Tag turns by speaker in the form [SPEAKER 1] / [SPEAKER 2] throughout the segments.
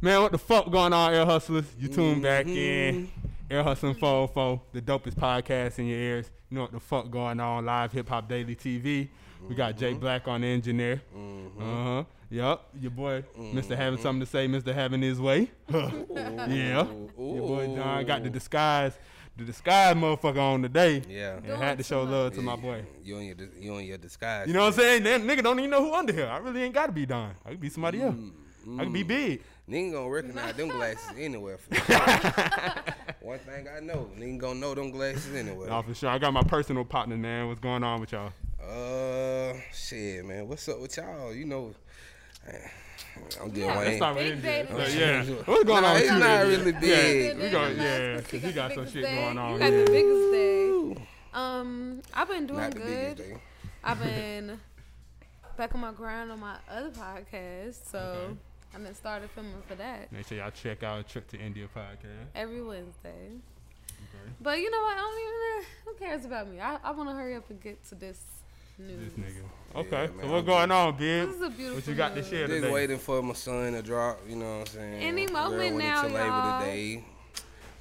[SPEAKER 1] Man, what the fuck going on, Air Hustlers? You tuned back
[SPEAKER 2] Mm-hmm.
[SPEAKER 1] in. Air Hustling 404, the dopest podcast in your ears. You know what the fuck going on, live hip hop daily TV. We got Jay Black on the engineer.
[SPEAKER 2] Mm-hmm.
[SPEAKER 1] Uh huh. Yup. Your boy, Mr. Having Something to Say, Mr. Having His Way. yeah.
[SPEAKER 2] Mm-hmm.
[SPEAKER 1] Your boy John got the disguise, the disguise motherfucker on today.
[SPEAKER 2] Yeah.
[SPEAKER 1] And had to show love to my boy.
[SPEAKER 2] You on your dis- you on your disguise.
[SPEAKER 1] You know what I'm saying? That nigga don't even know who under here. I really ain't gotta be Don. I could be somebody else. I could be big.
[SPEAKER 2] Nigga gonna recognize them glasses anywhere. For One thing I know, nigga gonna know them glasses anywhere.
[SPEAKER 1] Nah, for sure. I got my personal partner, man. What's going on with y'all?
[SPEAKER 2] Uh, shit, man. What's up with y'all? You know, I'm getting
[SPEAKER 1] That's
[SPEAKER 2] Wayne.
[SPEAKER 1] not
[SPEAKER 2] Nah,
[SPEAKER 1] really
[SPEAKER 3] Big
[SPEAKER 1] big.
[SPEAKER 3] baby.
[SPEAKER 1] But yeah. What's going on with
[SPEAKER 2] it's
[SPEAKER 1] you?
[SPEAKER 2] not
[SPEAKER 1] nigga?
[SPEAKER 2] really big.
[SPEAKER 1] We got- yeah, 'cause he
[SPEAKER 3] You
[SPEAKER 1] got
[SPEAKER 3] the
[SPEAKER 1] some
[SPEAKER 3] biggest
[SPEAKER 1] shit
[SPEAKER 3] day.
[SPEAKER 1] going on,
[SPEAKER 3] You got
[SPEAKER 1] yeah.
[SPEAKER 3] the biggest day. Um, I've been doing
[SPEAKER 2] Not the biggest
[SPEAKER 3] good.
[SPEAKER 2] thing.
[SPEAKER 3] I've been back on my grind on my other podcast, so
[SPEAKER 1] Okay.
[SPEAKER 3] I've been started filming for that
[SPEAKER 1] Make sure y'all check out Trip to India podcast.
[SPEAKER 3] every Wednesday. But you know what? I don't even. Who cares about me? I, I want to hurry up and get to this
[SPEAKER 1] This
[SPEAKER 3] news.
[SPEAKER 1] nigga. Okay,
[SPEAKER 2] man,
[SPEAKER 1] so what's
[SPEAKER 2] I'm
[SPEAKER 1] going on, big?
[SPEAKER 3] This is a beautiful.
[SPEAKER 1] What you got to
[SPEAKER 3] news.
[SPEAKER 1] share
[SPEAKER 2] Just
[SPEAKER 1] today?
[SPEAKER 2] waiting for my son to drop. You know what I'm saying?
[SPEAKER 3] Any
[SPEAKER 2] Girl
[SPEAKER 3] moment
[SPEAKER 2] went into
[SPEAKER 3] now,
[SPEAKER 2] Labor
[SPEAKER 3] y'all.
[SPEAKER 2] Today.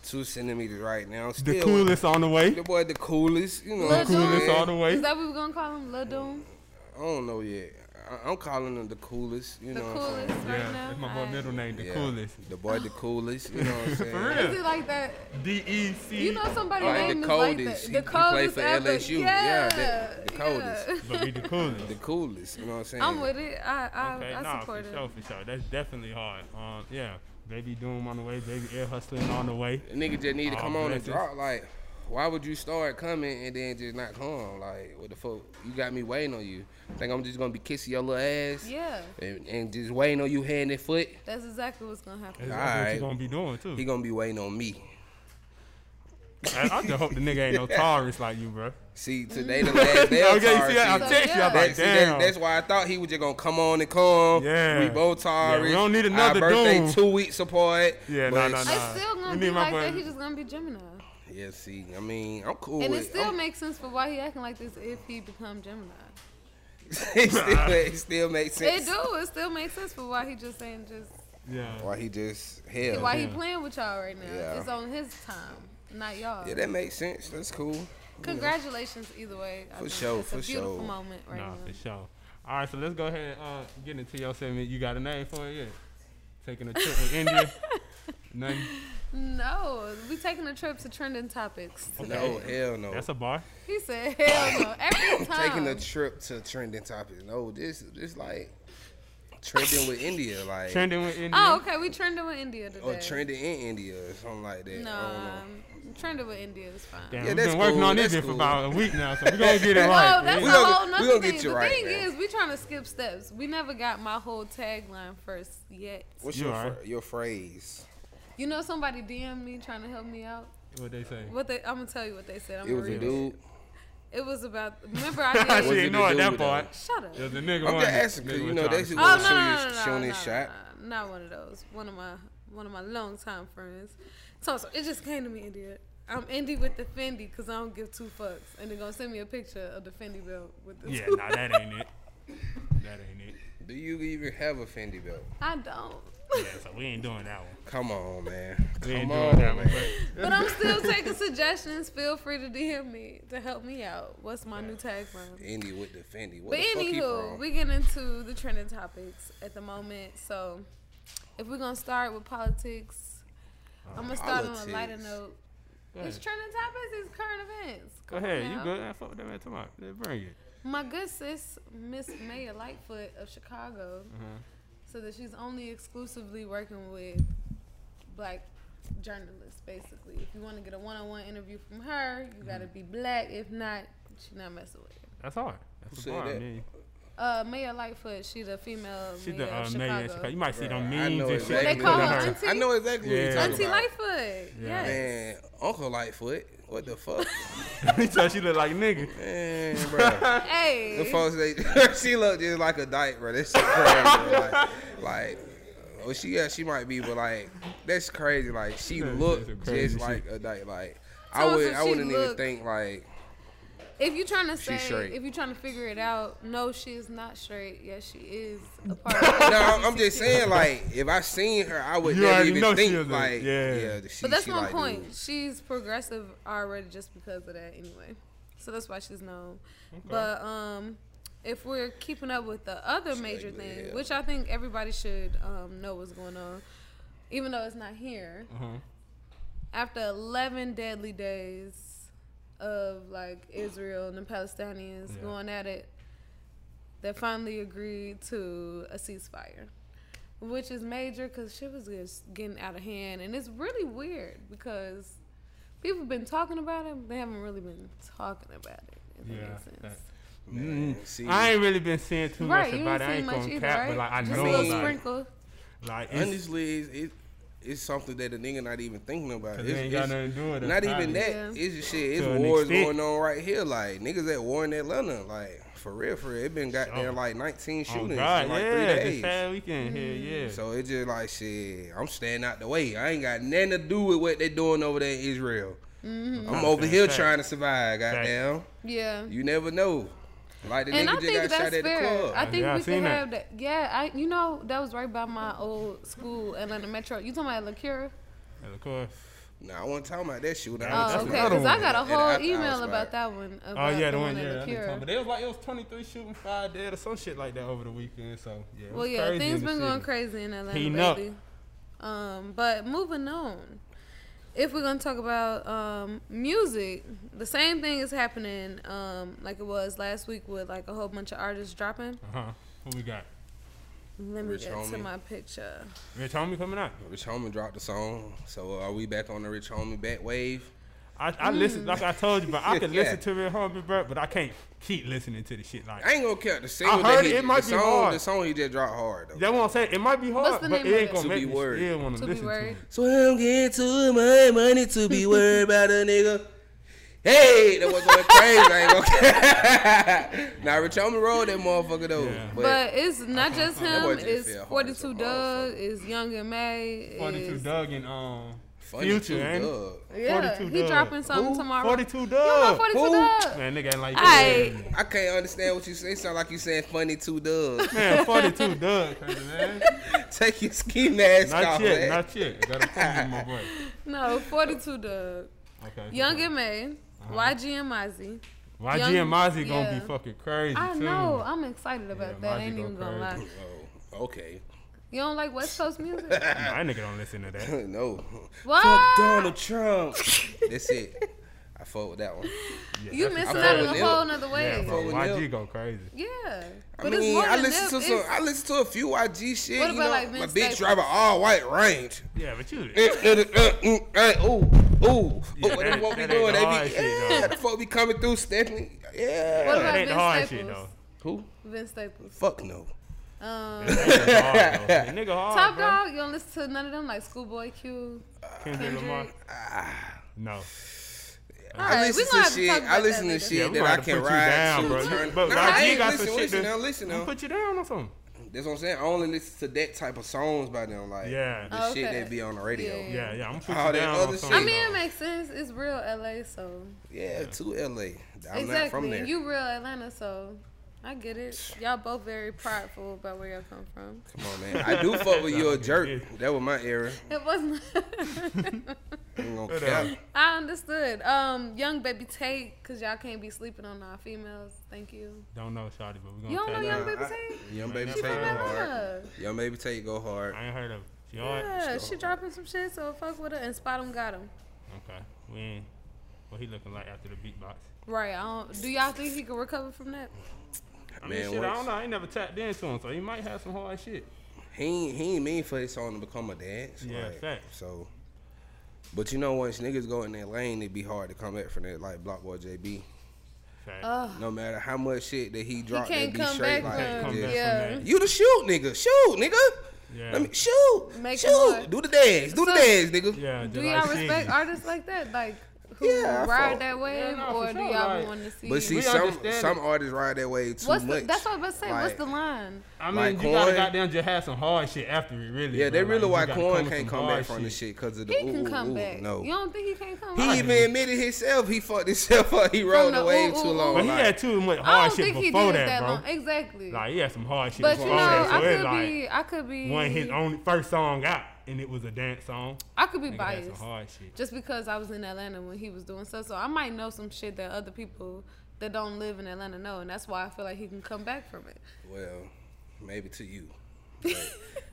[SPEAKER 2] Two centimeters right now. Still,
[SPEAKER 1] The coolest on the way.
[SPEAKER 2] The boy, the coolest. You know,
[SPEAKER 3] Lil
[SPEAKER 2] what I'm
[SPEAKER 3] Doom.
[SPEAKER 1] Coolest
[SPEAKER 2] saying?
[SPEAKER 1] all the way.
[SPEAKER 3] Is that what we're gonna call him? Lil Doom?
[SPEAKER 2] I don't know yet. I, I'm calling him the coolest. You
[SPEAKER 3] The
[SPEAKER 2] know what I'm
[SPEAKER 3] coolest
[SPEAKER 2] saying?
[SPEAKER 3] right
[SPEAKER 1] Yeah,
[SPEAKER 3] now?
[SPEAKER 1] that's my
[SPEAKER 3] Alright.
[SPEAKER 1] boy middle name, the
[SPEAKER 2] Yeah,
[SPEAKER 1] coolest.
[SPEAKER 2] The boy, the coolest. You know what I'm saying?
[SPEAKER 1] For real.
[SPEAKER 3] Is it like that?
[SPEAKER 1] D E C.
[SPEAKER 3] You know somebody
[SPEAKER 2] Like the
[SPEAKER 3] named like that.
[SPEAKER 2] coldest.
[SPEAKER 3] The
[SPEAKER 2] He- he played
[SPEAKER 3] coldest
[SPEAKER 2] for
[SPEAKER 3] ever.
[SPEAKER 2] LSU. Yeah, the- the coldest.
[SPEAKER 3] yeah.
[SPEAKER 1] But be the coolest.
[SPEAKER 2] The coolest. You know what I'm saying?
[SPEAKER 3] I'm with it. I I,
[SPEAKER 1] Okay,
[SPEAKER 3] I
[SPEAKER 1] nah,
[SPEAKER 3] support
[SPEAKER 1] for
[SPEAKER 3] it.
[SPEAKER 1] sure, for sure. That's definitely hard. Um, yeah, baby Doom on the way, baby Air Hustling on the way.
[SPEAKER 2] The nigga just need to
[SPEAKER 1] All
[SPEAKER 2] come on and
[SPEAKER 1] blessings.
[SPEAKER 2] drop. Like, why would you start coming and then just not come? Like, what the fuck? You got me waiting on you. Think I'm just gonna be kissing your little ass?
[SPEAKER 3] Yeah,
[SPEAKER 2] And, and just waiting on you hand and foot?
[SPEAKER 3] that's exactly what's gonna happen.
[SPEAKER 1] That's what you
[SPEAKER 2] Alright.
[SPEAKER 1] gonna be doing
[SPEAKER 2] He
[SPEAKER 1] too.
[SPEAKER 2] gonna be waiting on me.
[SPEAKER 1] I, I just hope the nigga ain't no Taurus like you, bro.
[SPEAKER 2] See, today the last day. of
[SPEAKER 1] okay,
[SPEAKER 2] tar
[SPEAKER 1] see, I, I
[SPEAKER 2] season.
[SPEAKER 3] take-
[SPEAKER 1] text you. I'm like,
[SPEAKER 2] That- see, that-
[SPEAKER 1] damn.
[SPEAKER 2] that's why I thought he was just gonna come on and come.
[SPEAKER 1] Yeah.
[SPEAKER 2] we both
[SPEAKER 1] Yeah,
[SPEAKER 2] tired.
[SPEAKER 1] we don't need another
[SPEAKER 2] Our birthday
[SPEAKER 1] Doom.
[SPEAKER 2] two weeks apart.
[SPEAKER 1] Yeah,
[SPEAKER 2] but-
[SPEAKER 1] nah, nah, nah.
[SPEAKER 3] It's still
[SPEAKER 1] we
[SPEAKER 3] gonna
[SPEAKER 1] need
[SPEAKER 3] be
[SPEAKER 1] uh, my
[SPEAKER 3] like
[SPEAKER 1] boy-
[SPEAKER 3] that. He just gonna be Gemini,
[SPEAKER 2] Yeah, see, I mean, I'm cool.
[SPEAKER 3] and it
[SPEAKER 2] with,
[SPEAKER 3] still
[SPEAKER 2] I'm-
[SPEAKER 3] makes sense for why he acting like this if he become Gemini.
[SPEAKER 2] it still, it still makes sense.
[SPEAKER 3] It do. It still makes sense for why he just saying just
[SPEAKER 1] yeah.
[SPEAKER 2] Why he just hell?
[SPEAKER 3] why he
[SPEAKER 1] Yeah.
[SPEAKER 3] playing with y'all right now.
[SPEAKER 2] Yeah.
[SPEAKER 3] It's on his time, not y'all.
[SPEAKER 2] Yeah, that makes sense. That's cool.
[SPEAKER 3] Congratulations either way. I
[SPEAKER 2] For
[SPEAKER 3] think
[SPEAKER 2] sure,
[SPEAKER 3] It's a
[SPEAKER 2] for
[SPEAKER 3] beautiful
[SPEAKER 2] sure.
[SPEAKER 3] moment right
[SPEAKER 1] Nah,
[SPEAKER 3] now.
[SPEAKER 1] for sure. All right, so let's go ahead and uh, get into your segment. You got a name for it yet? Taking a trip with India. Nothing.
[SPEAKER 3] No, we taking a trip to trending topics today.
[SPEAKER 2] No, hell no.
[SPEAKER 1] That's a bar.
[SPEAKER 2] Oh.
[SPEAKER 3] He said, "Hell no!" Every time.
[SPEAKER 2] Taking a trip to trending topics. No, this this like trending with India, like
[SPEAKER 1] Trending with India.
[SPEAKER 3] oh, okay. We trending with India today.
[SPEAKER 2] or trending in India or something like that.
[SPEAKER 3] No,
[SPEAKER 2] I don't know.
[SPEAKER 3] um, trending with India is fine.
[SPEAKER 1] Damn,
[SPEAKER 2] Yeah,
[SPEAKER 1] we've
[SPEAKER 2] that's
[SPEAKER 1] been working
[SPEAKER 2] cool,
[SPEAKER 1] on this
[SPEAKER 2] that's
[SPEAKER 1] shit for
[SPEAKER 2] cool.
[SPEAKER 1] about a week now, so we're gonna get it right.
[SPEAKER 3] Oh, that's
[SPEAKER 2] We
[SPEAKER 3] a
[SPEAKER 2] gonna-
[SPEAKER 3] whole
[SPEAKER 2] we
[SPEAKER 3] nother
[SPEAKER 2] gonna
[SPEAKER 3] thing.
[SPEAKER 2] get you
[SPEAKER 3] the
[SPEAKER 2] right,
[SPEAKER 3] thing
[SPEAKER 2] man.
[SPEAKER 3] is, we trying to skip steps. We never got my whole tagline first yet.
[SPEAKER 2] What's
[SPEAKER 1] You
[SPEAKER 2] your
[SPEAKER 1] alright?
[SPEAKER 2] phr- your phrase?
[SPEAKER 3] You know, somebody DM me trying to help me out.
[SPEAKER 1] what they say.
[SPEAKER 3] What they? I'm gonna tell you what they said. I'm
[SPEAKER 2] It
[SPEAKER 3] gonna
[SPEAKER 2] was a
[SPEAKER 3] read
[SPEAKER 2] dude.
[SPEAKER 3] It. it was about. Remember, I
[SPEAKER 1] she
[SPEAKER 2] it
[SPEAKER 3] did.
[SPEAKER 2] to
[SPEAKER 1] ignored
[SPEAKER 2] do
[SPEAKER 1] that
[SPEAKER 2] with
[SPEAKER 1] part.
[SPEAKER 3] Shut up.
[SPEAKER 1] There's a nigga
[SPEAKER 2] I'm
[SPEAKER 1] one.
[SPEAKER 2] just asking because
[SPEAKER 1] nigga
[SPEAKER 2] you
[SPEAKER 1] was
[SPEAKER 2] know
[SPEAKER 1] trying
[SPEAKER 2] that's
[SPEAKER 1] to-
[SPEAKER 2] just
[SPEAKER 3] Oh
[SPEAKER 2] gonna
[SPEAKER 3] no,
[SPEAKER 2] show
[SPEAKER 3] no,
[SPEAKER 2] you
[SPEAKER 3] no,
[SPEAKER 2] showing
[SPEAKER 3] no,
[SPEAKER 2] his
[SPEAKER 3] no,
[SPEAKER 2] shot.
[SPEAKER 3] no, not one of those. One of my one of my longtime friends. So, so it just came to me, India. I'm Indy with the Fendi because I don't give two fucks, and they're gonna send me a picture of the Fendi belt with the.
[SPEAKER 1] Yeah,
[SPEAKER 3] two-
[SPEAKER 1] nah, that ain't it. That ain't it.
[SPEAKER 2] Do you even have a Fendi belt?
[SPEAKER 3] I don't.
[SPEAKER 1] Yeah, so we ain't doing that one.
[SPEAKER 2] Come on, man.
[SPEAKER 1] We
[SPEAKER 2] Come
[SPEAKER 1] ain't
[SPEAKER 2] on,
[SPEAKER 1] doing that one.
[SPEAKER 2] man.
[SPEAKER 1] But
[SPEAKER 3] but I'm still taking suggestions. Feel free to DM me to help me out. What's my new tagline?
[SPEAKER 2] Indy with the Fendi. What the
[SPEAKER 3] But
[SPEAKER 2] fuck he
[SPEAKER 3] anywho,
[SPEAKER 2] from?
[SPEAKER 3] we get into the trending topics at the moment. So if we're gonna start with politics, I'm gonna start on a lighter
[SPEAKER 2] Politics.
[SPEAKER 3] note.
[SPEAKER 1] go
[SPEAKER 3] It's
[SPEAKER 1] ahead,
[SPEAKER 3] trending topics. It's current events.
[SPEAKER 1] Go
[SPEAKER 3] Come on
[SPEAKER 1] ahead. you
[SPEAKER 3] now.
[SPEAKER 1] good? I fuck with that man tomorrow. Let's bring it.
[SPEAKER 3] My good sis, Miss Maya Lightfoot of Chicago,
[SPEAKER 1] Mm-hmm.
[SPEAKER 3] said that she's only exclusively working with black journalists. Basically, if you want to get a one-on-one interview from her,
[SPEAKER 1] Mm-hmm.
[SPEAKER 3] you got to be black. If not, she's not messing with it.
[SPEAKER 1] That's hard. That's
[SPEAKER 2] Who
[SPEAKER 1] a bar.
[SPEAKER 2] said
[SPEAKER 1] I
[SPEAKER 2] that?
[SPEAKER 1] mean,
[SPEAKER 3] Uh, Maya Lightfoot, she's a female
[SPEAKER 1] she
[SPEAKER 3] mayor
[SPEAKER 1] the
[SPEAKER 3] of
[SPEAKER 1] uh,
[SPEAKER 3] Chicago.
[SPEAKER 1] mayor in Chicago. You might see them
[SPEAKER 2] Bruh,
[SPEAKER 1] memes and shit.
[SPEAKER 3] They
[SPEAKER 1] that
[SPEAKER 3] call
[SPEAKER 1] go to
[SPEAKER 3] her
[SPEAKER 1] her.
[SPEAKER 3] Auntie-
[SPEAKER 2] I know exactly what
[SPEAKER 1] Yeah.
[SPEAKER 2] you're talking
[SPEAKER 3] Auntie
[SPEAKER 2] about.
[SPEAKER 3] Lightfoot,
[SPEAKER 1] Yeah.
[SPEAKER 3] yes.
[SPEAKER 2] Man, Uncle Lightfoot. What the fuck?
[SPEAKER 1] so she look like a nigga.
[SPEAKER 2] Man, bro. The
[SPEAKER 3] Hey,
[SPEAKER 2] folks, they, she looked just like a dyke, bro. That's so crazy. like, like, oh, she, yeah, she might be, but like, that's crazy. Like, she
[SPEAKER 1] That's- that's
[SPEAKER 2] looked
[SPEAKER 1] some
[SPEAKER 2] just
[SPEAKER 1] crazy
[SPEAKER 2] like a dyke. Like,
[SPEAKER 3] Tell
[SPEAKER 2] I
[SPEAKER 3] us
[SPEAKER 2] would,
[SPEAKER 3] if
[SPEAKER 2] I
[SPEAKER 3] she
[SPEAKER 2] wouldn't even
[SPEAKER 3] looked-
[SPEAKER 2] think like
[SPEAKER 3] If you're trying to say,
[SPEAKER 2] She's straight.
[SPEAKER 3] if you're trying to figure it out, no, she is not straight. Yes, she is a part. of
[SPEAKER 2] No, I'm, I'm just saying, like, if I seen her, I would
[SPEAKER 1] You
[SPEAKER 2] never
[SPEAKER 1] already
[SPEAKER 2] even
[SPEAKER 1] know she
[SPEAKER 2] think,
[SPEAKER 1] is a-
[SPEAKER 2] like,
[SPEAKER 1] yeah.
[SPEAKER 2] yeah, she,
[SPEAKER 3] But that's
[SPEAKER 2] she
[SPEAKER 3] my
[SPEAKER 2] like
[SPEAKER 3] point.
[SPEAKER 2] dudes.
[SPEAKER 3] She's progressive already just because of that anyway. So that's why she's known. But um if we're keeping up with the other major
[SPEAKER 2] like,
[SPEAKER 3] thing,
[SPEAKER 2] yeah.
[SPEAKER 3] which I think everybody should um, know what's going on, even though it's not here.
[SPEAKER 1] Uh-huh.
[SPEAKER 3] After 11 deadly days of like Israel and the Palestinians
[SPEAKER 1] Yeah.
[SPEAKER 3] going at it, they finally agreed to a ceasefire which is major because shit was just getting out of hand, and it's really weird because people have been talking about it, but they haven't really been talking about it. If that
[SPEAKER 1] Yeah,
[SPEAKER 3] makes sense.
[SPEAKER 1] that-
[SPEAKER 2] Man, see,
[SPEAKER 1] I ain't really been seeing too much
[SPEAKER 3] Right, you
[SPEAKER 1] about
[SPEAKER 3] ain't
[SPEAKER 1] it. I
[SPEAKER 3] seen
[SPEAKER 1] ain't
[SPEAKER 3] much
[SPEAKER 1] gonna
[SPEAKER 3] either,
[SPEAKER 1] cap,
[SPEAKER 3] right?
[SPEAKER 1] but like I
[SPEAKER 3] Just
[SPEAKER 1] know
[SPEAKER 3] a little
[SPEAKER 1] about it.
[SPEAKER 3] sprinkle.
[SPEAKER 1] Like it's,
[SPEAKER 2] honestly, it's, it, it's something that a nigga not even thinking about.
[SPEAKER 1] 'Cause
[SPEAKER 2] It's-
[SPEAKER 1] it ain't got
[SPEAKER 2] it's-
[SPEAKER 1] nothing to do with it,
[SPEAKER 2] Not even
[SPEAKER 1] probably.
[SPEAKER 2] that.
[SPEAKER 3] Yeah.
[SPEAKER 2] It's just shit. It's
[SPEAKER 1] To an
[SPEAKER 2] wars
[SPEAKER 1] extent.
[SPEAKER 2] going on right here. Like niggas at war in Atlanta. Like for real, for real. It been got there
[SPEAKER 1] Sure.
[SPEAKER 2] like 19
[SPEAKER 1] oh
[SPEAKER 2] shootings in
[SPEAKER 1] god,
[SPEAKER 2] like
[SPEAKER 1] yeah,
[SPEAKER 2] three
[SPEAKER 1] this
[SPEAKER 2] days.
[SPEAKER 1] past weekend here, yeah.
[SPEAKER 2] So it just like shit. I'm staying out the way. I ain't got nothing to do with what they doing over there in Israel.
[SPEAKER 3] Mm-hmm.
[SPEAKER 2] I'm over here
[SPEAKER 1] Fact.
[SPEAKER 2] trying to survive.
[SPEAKER 1] Fact.
[SPEAKER 2] Goddamn.
[SPEAKER 3] Yeah.
[SPEAKER 2] You never know. Like the
[SPEAKER 3] And
[SPEAKER 2] nigga
[SPEAKER 3] I
[SPEAKER 2] just
[SPEAKER 3] think
[SPEAKER 2] got shot
[SPEAKER 3] that's
[SPEAKER 2] at the
[SPEAKER 3] fair.
[SPEAKER 2] club.
[SPEAKER 3] I think
[SPEAKER 1] Yeah, I
[SPEAKER 3] we could
[SPEAKER 1] seen that.
[SPEAKER 3] have that. Yeah, I you know that was right by my old school, Atlanta Metro. You talking about Lakira?
[SPEAKER 1] And of course.
[SPEAKER 2] Nah, I wasn't talking about that shit.
[SPEAKER 1] Oh,
[SPEAKER 3] Oh,
[SPEAKER 1] that's
[SPEAKER 3] okay.
[SPEAKER 1] another
[SPEAKER 3] Because I
[SPEAKER 1] one.
[SPEAKER 3] got a
[SPEAKER 2] Yeah,
[SPEAKER 3] whole
[SPEAKER 2] that- that was
[SPEAKER 3] email
[SPEAKER 2] right.
[SPEAKER 3] about that one.
[SPEAKER 1] Oh
[SPEAKER 3] About
[SPEAKER 1] yeah, the one yeah,
[SPEAKER 3] at
[SPEAKER 1] I think
[SPEAKER 3] Lakira.
[SPEAKER 1] But it was like it was twenty three shooting, five dead or some shit like that over the weekend. So yeah, it
[SPEAKER 3] Well,
[SPEAKER 1] was
[SPEAKER 3] yeah,
[SPEAKER 1] crazy
[SPEAKER 3] things
[SPEAKER 1] in the
[SPEAKER 3] been going
[SPEAKER 1] city.
[SPEAKER 3] crazy in Atlanta
[SPEAKER 1] Heating up.
[SPEAKER 3] lately. Um, but moving on, if we're gonna talk about um, music, the same thing is happening um, like it was last week with like a whole bunch of artists dropping.
[SPEAKER 1] Uh-huh. Who we got?
[SPEAKER 3] Let me
[SPEAKER 2] Rich
[SPEAKER 3] get to
[SPEAKER 2] Homie.
[SPEAKER 3] my picture.
[SPEAKER 1] Rich Homie coming out.
[SPEAKER 2] Rich Homie dropped the song. So are we back on the Rich Homie back wave?
[SPEAKER 1] I, I listen like I told you, but I could
[SPEAKER 2] Yeah.
[SPEAKER 1] listen to Rich Homie, bro, but I can't keep listening to the shit like
[SPEAKER 2] I ain't gonna care. The single
[SPEAKER 1] heard
[SPEAKER 2] that he,
[SPEAKER 1] it. It might
[SPEAKER 2] the
[SPEAKER 1] be
[SPEAKER 2] song,
[SPEAKER 1] hard.
[SPEAKER 2] The song he just dropped hard though.
[SPEAKER 1] That's what I'm saying. It might be hard,
[SPEAKER 3] What's the
[SPEAKER 1] but it
[SPEAKER 3] name of
[SPEAKER 1] ain't
[SPEAKER 3] it?
[SPEAKER 1] gonna
[SPEAKER 2] To
[SPEAKER 1] make
[SPEAKER 2] be
[SPEAKER 1] me
[SPEAKER 2] worried.
[SPEAKER 1] still want
[SPEAKER 3] To
[SPEAKER 1] to
[SPEAKER 3] be
[SPEAKER 1] listen to
[SPEAKER 3] worried.
[SPEAKER 1] it.
[SPEAKER 2] So I'm getting too much money to be worried about a nigga. Hey, that was going crazy. I ain't gonna care. now Rich Homie rolled that motherfucker though.
[SPEAKER 1] Yeah.
[SPEAKER 2] But,
[SPEAKER 3] But it's not just
[SPEAKER 2] That boy
[SPEAKER 3] him.
[SPEAKER 2] just
[SPEAKER 3] It's
[SPEAKER 2] fell hard as a
[SPEAKER 3] 42 Doug.
[SPEAKER 2] motherfucker.
[SPEAKER 3] It's Young and May.
[SPEAKER 1] 42
[SPEAKER 3] it's-
[SPEAKER 1] Doug and um
[SPEAKER 2] funny
[SPEAKER 1] Future,
[SPEAKER 2] too,
[SPEAKER 1] ain't it?
[SPEAKER 2] Doug.
[SPEAKER 3] Yeah,
[SPEAKER 1] 42
[SPEAKER 3] he
[SPEAKER 1] Doug.
[SPEAKER 3] dropping something
[SPEAKER 1] Who?
[SPEAKER 3] tomorrow.
[SPEAKER 1] 42
[SPEAKER 3] You don't know
[SPEAKER 1] Doug.
[SPEAKER 3] 42
[SPEAKER 2] Who?
[SPEAKER 3] Doug?
[SPEAKER 1] Man, nigga ain't like
[SPEAKER 3] Aight.
[SPEAKER 1] that.
[SPEAKER 2] I can't understand what you say. It sound like you saying funny too, Doug.
[SPEAKER 1] Man, 42 Doug, crazy, man.
[SPEAKER 2] Take your ski mask off.
[SPEAKER 1] Not yet,
[SPEAKER 2] man.
[SPEAKER 1] not yet. Gotta prove you my boy.
[SPEAKER 3] No, 42 Doug.
[SPEAKER 1] Okay.
[SPEAKER 3] Young and May.
[SPEAKER 1] Uh-huh.
[SPEAKER 3] YG and Mozzie.
[SPEAKER 1] YG
[SPEAKER 3] Young-
[SPEAKER 1] and Mozzie gonna
[SPEAKER 3] yeah.
[SPEAKER 1] be fucking crazy
[SPEAKER 3] I
[SPEAKER 1] too.
[SPEAKER 3] know. I'm excited about
[SPEAKER 1] Yeah,
[SPEAKER 3] that. I
[SPEAKER 1] Mozzie
[SPEAKER 3] ain't
[SPEAKER 1] go
[SPEAKER 3] even gonna
[SPEAKER 1] crazy.
[SPEAKER 3] lie.
[SPEAKER 2] Oh, okay.
[SPEAKER 3] You don't like West Coast music?
[SPEAKER 1] Nah, that nigga don't listen to that.
[SPEAKER 2] no.
[SPEAKER 3] What?
[SPEAKER 2] Fuck Donald Trump. That's it. I fuck with that one.
[SPEAKER 1] Yeah,
[SPEAKER 3] you
[SPEAKER 1] that's-
[SPEAKER 3] missing
[SPEAKER 2] I
[SPEAKER 3] out
[SPEAKER 2] fuck
[SPEAKER 3] on a
[SPEAKER 2] with
[SPEAKER 3] whole
[SPEAKER 2] Nip.
[SPEAKER 3] nother
[SPEAKER 1] Yeah,
[SPEAKER 3] way.
[SPEAKER 1] bro,
[SPEAKER 2] Fuck with
[SPEAKER 1] YG
[SPEAKER 2] Nip.
[SPEAKER 1] go crazy.
[SPEAKER 3] Yeah.
[SPEAKER 2] I
[SPEAKER 3] But it's
[SPEAKER 2] mean,
[SPEAKER 3] more
[SPEAKER 2] I
[SPEAKER 3] than
[SPEAKER 2] listen to
[SPEAKER 3] Nip.
[SPEAKER 2] some.
[SPEAKER 3] It's-
[SPEAKER 2] I listen to a few YG shit.
[SPEAKER 3] What
[SPEAKER 2] you
[SPEAKER 3] about,
[SPEAKER 2] know,
[SPEAKER 3] like,
[SPEAKER 2] my
[SPEAKER 3] Vince
[SPEAKER 2] bitch
[SPEAKER 3] Staples?
[SPEAKER 2] drive an all white range.
[SPEAKER 1] Yeah, but you.
[SPEAKER 2] Eh, eh, eh, eh, eh,
[SPEAKER 1] Yeah,
[SPEAKER 2] Ooh, ooh, ooh, what
[SPEAKER 1] that-
[SPEAKER 2] they won't be
[SPEAKER 1] that ain't
[SPEAKER 2] doing? They
[SPEAKER 1] hard
[SPEAKER 2] be,
[SPEAKER 1] shit,
[SPEAKER 2] yeah,
[SPEAKER 1] though.
[SPEAKER 2] the fuck be coming through, Stephanie. Yeah.
[SPEAKER 3] What
[SPEAKER 1] That ain't
[SPEAKER 3] about
[SPEAKER 1] the
[SPEAKER 3] Vince
[SPEAKER 1] hard shit
[SPEAKER 3] Staples?
[SPEAKER 1] though.
[SPEAKER 2] Who?
[SPEAKER 3] Vince Staples.
[SPEAKER 2] Fuck no.
[SPEAKER 3] Um,
[SPEAKER 1] That nigga hard, though. That nigga hard,
[SPEAKER 3] Top
[SPEAKER 1] bro.
[SPEAKER 3] Dog. You don't listen to none of them like Schoolboy Q.
[SPEAKER 1] Kendrick Lamar.
[SPEAKER 3] Kendrick.
[SPEAKER 1] No.
[SPEAKER 2] Ah.
[SPEAKER 3] All
[SPEAKER 2] I
[SPEAKER 3] right, we
[SPEAKER 2] listen
[SPEAKER 3] gonna
[SPEAKER 2] to
[SPEAKER 3] have to talk
[SPEAKER 2] shit. I
[SPEAKER 3] about
[SPEAKER 2] listen to
[SPEAKER 3] that. later.
[SPEAKER 1] Yeah,
[SPEAKER 2] shit
[SPEAKER 1] we
[SPEAKER 2] that
[SPEAKER 1] gonna
[SPEAKER 2] I
[SPEAKER 1] have to
[SPEAKER 2] can
[SPEAKER 1] put you
[SPEAKER 2] ride
[SPEAKER 1] down,
[SPEAKER 2] to.
[SPEAKER 1] bro. You-
[SPEAKER 2] Turn-
[SPEAKER 1] but
[SPEAKER 2] Nah,
[SPEAKER 1] YG
[SPEAKER 2] hey,
[SPEAKER 1] got some
[SPEAKER 2] listen,
[SPEAKER 1] shit
[SPEAKER 2] listen
[SPEAKER 1] that-
[SPEAKER 2] now, listen
[SPEAKER 1] I'm
[SPEAKER 2] now.
[SPEAKER 1] gonna put you down on something.
[SPEAKER 2] That's what I'm saying. I only listen to that type of songs by them, like
[SPEAKER 1] Yeah.
[SPEAKER 2] the
[SPEAKER 3] Oh, Okay.
[SPEAKER 2] shit that be on the radio.
[SPEAKER 3] Yeah.
[SPEAKER 1] Yeah, yeah, I'm gonna put
[SPEAKER 2] All
[SPEAKER 1] you
[SPEAKER 2] that
[SPEAKER 1] down
[SPEAKER 2] other
[SPEAKER 1] on
[SPEAKER 2] shit.
[SPEAKER 1] something.
[SPEAKER 3] I mean, it
[SPEAKER 1] though.
[SPEAKER 3] makes sense. It's real LA, so
[SPEAKER 2] Yeah, to LA. I'm
[SPEAKER 3] exactly.
[SPEAKER 2] not from there.
[SPEAKER 3] And you real Atlanta, so I get it. Y'all both very prideful about where y'all come from.
[SPEAKER 2] Come on, man. I do fuck with you a jerk.
[SPEAKER 1] Yeah.
[SPEAKER 2] That was my era.
[SPEAKER 3] It wasn't.
[SPEAKER 2] Ain't gonna
[SPEAKER 1] Whatever.
[SPEAKER 2] cap.
[SPEAKER 3] I understood. Um, young baby Tate, cause y'all can't be sleeping on our females. Thank you.
[SPEAKER 1] Don't know, Shawty, but we're
[SPEAKER 3] You don't know
[SPEAKER 1] gonna tell
[SPEAKER 3] Young
[SPEAKER 1] you.
[SPEAKER 3] Baby
[SPEAKER 2] Nah, I-
[SPEAKER 3] Tate?
[SPEAKER 2] Young baby
[SPEAKER 1] She
[SPEAKER 2] Tate
[SPEAKER 1] from
[SPEAKER 2] go hard.
[SPEAKER 3] Atlanta.
[SPEAKER 2] Young baby Tate go hard.
[SPEAKER 1] I ain't heard of her. She alright?
[SPEAKER 3] Yeah, she dropping some shit, so fuck with her and spot 'em, got 'em.
[SPEAKER 1] Okay. We ain't. What he looking like after the beatbox?
[SPEAKER 3] Right. I don't, do y'all think he can recover from that?
[SPEAKER 1] I mean,
[SPEAKER 2] Man,
[SPEAKER 1] shit, I
[SPEAKER 2] once-
[SPEAKER 1] don't know. I ain't never tapped into him, so he might have some hard shit.
[SPEAKER 2] He ain't, he ain't mean for his song to become a dance.
[SPEAKER 1] Yeah,
[SPEAKER 2] like,
[SPEAKER 1] facts.
[SPEAKER 2] So, but you know once niggas go in their lane, it be hard to come back from that. Like Block Boy JB.
[SPEAKER 1] Fact.
[SPEAKER 3] Ugh.
[SPEAKER 2] No matter how much shit that he
[SPEAKER 3] He
[SPEAKER 2] dropped, that
[SPEAKER 3] can't
[SPEAKER 2] be
[SPEAKER 3] come
[SPEAKER 2] straight
[SPEAKER 3] back
[SPEAKER 2] like
[SPEAKER 1] Can't come
[SPEAKER 3] from.
[SPEAKER 1] back
[SPEAKER 2] just,
[SPEAKER 3] Yeah.
[SPEAKER 1] from
[SPEAKER 2] You the shoot, nigga. Shoot, nigga.
[SPEAKER 1] yeah.
[SPEAKER 2] Let me shoot.
[SPEAKER 3] Make
[SPEAKER 2] shoot.
[SPEAKER 3] more.
[SPEAKER 2] Do the dance. Do the
[SPEAKER 3] So-
[SPEAKER 2] dance, nigga.
[SPEAKER 1] yeah.
[SPEAKER 3] Do
[SPEAKER 1] just
[SPEAKER 3] y'all
[SPEAKER 1] like she-
[SPEAKER 3] respect artists like that? Like who
[SPEAKER 2] Yeah, I
[SPEAKER 3] ride
[SPEAKER 2] fuck-
[SPEAKER 3] that wave,
[SPEAKER 1] no, for
[SPEAKER 3] or do
[SPEAKER 1] sure,
[SPEAKER 3] y'all
[SPEAKER 1] like-
[SPEAKER 3] want to see?
[SPEAKER 2] But see,
[SPEAKER 1] We
[SPEAKER 2] some
[SPEAKER 1] understand
[SPEAKER 2] some
[SPEAKER 1] it.
[SPEAKER 2] artists ride that way too
[SPEAKER 3] what's the,
[SPEAKER 2] much.
[SPEAKER 3] that's what I was about to say. what's
[SPEAKER 2] Like-
[SPEAKER 3] the line?
[SPEAKER 1] I mean,
[SPEAKER 2] Like
[SPEAKER 1] you gotta
[SPEAKER 2] Corn-
[SPEAKER 1] goddamn just have some hard shit after it, really. bro.
[SPEAKER 2] yeah, they
[SPEAKER 1] Like,
[SPEAKER 2] really
[SPEAKER 1] you
[SPEAKER 2] why
[SPEAKER 1] gotta
[SPEAKER 2] Corn
[SPEAKER 1] with
[SPEAKER 2] can't
[SPEAKER 1] some
[SPEAKER 2] come back
[SPEAKER 1] hard
[SPEAKER 2] from this shit because of the
[SPEAKER 3] He
[SPEAKER 2] ooh,
[SPEAKER 3] can
[SPEAKER 2] ooh,
[SPEAKER 3] come
[SPEAKER 2] ooh,
[SPEAKER 3] back.
[SPEAKER 2] No,
[SPEAKER 3] You don't think he can't come
[SPEAKER 2] he
[SPEAKER 3] back?
[SPEAKER 2] even admitted himself he fucked himself up. He rode
[SPEAKER 3] the
[SPEAKER 2] the wave
[SPEAKER 3] ooh,
[SPEAKER 2] too
[SPEAKER 3] ooh,
[SPEAKER 2] long.
[SPEAKER 3] ooh.
[SPEAKER 1] But he
[SPEAKER 2] like-
[SPEAKER 1] had too much
[SPEAKER 3] I
[SPEAKER 1] hard
[SPEAKER 3] don't
[SPEAKER 1] shit
[SPEAKER 3] think he
[SPEAKER 1] before
[SPEAKER 3] did it
[SPEAKER 1] that,
[SPEAKER 3] that
[SPEAKER 1] bro.
[SPEAKER 3] long. Exactly.
[SPEAKER 1] Like he had some hard shit
[SPEAKER 3] but you
[SPEAKER 1] before
[SPEAKER 3] know,
[SPEAKER 1] that, so
[SPEAKER 3] I
[SPEAKER 1] it's
[SPEAKER 3] could
[SPEAKER 1] like
[SPEAKER 3] be, I could be,
[SPEAKER 1] one his only first song out, and it was a dance song.
[SPEAKER 3] I could
[SPEAKER 1] Nigga
[SPEAKER 3] be
[SPEAKER 1] had some
[SPEAKER 3] biased.
[SPEAKER 1] hard shit.
[SPEAKER 3] just because I was in Atlanta when he was doing stuff. So I might know some shit that other people that don't live in Atlanta know, and that's why I feel like he can come back from it.
[SPEAKER 2] Well, maybe to you. But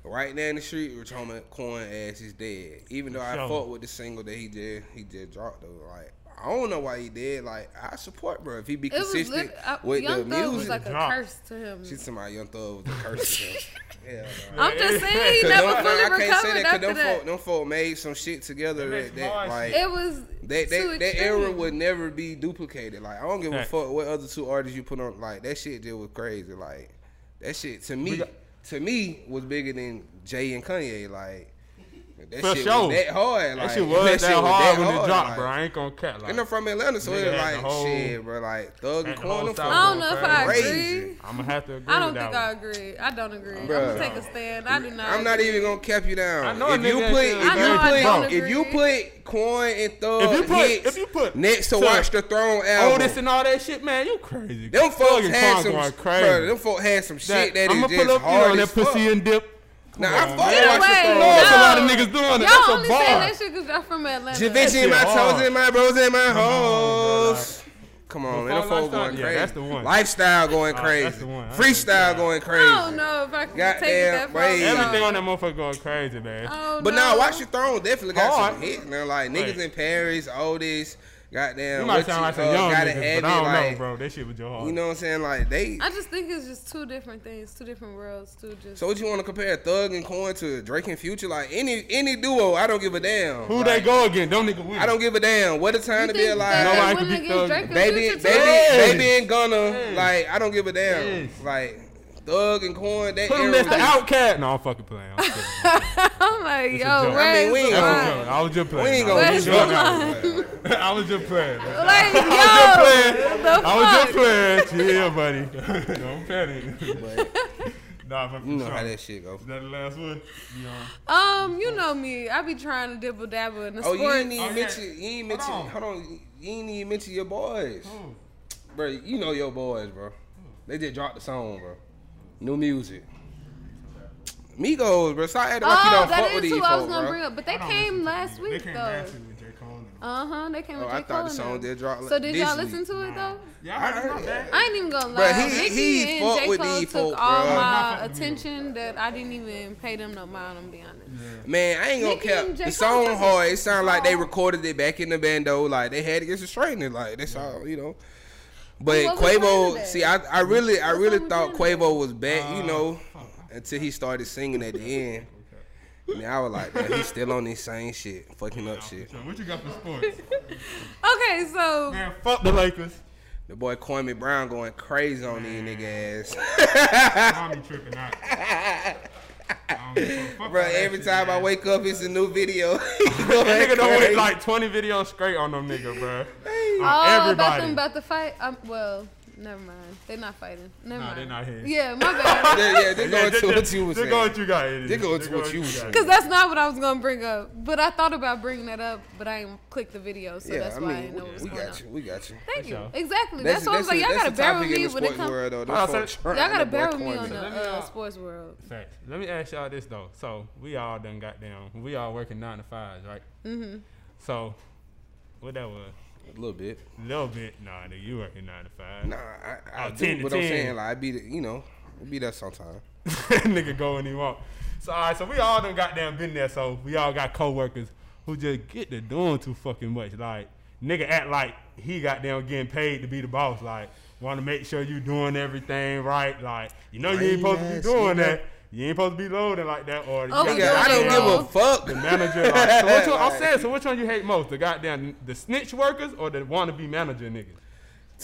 [SPEAKER 2] right now in the street, we're talking about corn ass is dead. Even though I
[SPEAKER 1] Sure.
[SPEAKER 2] fought with the single that he did, he just dropped though. Like I don't know why he did. Like I support bro if he be
[SPEAKER 3] It was
[SPEAKER 2] consistent
[SPEAKER 3] lit- I,
[SPEAKER 2] with
[SPEAKER 3] Young
[SPEAKER 2] the
[SPEAKER 3] Thug
[SPEAKER 2] music.
[SPEAKER 3] was like a
[SPEAKER 1] Drop.
[SPEAKER 3] curse to him.
[SPEAKER 2] She's somebody young thug was a curse. to him. Yeah, bro.
[SPEAKER 3] I'm just saying he
[SPEAKER 2] Cause
[SPEAKER 3] never
[SPEAKER 2] don't-
[SPEAKER 3] fully
[SPEAKER 2] I can't say
[SPEAKER 3] recovered
[SPEAKER 2] that because
[SPEAKER 3] after
[SPEAKER 2] them
[SPEAKER 3] that.
[SPEAKER 2] folk, them folk made some shit together
[SPEAKER 1] They
[SPEAKER 2] that,
[SPEAKER 1] made
[SPEAKER 2] that
[SPEAKER 1] some hard
[SPEAKER 2] like
[SPEAKER 1] shit.
[SPEAKER 3] It was
[SPEAKER 2] that
[SPEAKER 3] too
[SPEAKER 2] that, that era
[SPEAKER 3] extreme.
[SPEAKER 2] would never be duplicated. Like I don't give a
[SPEAKER 1] Facts.
[SPEAKER 2] fuck what other two artists you put on. Like that shit just was crazy. Like that shit to me,
[SPEAKER 1] got-
[SPEAKER 2] to me was bigger than Jay and Kanye. Like that
[SPEAKER 1] For
[SPEAKER 2] shit
[SPEAKER 1] sure.
[SPEAKER 2] was that hard. Like
[SPEAKER 1] That shit was that,
[SPEAKER 2] shit was
[SPEAKER 1] hard
[SPEAKER 2] that
[SPEAKER 1] when it
[SPEAKER 2] hard,
[SPEAKER 1] dropped,
[SPEAKER 2] like,
[SPEAKER 1] bro. I ain't gonna cat like.
[SPEAKER 2] And I'm from Atlanta, so
[SPEAKER 1] Nigga
[SPEAKER 2] it's
[SPEAKER 1] had
[SPEAKER 2] like
[SPEAKER 1] the whole-
[SPEAKER 2] shit, bro. Like Thug and
[SPEAKER 1] had the whole
[SPEAKER 2] Corn, them
[SPEAKER 1] South
[SPEAKER 3] I
[SPEAKER 1] Bro,
[SPEAKER 3] don't know if
[SPEAKER 1] bro,
[SPEAKER 3] I
[SPEAKER 2] crazy.
[SPEAKER 3] agree.
[SPEAKER 1] I'm gonna have to agree.
[SPEAKER 3] I don't
[SPEAKER 1] with
[SPEAKER 3] think I
[SPEAKER 1] that
[SPEAKER 3] agree. I don't agree.
[SPEAKER 2] Bruh.
[SPEAKER 3] I'm gonna take a stand. I do not.
[SPEAKER 2] I'm not even gonna cap you down.
[SPEAKER 1] I know a
[SPEAKER 2] if you
[SPEAKER 1] nigga
[SPEAKER 2] put,
[SPEAKER 1] that
[SPEAKER 2] if
[SPEAKER 3] I know I
[SPEAKER 2] you
[SPEAKER 3] don't
[SPEAKER 2] put, if you
[SPEAKER 3] agree.
[SPEAKER 2] put Coin and Thug
[SPEAKER 1] If you put-
[SPEAKER 2] hits
[SPEAKER 1] if you put-
[SPEAKER 2] next to
[SPEAKER 1] so-
[SPEAKER 2] Watch the Throne
[SPEAKER 1] one.
[SPEAKER 2] album,
[SPEAKER 1] All this and all that shit, man. You crazy?
[SPEAKER 2] Them folks
[SPEAKER 1] Fucking
[SPEAKER 2] had
[SPEAKER 1] Corn
[SPEAKER 2] some,
[SPEAKER 1] going
[SPEAKER 2] Bro, them folks had some shit that
[SPEAKER 1] I'ma
[SPEAKER 2] is just hard
[SPEAKER 1] you
[SPEAKER 2] as
[SPEAKER 1] that
[SPEAKER 2] fuck.
[SPEAKER 1] pussy and dip.
[SPEAKER 2] Nah,
[SPEAKER 1] Come
[SPEAKER 2] I
[SPEAKER 1] on,
[SPEAKER 2] fuck
[SPEAKER 1] man.
[SPEAKER 2] with
[SPEAKER 1] That's
[SPEAKER 2] Watch the
[SPEAKER 3] Wait,
[SPEAKER 2] Throne.
[SPEAKER 3] no.
[SPEAKER 1] That's a lot of niggas doing it. That's
[SPEAKER 3] Y'all
[SPEAKER 1] a
[SPEAKER 3] only
[SPEAKER 1] bar.
[SPEAKER 3] saying that shit because y'all from Atlanta.
[SPEAKER 1] That
[SPEAKER 2] Javinci
[SPEAKER 1] shit
[SPEAKER 2] and my
[SPEAKER 1] hard.
[SPEAKER 2] toes and my bros and my
[SPEAKER 1] on,
[SPEAKER 2] hoes. Come on,
[SPEAKER 1] Before
[SPEAKER 2] man. Them folks
[SPEAKER 1] lifestyle-
[SPEAKER 2] going
[SPEAKER 1] yeah,
[SPEAKER 2] crazy.
[SPEAKER 1] that's the one.
[SPEAKER 2] Lifestyle going
[SPEAKER 1] Ah,
[SPEAKER 2] crazy.
[SPEAKER 1] that's the one. I ain't
[SPEAKER 2] Freestyle
[SPEAKER 1] gonna-
[SPEAKER 2] going crazy.
[SPEAKER 3] I don't know if I can
[SPEAKER 2] Goddamn
[SPEAKER 3] take it that far.
[SPEAKER 2] wave.
[SPEAKER 1] Everything on that motherfucker going crazy, man.
[SPEAKER 2] But now, Watch the Throne definitely got some
[SPEAKER 1] Hard.
[SPEAKER 2] hits now. Like niggas
[SPEAKER 1] Wait.
[SPEAKER 2] in Paris, all this. Goddamn.
[SPEAKER 1] you
[SPEAKER 2] what
[SPEAKER 1] might sound like some
[SPEAKER 2] uh,
[SPEAKER 1] young
[SPEAKER 2] gotta
[SPEAKER 1] niggas,
[SPEAKER 2] have
[SPEAKER 1] but I
[SPEAKER 2] it,
[SPEAKER 1] don't
[SPEAKER 2] like,
[SPEAKER 1] know, bro. That shit was your heart.
[SPEAKER 2] You know what I'm saying? Like they.
[SPEAKER 3] I just think it's just two different things, two different worlds, two just.
[SPEAKER 2] So what you want to compare Thug and Coin to Drake and Future? Like any any duo, I don't give a damn.
[SPEAKER 1] who
[SPEAKER 2] Like,
[SPEAKER 1] they go against? Them nigga win.
[SPEAKER 2] I don't give a damn. What a time to be alive.
[SPEAKER 1] Nobody
[SPEAKER 3] Nobody
[SPEAKER 1] could
[SPEAKER 3] could
[SPEAKER 1] beat Thug.
[SPEAKER 3] against Drake and
[SPEAKER 2] They been,
[SPEAKER 3] Future too?
[SPEAKER 2] they
[SPEAKER 1] Yes.
[SPEAKER 2] been, they been gonna
[SPEAKER 1] Yes.
[SPEAKER 2] like. I don't give a damn.
[SPEAKER 1] Yes.
[SPEAKER 2] Like Thug and Corn. That
[SPEAKER 1] Put
[SPEAKER 2] era
[SPEAKER 1] them next to
[SPEAKER 2] was-
[SPEAKER 1] Outcast. No, I'm fucking playing. I'm kidding.
[SPEAKER 3] I'm like,
[SPEAKER 1] It's a
[SPEAKER 3] yo,
[SPEAKER 1] joke.
[SPEAKER 3] where
[SPEAKER 2] I mean,
[SPEAKER 3] is
[SPEAKER 2] we
[SPEAKER 3] the
[SPEAKER 2] ain't
[SPEAKER 1] That's a
[SPEAKER 3] line?
[SPEAKER 1] joke. I was just playing.
[SPEAKER 2] We ain't
[SPEAKER 1] I
[SPEAKER 2] gonna
[SPEAKER 1] was
[SPEAKER 3] Where's
[SPEAKER 2] get
[SPEAKER 1] just
[SPEAKER 3] the
[SPEAKER 1] playing.
[SPEAKER 2] drunk. Like,
[SPEAKER 1] I was just playing.
[SPEAKER 3] Like, yo,
[SPEAKER 1] I was just playing.
[SPEAKER 3] the
[SPEAKER 1] I was
[SPEAKER 3] fuck?
[SPEAKER 1] just playing. Chill, buddy. Don't panic.
[SPEAKER 2] But
[SPEAKER 1] Nah, but for
[SPEAKER 2] you know
[SPEAKER 1] sure.
[SPEAKER 2] how that shit go.
[SPEAKER 1] Is that the last one? You know.
[SPEAKER 3] Um, you know me. I be trying to dibble dabble in the
[SPEAKER 2] Oh,
[SPEAKER 3] sports.
[SPEAKER 2] you ain't even
[SPEAKER 1] Okay.
[SPEAKER 2] mention. You
[SPEAKER 1] Hold
[SPEAKER 2] ain't mention.
[SPEAKER 1] on. Hmm.
[SPEAKER 2] Hold on. You ain't even mention your boys,
[SPEAKER 1] Who?
[SPEAKER 2] bro. You know your boys, bro. They just dropped the song, bro. New music. Migos, bro. Stop acting like you
[SPEAKER 3] oh,
[SPEAKER 2] don't
[SPEAKER 3] that
[SPEAKER 2] fuck with
[SPEAKER 3] is
[SPEAKER 2] these
[SPEAKER 3] who I was
[SPEAKER 2] folks,
[SPEAKER 3] gonna
[SPEAKER 2] bro.
[SPEAKER 3] bring up, but they
[SPEAKER 1] I don't listen to
[SPEAKER 3] came last
[SPEAKER 1] Nigga. They
[SPEAKER 3] week
[SPEAKER 1] came
[SPEAKER 3] though.
[SPEAKER 1] last week with J. Cole. and-
[SPEAKER 3] Uh huh. They came
[SPEAKER 2] Oh,
[SPEAKER 3] with
[SPEAKER 2] I
[SPEAKER 3] J
[SPEAKER 2] thought
[SPEAKER 3] Cole.
[SPEAKER 2] the song
[SPEAKER 3] and them.
[SPEAKER 2] did drop.
[SPEAKER 3] So did
[SPEAKER 2] this
[SPEAKER 3] y'all
[SPEAKER 2] week.
[SPEAKER 3] listen to it though?
[SPEAKER 1] Yeah, I heard
[SPEAKER 2] heard
[SPEAKER 1] about
[SPEAKER 2] that.
[SPEAKER 1] that.
[SPEAKER 3] I ain't even gonna lie.
[SPEAKER 2] Bruh, he-
[SPEAKER 3] Nicki
[SPEAKER 2] he
[SPEAKER 3] and
[SPEAKER 2] fuck
[SPEAKER 3] J.
[SPEAKER 2] with
[SPEAKER 3] Cole
[SPEAKER 2] these
[SPEAKER 3] took
[SPEAKER 2] folk,
[SPEAKER 3] all
[SPEAKER 2] bruh.
[SPEAKER 1] Not
[SPEAKER 3] my
[SPEAKER 1] fucking with me.
[SPEAKER 3] attention that I didn't even pay them no mind. I'm being honest.
[SPEAKER 2] Man, I ain't gonna
[SPEAKER 3] Nicki
[SPEAKER 2] cap.
[SPEAKER 3] and J.
[SPEAKER 2] The song
[SPEAKER 3] Cole took
[SPEAKER 2] hard.
[SPEAKER 3] it.
[SPEAKER 2] It sound like they recorded it back in the bando. Like they had to get some straightening. Like that's all you know. But
[SPEAKER 3] What was better
[SPEAKER 2] Quavo,
[SPEAKER 3] than?
[SPEAKER 2] see, I, I really, I
[SPEAKER 3] What
[SPEAKER 2] really
[SPEAKER 3] song was
[SPEAKER 2] thought
[SPEAKER 3] better than?
[SPEAKER 2] Quavo was back, you know,
[SPEAKER 1] Uh, fuck.
[SPEAKER 2] until he started singing at the end. And I was like, man, he's still on this same shit, fucking up shit.
[SPEAKER 1] So what you got for sports?
[SPEAKER 3] Okay, so
[SPEAKER 1] Man, fuck the Lakers.
[SPEAKER 2] The boy Kwame Brown going crazy on these nigga ass,
[SPEAKER 1] Tommy tripping out. I don't give a fuck. Fuck
[SPEAKER 2] bro.
[SPEAKER 1] all that
[SPEAKER 2] Every
[SPEAKER 1] shit,
[SPEAKER 2] time I
[SPEAKER 1] man.
[SPEAKER 2] wake up, it's a new video.
[SPEAKER 1] That nigga done went
[SPEAKER 2] Crazy.
[SPEAKER 1] like 20 videos straight on them nigga, bro.
[SPEAKER 3] oh, about
[SPEAKER 1] everybody.
[SPEAKER 3] them about to fight. Um, well, never mind. They're not fighting. Never
[SPEAKER 1] Nah,
[SPEAKER 3] mind.
[SPEAKER 1] they not here.
[SPEAKER 3] Yeah, my bad.
[SPEAKER 2] yeah, yeah, they
[SPEAKER 1] Yeah,
[SPEAKER 2] going to
[SPEAKER 1] they-
[SPEAKER 2] what you was
[SPEAKER 1] they
[SPEAKER 2] saying.
[SPEAKER 1] go what you got. Eddie.
[SPEAKER 2] They go to
[SPEAKER 1] go
[SPEAKER 2] what you was saying.
[SPEAKER 3] Cause that's not what I was gonna bring up, but I thought about bringing that up, but I didn't click the video, so that's why I didn't know what was
[SPEAKER 2] we
[SPEAKER 3] going
[SPEAKER 2] got
[SPEAKER 3] on.
[SPEAKER 2] you. We got you.
[SPEAKER 3] Thank you.
[SPEAKER 1] y'all.
[SPEAKER 3] Exactly. That's, why I was like, y'all gotta bear with me when it comes.
[SPEAKER 2] World, though.
[SPEAKER 1] Oh,
[SPEAKER 2] Them
[SPEAKER 1] so-
[SPEAKER 2] folks
[SPEAKER 3] Y'all
[SPEAKER 2] trying
[SPEAKER 3] gotta
[SPEAKER 2] to
[SPEAKER 3] bear
[SPEAKER 2] boy
[SPEAKER 3] with me
[SPEAKER 2] Kwame.
[SPEAKER 3] on the
[SPEAKER 1] Let me, uh,
[SPEAKER 3] uh, sports world.
[SPEAKER 1] Facts. Let me ask y'all this though. So we all done got down. We all working nine to fives, right? Mm-hmm. So what that was?
[SPEAKER 2] A little bit.
[SPEAKER 1] A little bit. Nah, nigga, you working nine to five.
[SPEAKER 2] Nah, I, I
[SPEAKER 1] Oh,
[SPEAKER 2] do
[SPEAKER 1] 10 to
[SPEAKER 2] what I'm
[SPEAKER 1] 10.
[SPEAKER 2] saying. Like I be, the, you know, I be that sometime.
[SPEAKER 1] nigga go and he walk. So all right, so we all done goddamn been there. So we all got coworkers who just get to doing too fucking much. Like nigga act like he goddamn getting paid to be the boss. Like want to make sure you doing everything right. Like you know you ain't supposed to be
[SPEAKER 2] Lame-ass
[SPEAKER 1] doing
[SPEAKER 2] nigga.
[SPEAKER 1] that. You ain't supposed to be loading like that. Or you
[SPEAKER 3] Oh,
[SPEAKER 1] gotta
[SPEAKER 3] we
[SPEAKER 1] be
[SPEAKER 2] Nigga, I don't
[SPEAKER 1] doing
[SPEAKER 3] know.
[SPEAKER 2] give a fuck.
[SPEAKER 1] the manager. Like, so which one, I'm saying, so which one you hate most? The goddamn the snitch workers or the wannabe manager niggas?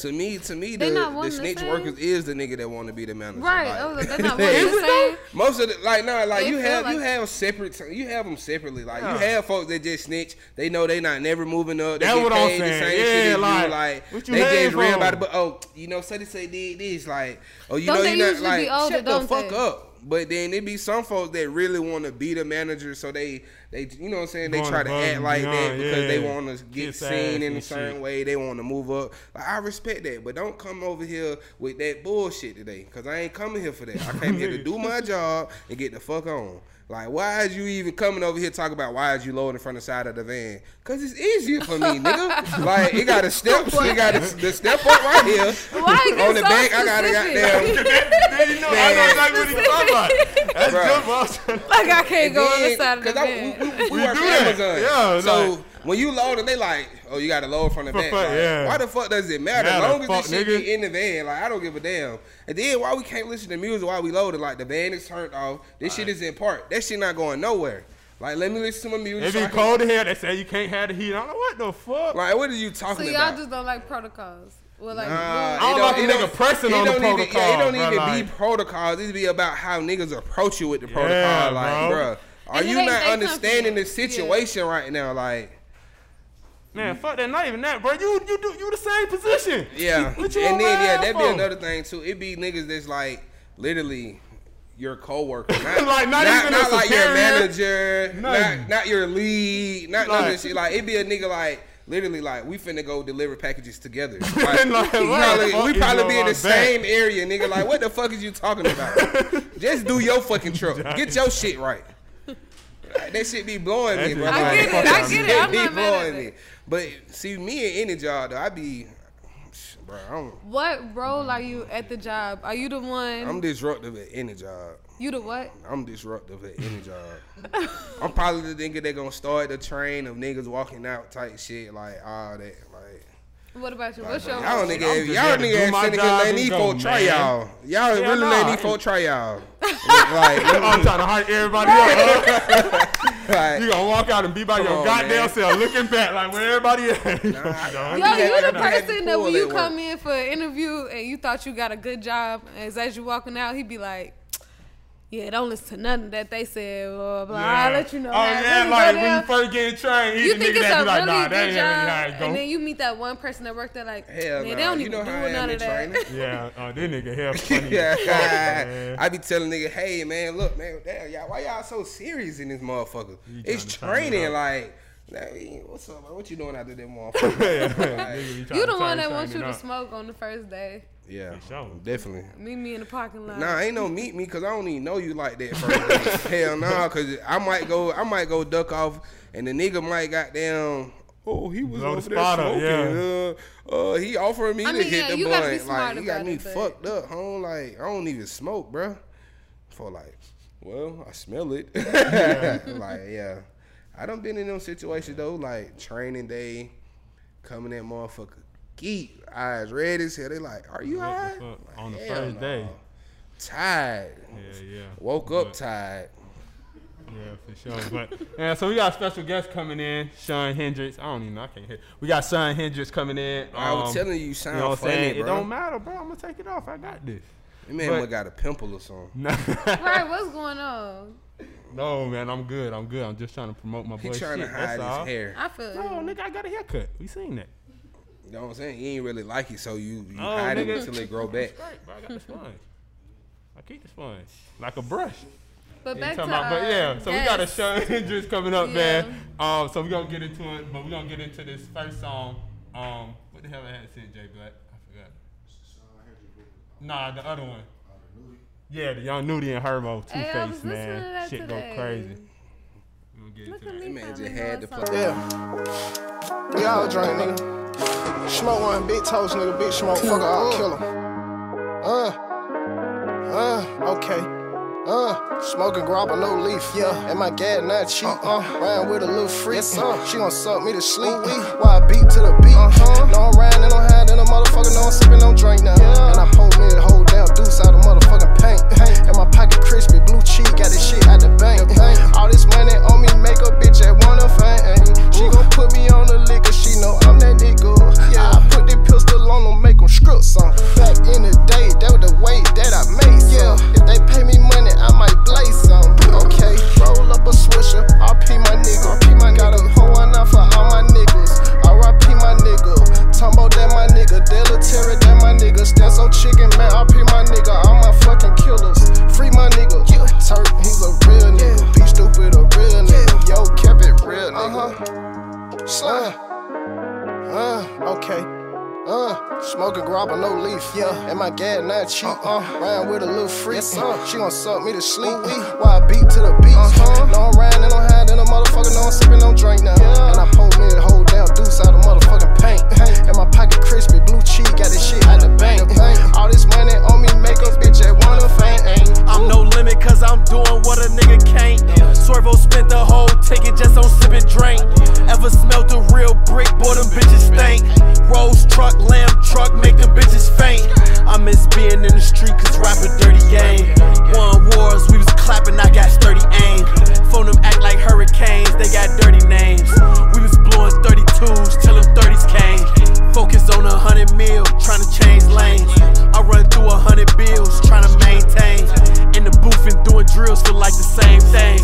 [SPEAKER 2] To me, to me,
[SPEAKER 3] They
[SPEAKER 2] the,
[SPEAKER 3] not
[SPEAKER 2] the
[SPEAKER 3] one and the
[SPEAKER 2] snitch
[SPEAKER 3] same.
[SPEAKER 2] workers is the nigga that want to be the manager.
[SPEAKER 3] Right.
[SPEAKER 2] Like,
[SPEAKER 3] Oh, that's not one and the same.
[SPEAKER 2] Most of the like nah, like
[SPEAKER 3] They
[SPEAKER 2] you
[SPEAKER 3] feel
[SPEAKER 2] have you
[SPEAKER 3] like-
[SPEAKER 2] have separate you have them separately. Like
[SPEAKER 1] Yeah.
[SPEAKER 2] you have folks that just snitch. They know they not never moving up. They
[SPEAKER 1] That's
[SPEAKER 2] get
[SPEAKER 1] what I'm
[SPEAKER 2] paid the
[SPEAKER 1] saying.
[SPEAKER 2] same
[SPEAKER 1] Yeah,
[SPEAKER 2] shit as
[SPEAKER 1] like,
[SPEAKER 2] you. Like
[SPEAKER 1] what you
[SPEAKER 2] they
[SPEAKER 1] hang
[SPEAKER 2] just read about
[SPEAKER 1] from?
[SPEAKER 2] it. But oh, you know, Sunny say did this. Like oh, you
[SPEAKER 3] Don't
[SPEAKER 2] know
[SPEAKER 3] they
[SPEAKER 2] you not
[SPEAKER 3] usually
[SPEAKER 2] like
[SPEAKER 3] be older,
[SPEAKER 2] shut the
[SPEAKER 3] don't
[SPEAKER 2] fuck
[SPEAKER 3] they?
[SPEAKER 2] up. But then it be some folks that really want to be the manager, so they they you know what I'm saying. They
[SPEAKER 1] Going
[SPEAKER 2] try to
[SPEAKER 1] above
[SPEAKER 2] act
[SPEAKER 1] and
[SPEAKER 2] like that
[SPEAKER 1] beyond,
[SPEAKER 2] because they
[SPEAKER 1] yeah.
[SPEAKER 2] want to get
[SPEAKER 1] Kiss ass
[SPEAKER 2] seen in a
[SPEAKER 1] and
[SPEAKER 2] certain
[SPEAKER 1] shit.
[SPEAKER 2] way. They want to move up. Like, I respect that, but don't come over here with that bullshit today because I ain't coming here for that. I came here to do my job and get the fuck on. Like, why is you even coming over here talking about why is you loading from the side of the van? Cause it's easier for me, nigga. Like, it got a step, so you got a, the step up right here.
[SPEAKER 3] Why you get
[SPEAKER 2] on the
[SPEAKER 3] so
[SPEAKER 2] back, I got a
[SPEAKER 3] specific?
[SPEAKER 2] goddamn.
[SPEAKER 1] there you know, I know
[SPEAKER 2] Man.
[SPEAKER 1] exactly what he's talking about. That's
[SPEAKER 2] Bruh.
[SPEAKER 1] just what I was trying to
[SPEAKER 3] Like I can't go on the
[SPEAKER 2] Then-
[SPEAKER 3] side of the
[SPEAKER 2] 'cause I-
[SPEAKER 3] bed.
[SPEAKER 2] we, we, we
[SPEAKER 1] We
[SPEAKER 2] work
[SPEAKER 1] do
[SPEAKER 2] for
[SPEAKER 1] that.
[SPEAKER 2] Amazon.
[SPEAKER 1] Yeah,
[SPEAKER 2] so
[SPEAKER 1] like-
[SPEAKER 2] when you load it, they like, oh, you got to load from the
[SPEAKER 1] For
[SPEAKER 2] back.
[SPEAKER 1] fuck,
[SPEAKER 2] Like,
[SPEAKER 1] yeah.
[SPEAKER 2] Why the fuck does it matter? As
[SPEAKER 1] Matter,
[SPEAKER 2] long as
[SPEAKER 1] fuck,
[SPEAKER 2] this shit
[SPEAKER 1] nigga.
[SPEAKER 2] be in the van, like I don't give a damn. And then why we can't listen to music while we load it? Like the van is turned off. This shit is in park. That shit not going nowhere. Like let me listen to my music.
[SPEAKER 1] It
[SPEAKER 2] so I
[SPEAKER 1] be
[SPEAKER 2] can-
[SPEAKER 1] cold in here. They say you can't have the heat on. What the fuck?
[SPEAKER 2] Like what are you
[SPEAKER 3] So
[SPEAKER 2] talking
[SPEAKER 3] y'all
[SPEAKER 2] about?
[SPEAKER 3] just don't like protocols. Well, like
[SPEAKER 2] Nah,
[SPEAKER 3] rules.
[SPEAKER 1] I don't
[SPEAKER 2] it
[SPEAKER 1] like
[SPEAKER 2] it
[SPEAKER 1] the nigga pressing
[SPEAKER 2] it
[SPEAKER 1] on the
[SPEAKER 2] don't even- yeah, it
[SPEAKER 1] protocol,
[SPEAKER 2] don't
[SPEAKER 1] bruh,
[SPEAKER 2] even be
[SPEAKER 1] like-
[SPEAKER 2] protocols. It be about how niggas approach you with the protocol.
[SPEAKER 1] Yeah,
[SPEAKER 2] like,
[SPEAKER 1] bro.
[SPEAKER 2] bruh, are
[SPEAKER 3] And
[SPEAKER 2] you
[SPEAKER 3] they-
[SPEAKER 2] not
[SPEAKER 3] they
[SPEAKER 2] understanding the
[SPEAKER 3] confident. Yeah.
[SPEAKER 2] situation right now? Like,
[SPEAKER 1] Man, fuck that. Not even that, bro. You you do you the same position.
[SPEAKER 2] yeah.
[SPEAKER 1] What
[SPEAKER 2] and
[SPEAKER 1] you
[SPEAKER 2] then yeah, that'd be
[SPEAKER 1] for?
[SPEAKER 2] another thing too. It be niggas that's like literally your coworker, not,
[SPEAKER 1] Like, not even a
[SPEAKER 2] not like your
[SPEAKER 1] superior.
[SPEAKER 2] manager,
[SPEAKER 1] Nothing.
[SPEAKER 2] not not your lead, not none of
[SPEAKER 1] Like-
[SPEAKER 2] this shit. Like it'd be a nigga like. Literally, like we finna go deliver packages together. Like,
[SPEAKER 1] Like, what
[SPEAKER 2] we
[SPEAKER 1] the
[SPEAKER 2] probably,
[SPEAKER 1] fuck
[SPEAKER 2] we
[SPEAKER 1] is
[SPEAKER 2] probably
[SPEAKER 1] on
[SPEAKER 2] be in
[SPEAKER 1] my
[SPEAKER 2] the
[SPEAKER 1] back?
[SPEAKER 2] same area, nigga. Like, what the fuck is you talking about? Just do your fucking truck. Get your shit right. Like, that shit be blowing
[SPEAKER 1] That
[SPEAKER 2] me,
[SPEAKER 1] shit-
[SPEAKER 2] bro. Like,
[SPEAKER 1] I get it, I
[SPEAKER 2] fuck,
[SPEAKER 1] get
[SPEAKER 3] it. I'm
[SPEAKER 2] be
[SPEAKER 3] not mad at
[SPEAKER 2] blowing
[SPEAKER 3] it.
[SPEAKER 2] me. But see, me and any job though, I be, bro. I'm,
[SPEAKER 3] What role are you at the job? Are you the one?
[SPEAKER 2] I'm disruptive at any job.
[SPEAKER 3] you the what?
[SPEAKER 2] I'm disruptive at any job. I'm probably the nigga that gonna start the train of niggas walking out type shit, like all that. Like
[SPEAKER 3] What about you? What's your
[SPEAKER 2] y'all
[SPEAKER 3] role?
[SPEAKER 2] nigga,
[SPEAKER 1] I'm just there
[SPEAKER 2] y'all
[SPEAKER 1] to do
[SPEAKER 2] nigga
[SPEAKER 1] my
[SPEAKER 2] ain't
[SPEAKER 1] job
[SPEAKER 2] let
[SPEAKER 1] and
[SPEAKER 2] these
[SPEAKER 1] go,
[SPEAKER 2] folk try
[SPEAKER 1] man.
[SPEAKER 2] y'all. Y'all really
[SPEAKER 1] nah.
[SPEAKER 2] let these folk try y'all. like,
[SPEAKER 1] I'm trying to hype everybody up. huh?
[SPEAKER 2] like
[SPEAKER 1] you gonna walk out and be by your
[SPEAKER 2] on,
[SPEAKER 1] goddamn
[SPEAKER 2] man.
[SPEAKER 1] self, looking back like where everybody is.
[SPEAKER 2] I-
[SPEAKER 3] Yo,
[SPEAKER 2] I-
[SPEAKER 3] you
[SPEAKER 2] I-
[SPEAKER 3] the
[SPEAKER 2] I-
[SPEAKER 3] person that when
[SPEAKER 2] pull
[SPEAKER 3] you
[SPEAKER 2] at
[SPEAKER 3] come
[SPEAKER 2] work.
[SPEAKER 3] in for an interview and you thought you got a good job, as as you walking out, he be like, "Yeah, don't listen to nothing that they said." Blah blah. blah. I'll let you know.
[SPEAKER 1] Oh
[SPEAKER 3] how it
[SPEAKER 1] yeah,
[SPEAKER 3] really go
[SPEAKER 1] like when
[SPEAKER 3] down."
[SPEAKER 1] you first get trained,
[SPEAKER 3] You
[SPEAKER 1] he's the
[SPEAKER 3] think
[SPEAKER 1] nigga
[SPEAKER 3] it's
[SPEAKER 1] that
[SPEAKER 3] a really
[SPEAKER 1] be like, nah, that
[SPEAKER 3] good
[SPEAKER 1] ain't really how it
[SPEAKER 3] job,
[SPEAKER 1] go.
[SPEAKER 3] and then you meet that one person that worked there, like,
[SPEAKER 2] Hell
[SPEAKER 3] man,
[SPEAKER 2] nah,
[SPEAKER 3] they don't
[SPEAKER 2] you
[SPEAKER 3] even
[SPEAKER 2] know
[SPEAKER 3] do
[SPEAKER 2] how I am
[SPEAKER 3] none
[SPEAKER 2] in
[SPEAKER 3] of that.
[SPEAKER 2] training.
[SPEAKER 1] yeah, oh, this nigga here funny. as fuck,
[SPEAKER 2] yeah,
[SPEAKER 1] man.
[SPEAKER 2] I be telling nigga, hey man, look man, damn, y'all, why y'all so serious in this motherfucker?
[SPEAKER 1] You
[SPEAKER 2] It's
[SPEAKER 1] tryna turn it
[SPEAKER 2] training,
[SPEAKER 1] up.
[SPEAKER 2] like, like, what's up? Man? What you doing out there, that motherfucker?
[SPEAKER 1] Yeah, nigga, tryna
[SPEAKER 3] You the
[SPEAKER 1] turn
[SPEAKER 3] one that
[SPEAKER 1] something
[SPEAKER 3] wants you to
[SPEAKER 1] up.
[SPEAKER 3] smoke on the first day.
[SPEAKER 2] yeah,
[SPEAKER 1] For sure.
[SPEAKER 2] definitely.
[SPEAKER 3] Meet me in the parking lot.
[SPEAKER 2] Nah, ain't no meet me because I don't even know you like that. First. Hell nah, because I might go, I might go duck off, and the nigga might goddamn. Oh, he was
[SPEAKER 1] Blow the
[SPEAKER 2] over there
[SPEAKER 1] spot up,
[SPEAKER 2] smoking. uh, uh, he offered me
[SPEAKER 3] I
[SPEAKER 2] to
[SPEAKER 3] mean,
[SPEAKER 2] hit
[SPEAKER 3] yeah,
[SPEAKER 2] the
[SPEAKER 3] you
[SPEAKER 2] blunt.
[SPEAKER 3] gotta be
[SPEAKER 2] like,
[SPEAKER 3] smart
[SPEAKER 2] he got
[SPEAKER 3] about
[SPEAKER 2] me
[SPEAKER 3] it, but-
[SPEAKER 2] fucked up. I don't like, I don't even smoke, bruh. For like, well, I smell it. like, yeah, I done been in them situations though. Like training day, coming at motherfucker, geek eyes red as hell. They like, are you
[SPEAKER 1] What
[SPEAKER 2] high?
[SPEAKER 1] the fuck? On the
[SPEAKER 2] Hell
[SPEAKER 1] first
[SPEAKER 2] no.
[SPEAKER 1] day.
[SPEAKER 2] Tired.
[SPEAKER 1] Yeah, yeah.
[SPEAKER 2] Woke up tired.
[SPEAKER 1] Yeah, for sure. But yeah, so we got a special guest coming in, Sean Hendricks. I don't even know. I can't hear. We got Sean Hendricks coming in.
[SPEAKER 2] I was
[SPEAKER 1] Um,
[SPEAKER 2] telling you, you sound
[SPEAKER 1] You know what I'm
[SPEAKER 2] funny,
[SPEAKER 1] saying? It
[SPEAKER 2] bro.
[SPEAKER 1] don't matter, bro. I'm gonna take it off. I got this.
[SPEAKER 2] That man
[SPEAKER 1] but-
[SPEAKER 2] must got a pimple or something.
[SPEAKER 1] No,
[SPEAKER 3] Right, what's going on?
[SPEAKER 1] no, man. I'm good. I'm good. I'm just trying to promote my
[SPEAKER 2] He
[SPEAKER 1] boy.
[SPEAKER 2] trying
[SPEAKER 1] shit,
[SPEAKER 2] to
[SPEAKER 1] that's
[SPEAKER 2] hide
[SPEAKER 1] all.
[SPEAKER 2] his hair.
[SPEAKER 3] I feel
[SPEAKER 1] No,
[SPEAKER 3] you.
[SPEAKER 1] nigga, I got a haircut. We seen that.
[SPEAKER 2] You know what I'm saying? He ain't really like it, so you, you
[SPEAKER 1] Oh,
[SPEAKER 2] hide it
[SPEAKER 1] nigga.
[SPEAKER 2] until it grow back.
[SPEAKER 1] It's great, bro. I got the sponge. I keep the sponge like a brush.
[SPEAKER 3] But
[SPEAKER 1] You
[SPEAKER 3] back to
[SPEAKER 1] talking about-
[SPEAKER 3] our
[SPEAKER 1] but yeah, so we got a
[SPEAKER 3] guest.
[SPEAKER 1] show interest coming up,
[SPEAKER 3] Yeah.
[SPEAKER 1] man. Um, so we gonna get into it, but we gonna get into this first song. Um, what the hell I had sent Jay Black? I forgot. Nah, the other one. Yeah, the young Nudie and Hermo, Two
[SPEAKER 3] Hey, I was
[SPEAKER 1] Face,
[SPEAKER 3] listening to
[SPEAKER 1] man.
[SPEAKER 3] that
[SPEAKER 1] Shit
[SPEAKER 3] today.
[SPEAKER 1] go crazy. We gonna get
[SPEAKER 3] Look
[SPEAKER 1] into
[SPEAKER 3] at
[SPEAKER 1] that.
[SPEAKER 2] That
[SPEAKER 3] me.
[SPEAKER 2] man
[SPEAKER 3] found
[SPEAKER 2] just
[SPEAKER 3] a
[SPEAKER 2] had the
[SPEAKER 3] good
[SPEAKER 2] pimple.
[SPEAKER 3] song.
[SPEAKER 4] Yeah. We all drink, nigga. Smoke one, big toast, nigga. Big smoke, fucker, I'll kill him. Uh. Uh. Okay. Uh. Smoking grappa, no leaf. Yeah. And my gas not cheap. Uh. Riding with a little freak. Yes, She gon' suck me to sleep. Why I beat to the beat. Uh-huh. No, I'm riding and I'm hiding. A motherfucker, no, I'm sipping, no drink now. And I hold me the whole damn deuce out of motherfucking paint. And my pocket crispy, blue cheek, got this shit out the bank. All this money on me, make a bitch at one of fame. She gon' put me on the liquor, she know I'm that nigga. I put the pistol on 'em, make 'em Uh, Smoking grabber, no leaf. Uh, Yeah. And my gas not cheap. Uh-uh. Riding with a little freak. Yes, uh. She gon' suck me to sleep. While I beat to the beat. Uh-huh. No, I'm riding and I'm hiding. A motherfucker, no, I'm sipping, no drink now. And I pulled me the whole damn deuce out of motherfucking paint. And my pocket crispy, blue cheek, got this shit out the bank. All this money on me, make a bitch at one of faint.
[SPEAKER 5] I'm no limit, cause I'm doing what a nigga can't. Swervo spent the whole ticket just on sipping drink. Ever smelt a real brick, boy, them bitches stink. Rolls truck, lamb truck, make them bitches faint. I miss being in the street, cause rapping dirty game. Won wars, we was clapping, I got sturdy aim. Phone them act like hurricanes, they got dirty names. We was blowing 32s till them 30s came. Focus on a hundred mil, trying to change lanes. I run through a hundred bills, trying to maintain. In the booth and doing drills, feel like the same thing.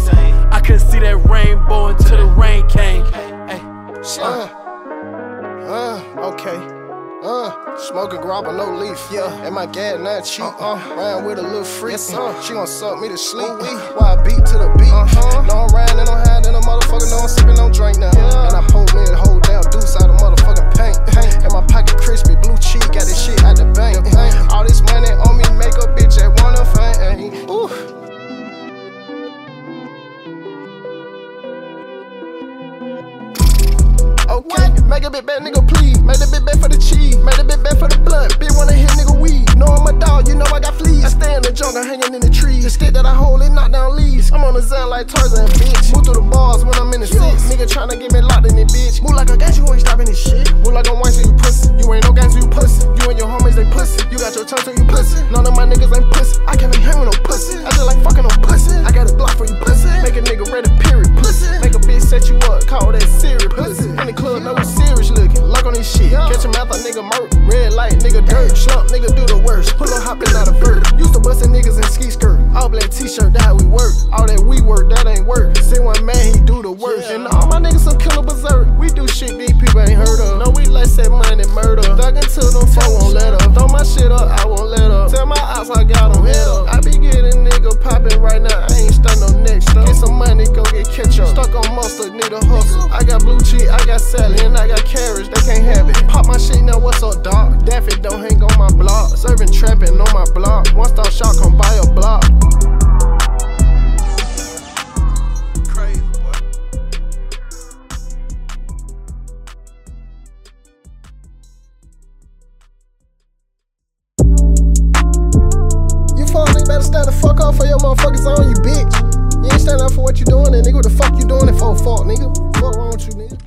[SPEAKER 5] I couldn't see that rainbow until the rain came. Ay.
[SPEAKER 4] Uh, uh, okay. Uh, smoking grabber, no leaf. Yeah. And my gas not cheap. Uh, riding with a little freak. uh. She gon' suck me to sleep. While I beat to the beat. Uh-huh. No, I'm riding and I'm hiding. A motherfucker, no, I'm sipping, no drink now. And I pulled me the whole damn deuce out of motherfucking paint. And my pocket crispy, blue cheek, got this shit out the bank. All this money on me, make a bitch at one of faint. Ooh. Okay, make a bit bad nigga please. Make a bit bad for the cheese. Make a bit bad for the blunt. Bitch wanna hit nigga weed. Know I'm a dog, you know I got fleas. I stay in the jungle, hanging in the trees. The stick that I hold, it knock down leaves. I'm on the zen like Tarzan, bitch. Move through the bars when I'm in the six. Nigga tryna get me locked in it, bitch. Move like a gangster, you ain't stopping this shit. Move like a white, so you pussy. You ain't no gangster, you pussy. You and your homies, they pussy. You got your tongue, so you pussy. None of my niggas ain't pussy. I can't be hanging no pussy. I just like fucking no pussy. I got a block for you, pussy. Make a nigga ready, period, pussy. Make a bitch set you up, call that Siri, pussy. In the club, no serious looking. Lock on this shit. Catch him out, like nigga murk. Red light, nigga dirt. Slump, nigga do the worst. Pull up, hopping out a bird. Used to bustin' niggas in ski skirt. All black t-shirt, that we work. All that we work, that ain't work. See one man, he do the worst. And all my niggas some killer berserk. We do shit these people ain't heard of. No, we like that money murder. Thug until them four won't let up. Throw my shit up, I won't let up. Tell my ops I got them head up. I be getting nigga poppin' right now. I ain't stunned no next up. Get some money, go get ketchup. Stuck on mustard, need a hustle. I got blue cheese, I got salad, and I got carrots. They can't have it. Pop my shit, now what's up, dog? Daffy don't hang on my block. Serving trappin' on my block. One stop shop, come buy a block. Crazy, boy. You falling, you better stand the fuck up for your motherfuckers on you, bitch. You ain't standing up for what you doing, and nigga, what the fuck you doing it for? Fuck, nigga. Fuck wrong with you, nigga.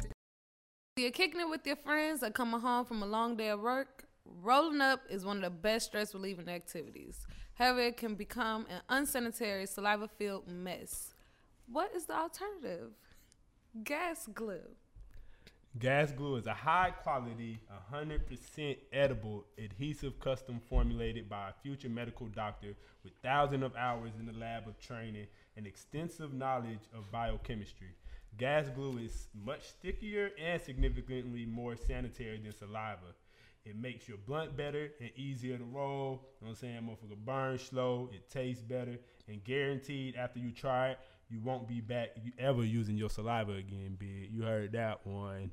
[SPEAKER 3] You're kicking it with your friends or coming home from a long day of work. Rolling up is one of the best stress relieving activities. However, it can become an unsanitary, saliva filled mess. What is the alternative? Gas glue.
[SPEAKER 1] Gas glue is a high quality, 100% edible adhesive custom formulated by a future medical doctor with thousands of hours in the lab of training and extensive knowledge of biochemistry. Gas glue is much stickier and significantly more sanitary than saliva. It makes your blunt better and easier to roll. You know what I'm saying? Motherfucker burn slow, it tastes better, and guaranteed after you try it, you won't be back you ever using your saliva again, big. You heard that one.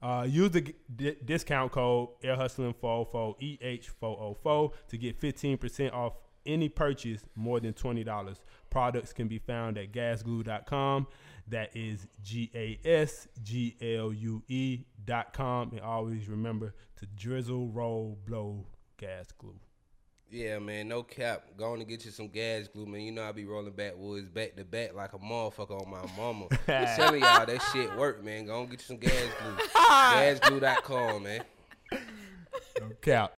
[SPEAKER 1] Uh, use the g- di- discount code Air Hustling 404 EH404 to get 15% off any purchase more than $20. Products can be found at gasglue.com. That is G A S G L U E dot com. And always remember to drizzle, roll, blow, gas glue.
[SPEAKER 2] Yeah, man, no cap. Going to get you some gas glue, man. You know I be rolling backwoods back to back like a motherfucker on my mama. I'm telling y'all that shit work, man. Go and get you some gas glue.
[SPEAKER 1] Ah.
[SPEAKER 2] Gasglue.com, man.
[SPEAKER 1] No cap.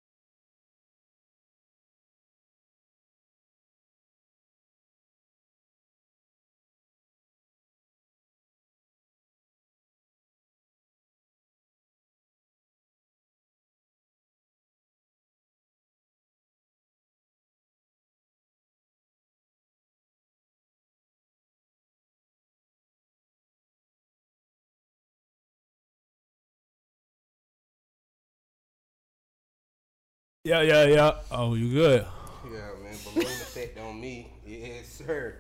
[SPEAKER 1] Yeah, yeah, yeah. Oh, you good?
[SPEAKER 2] Yeah, man. Below effect on me. Yes, sir.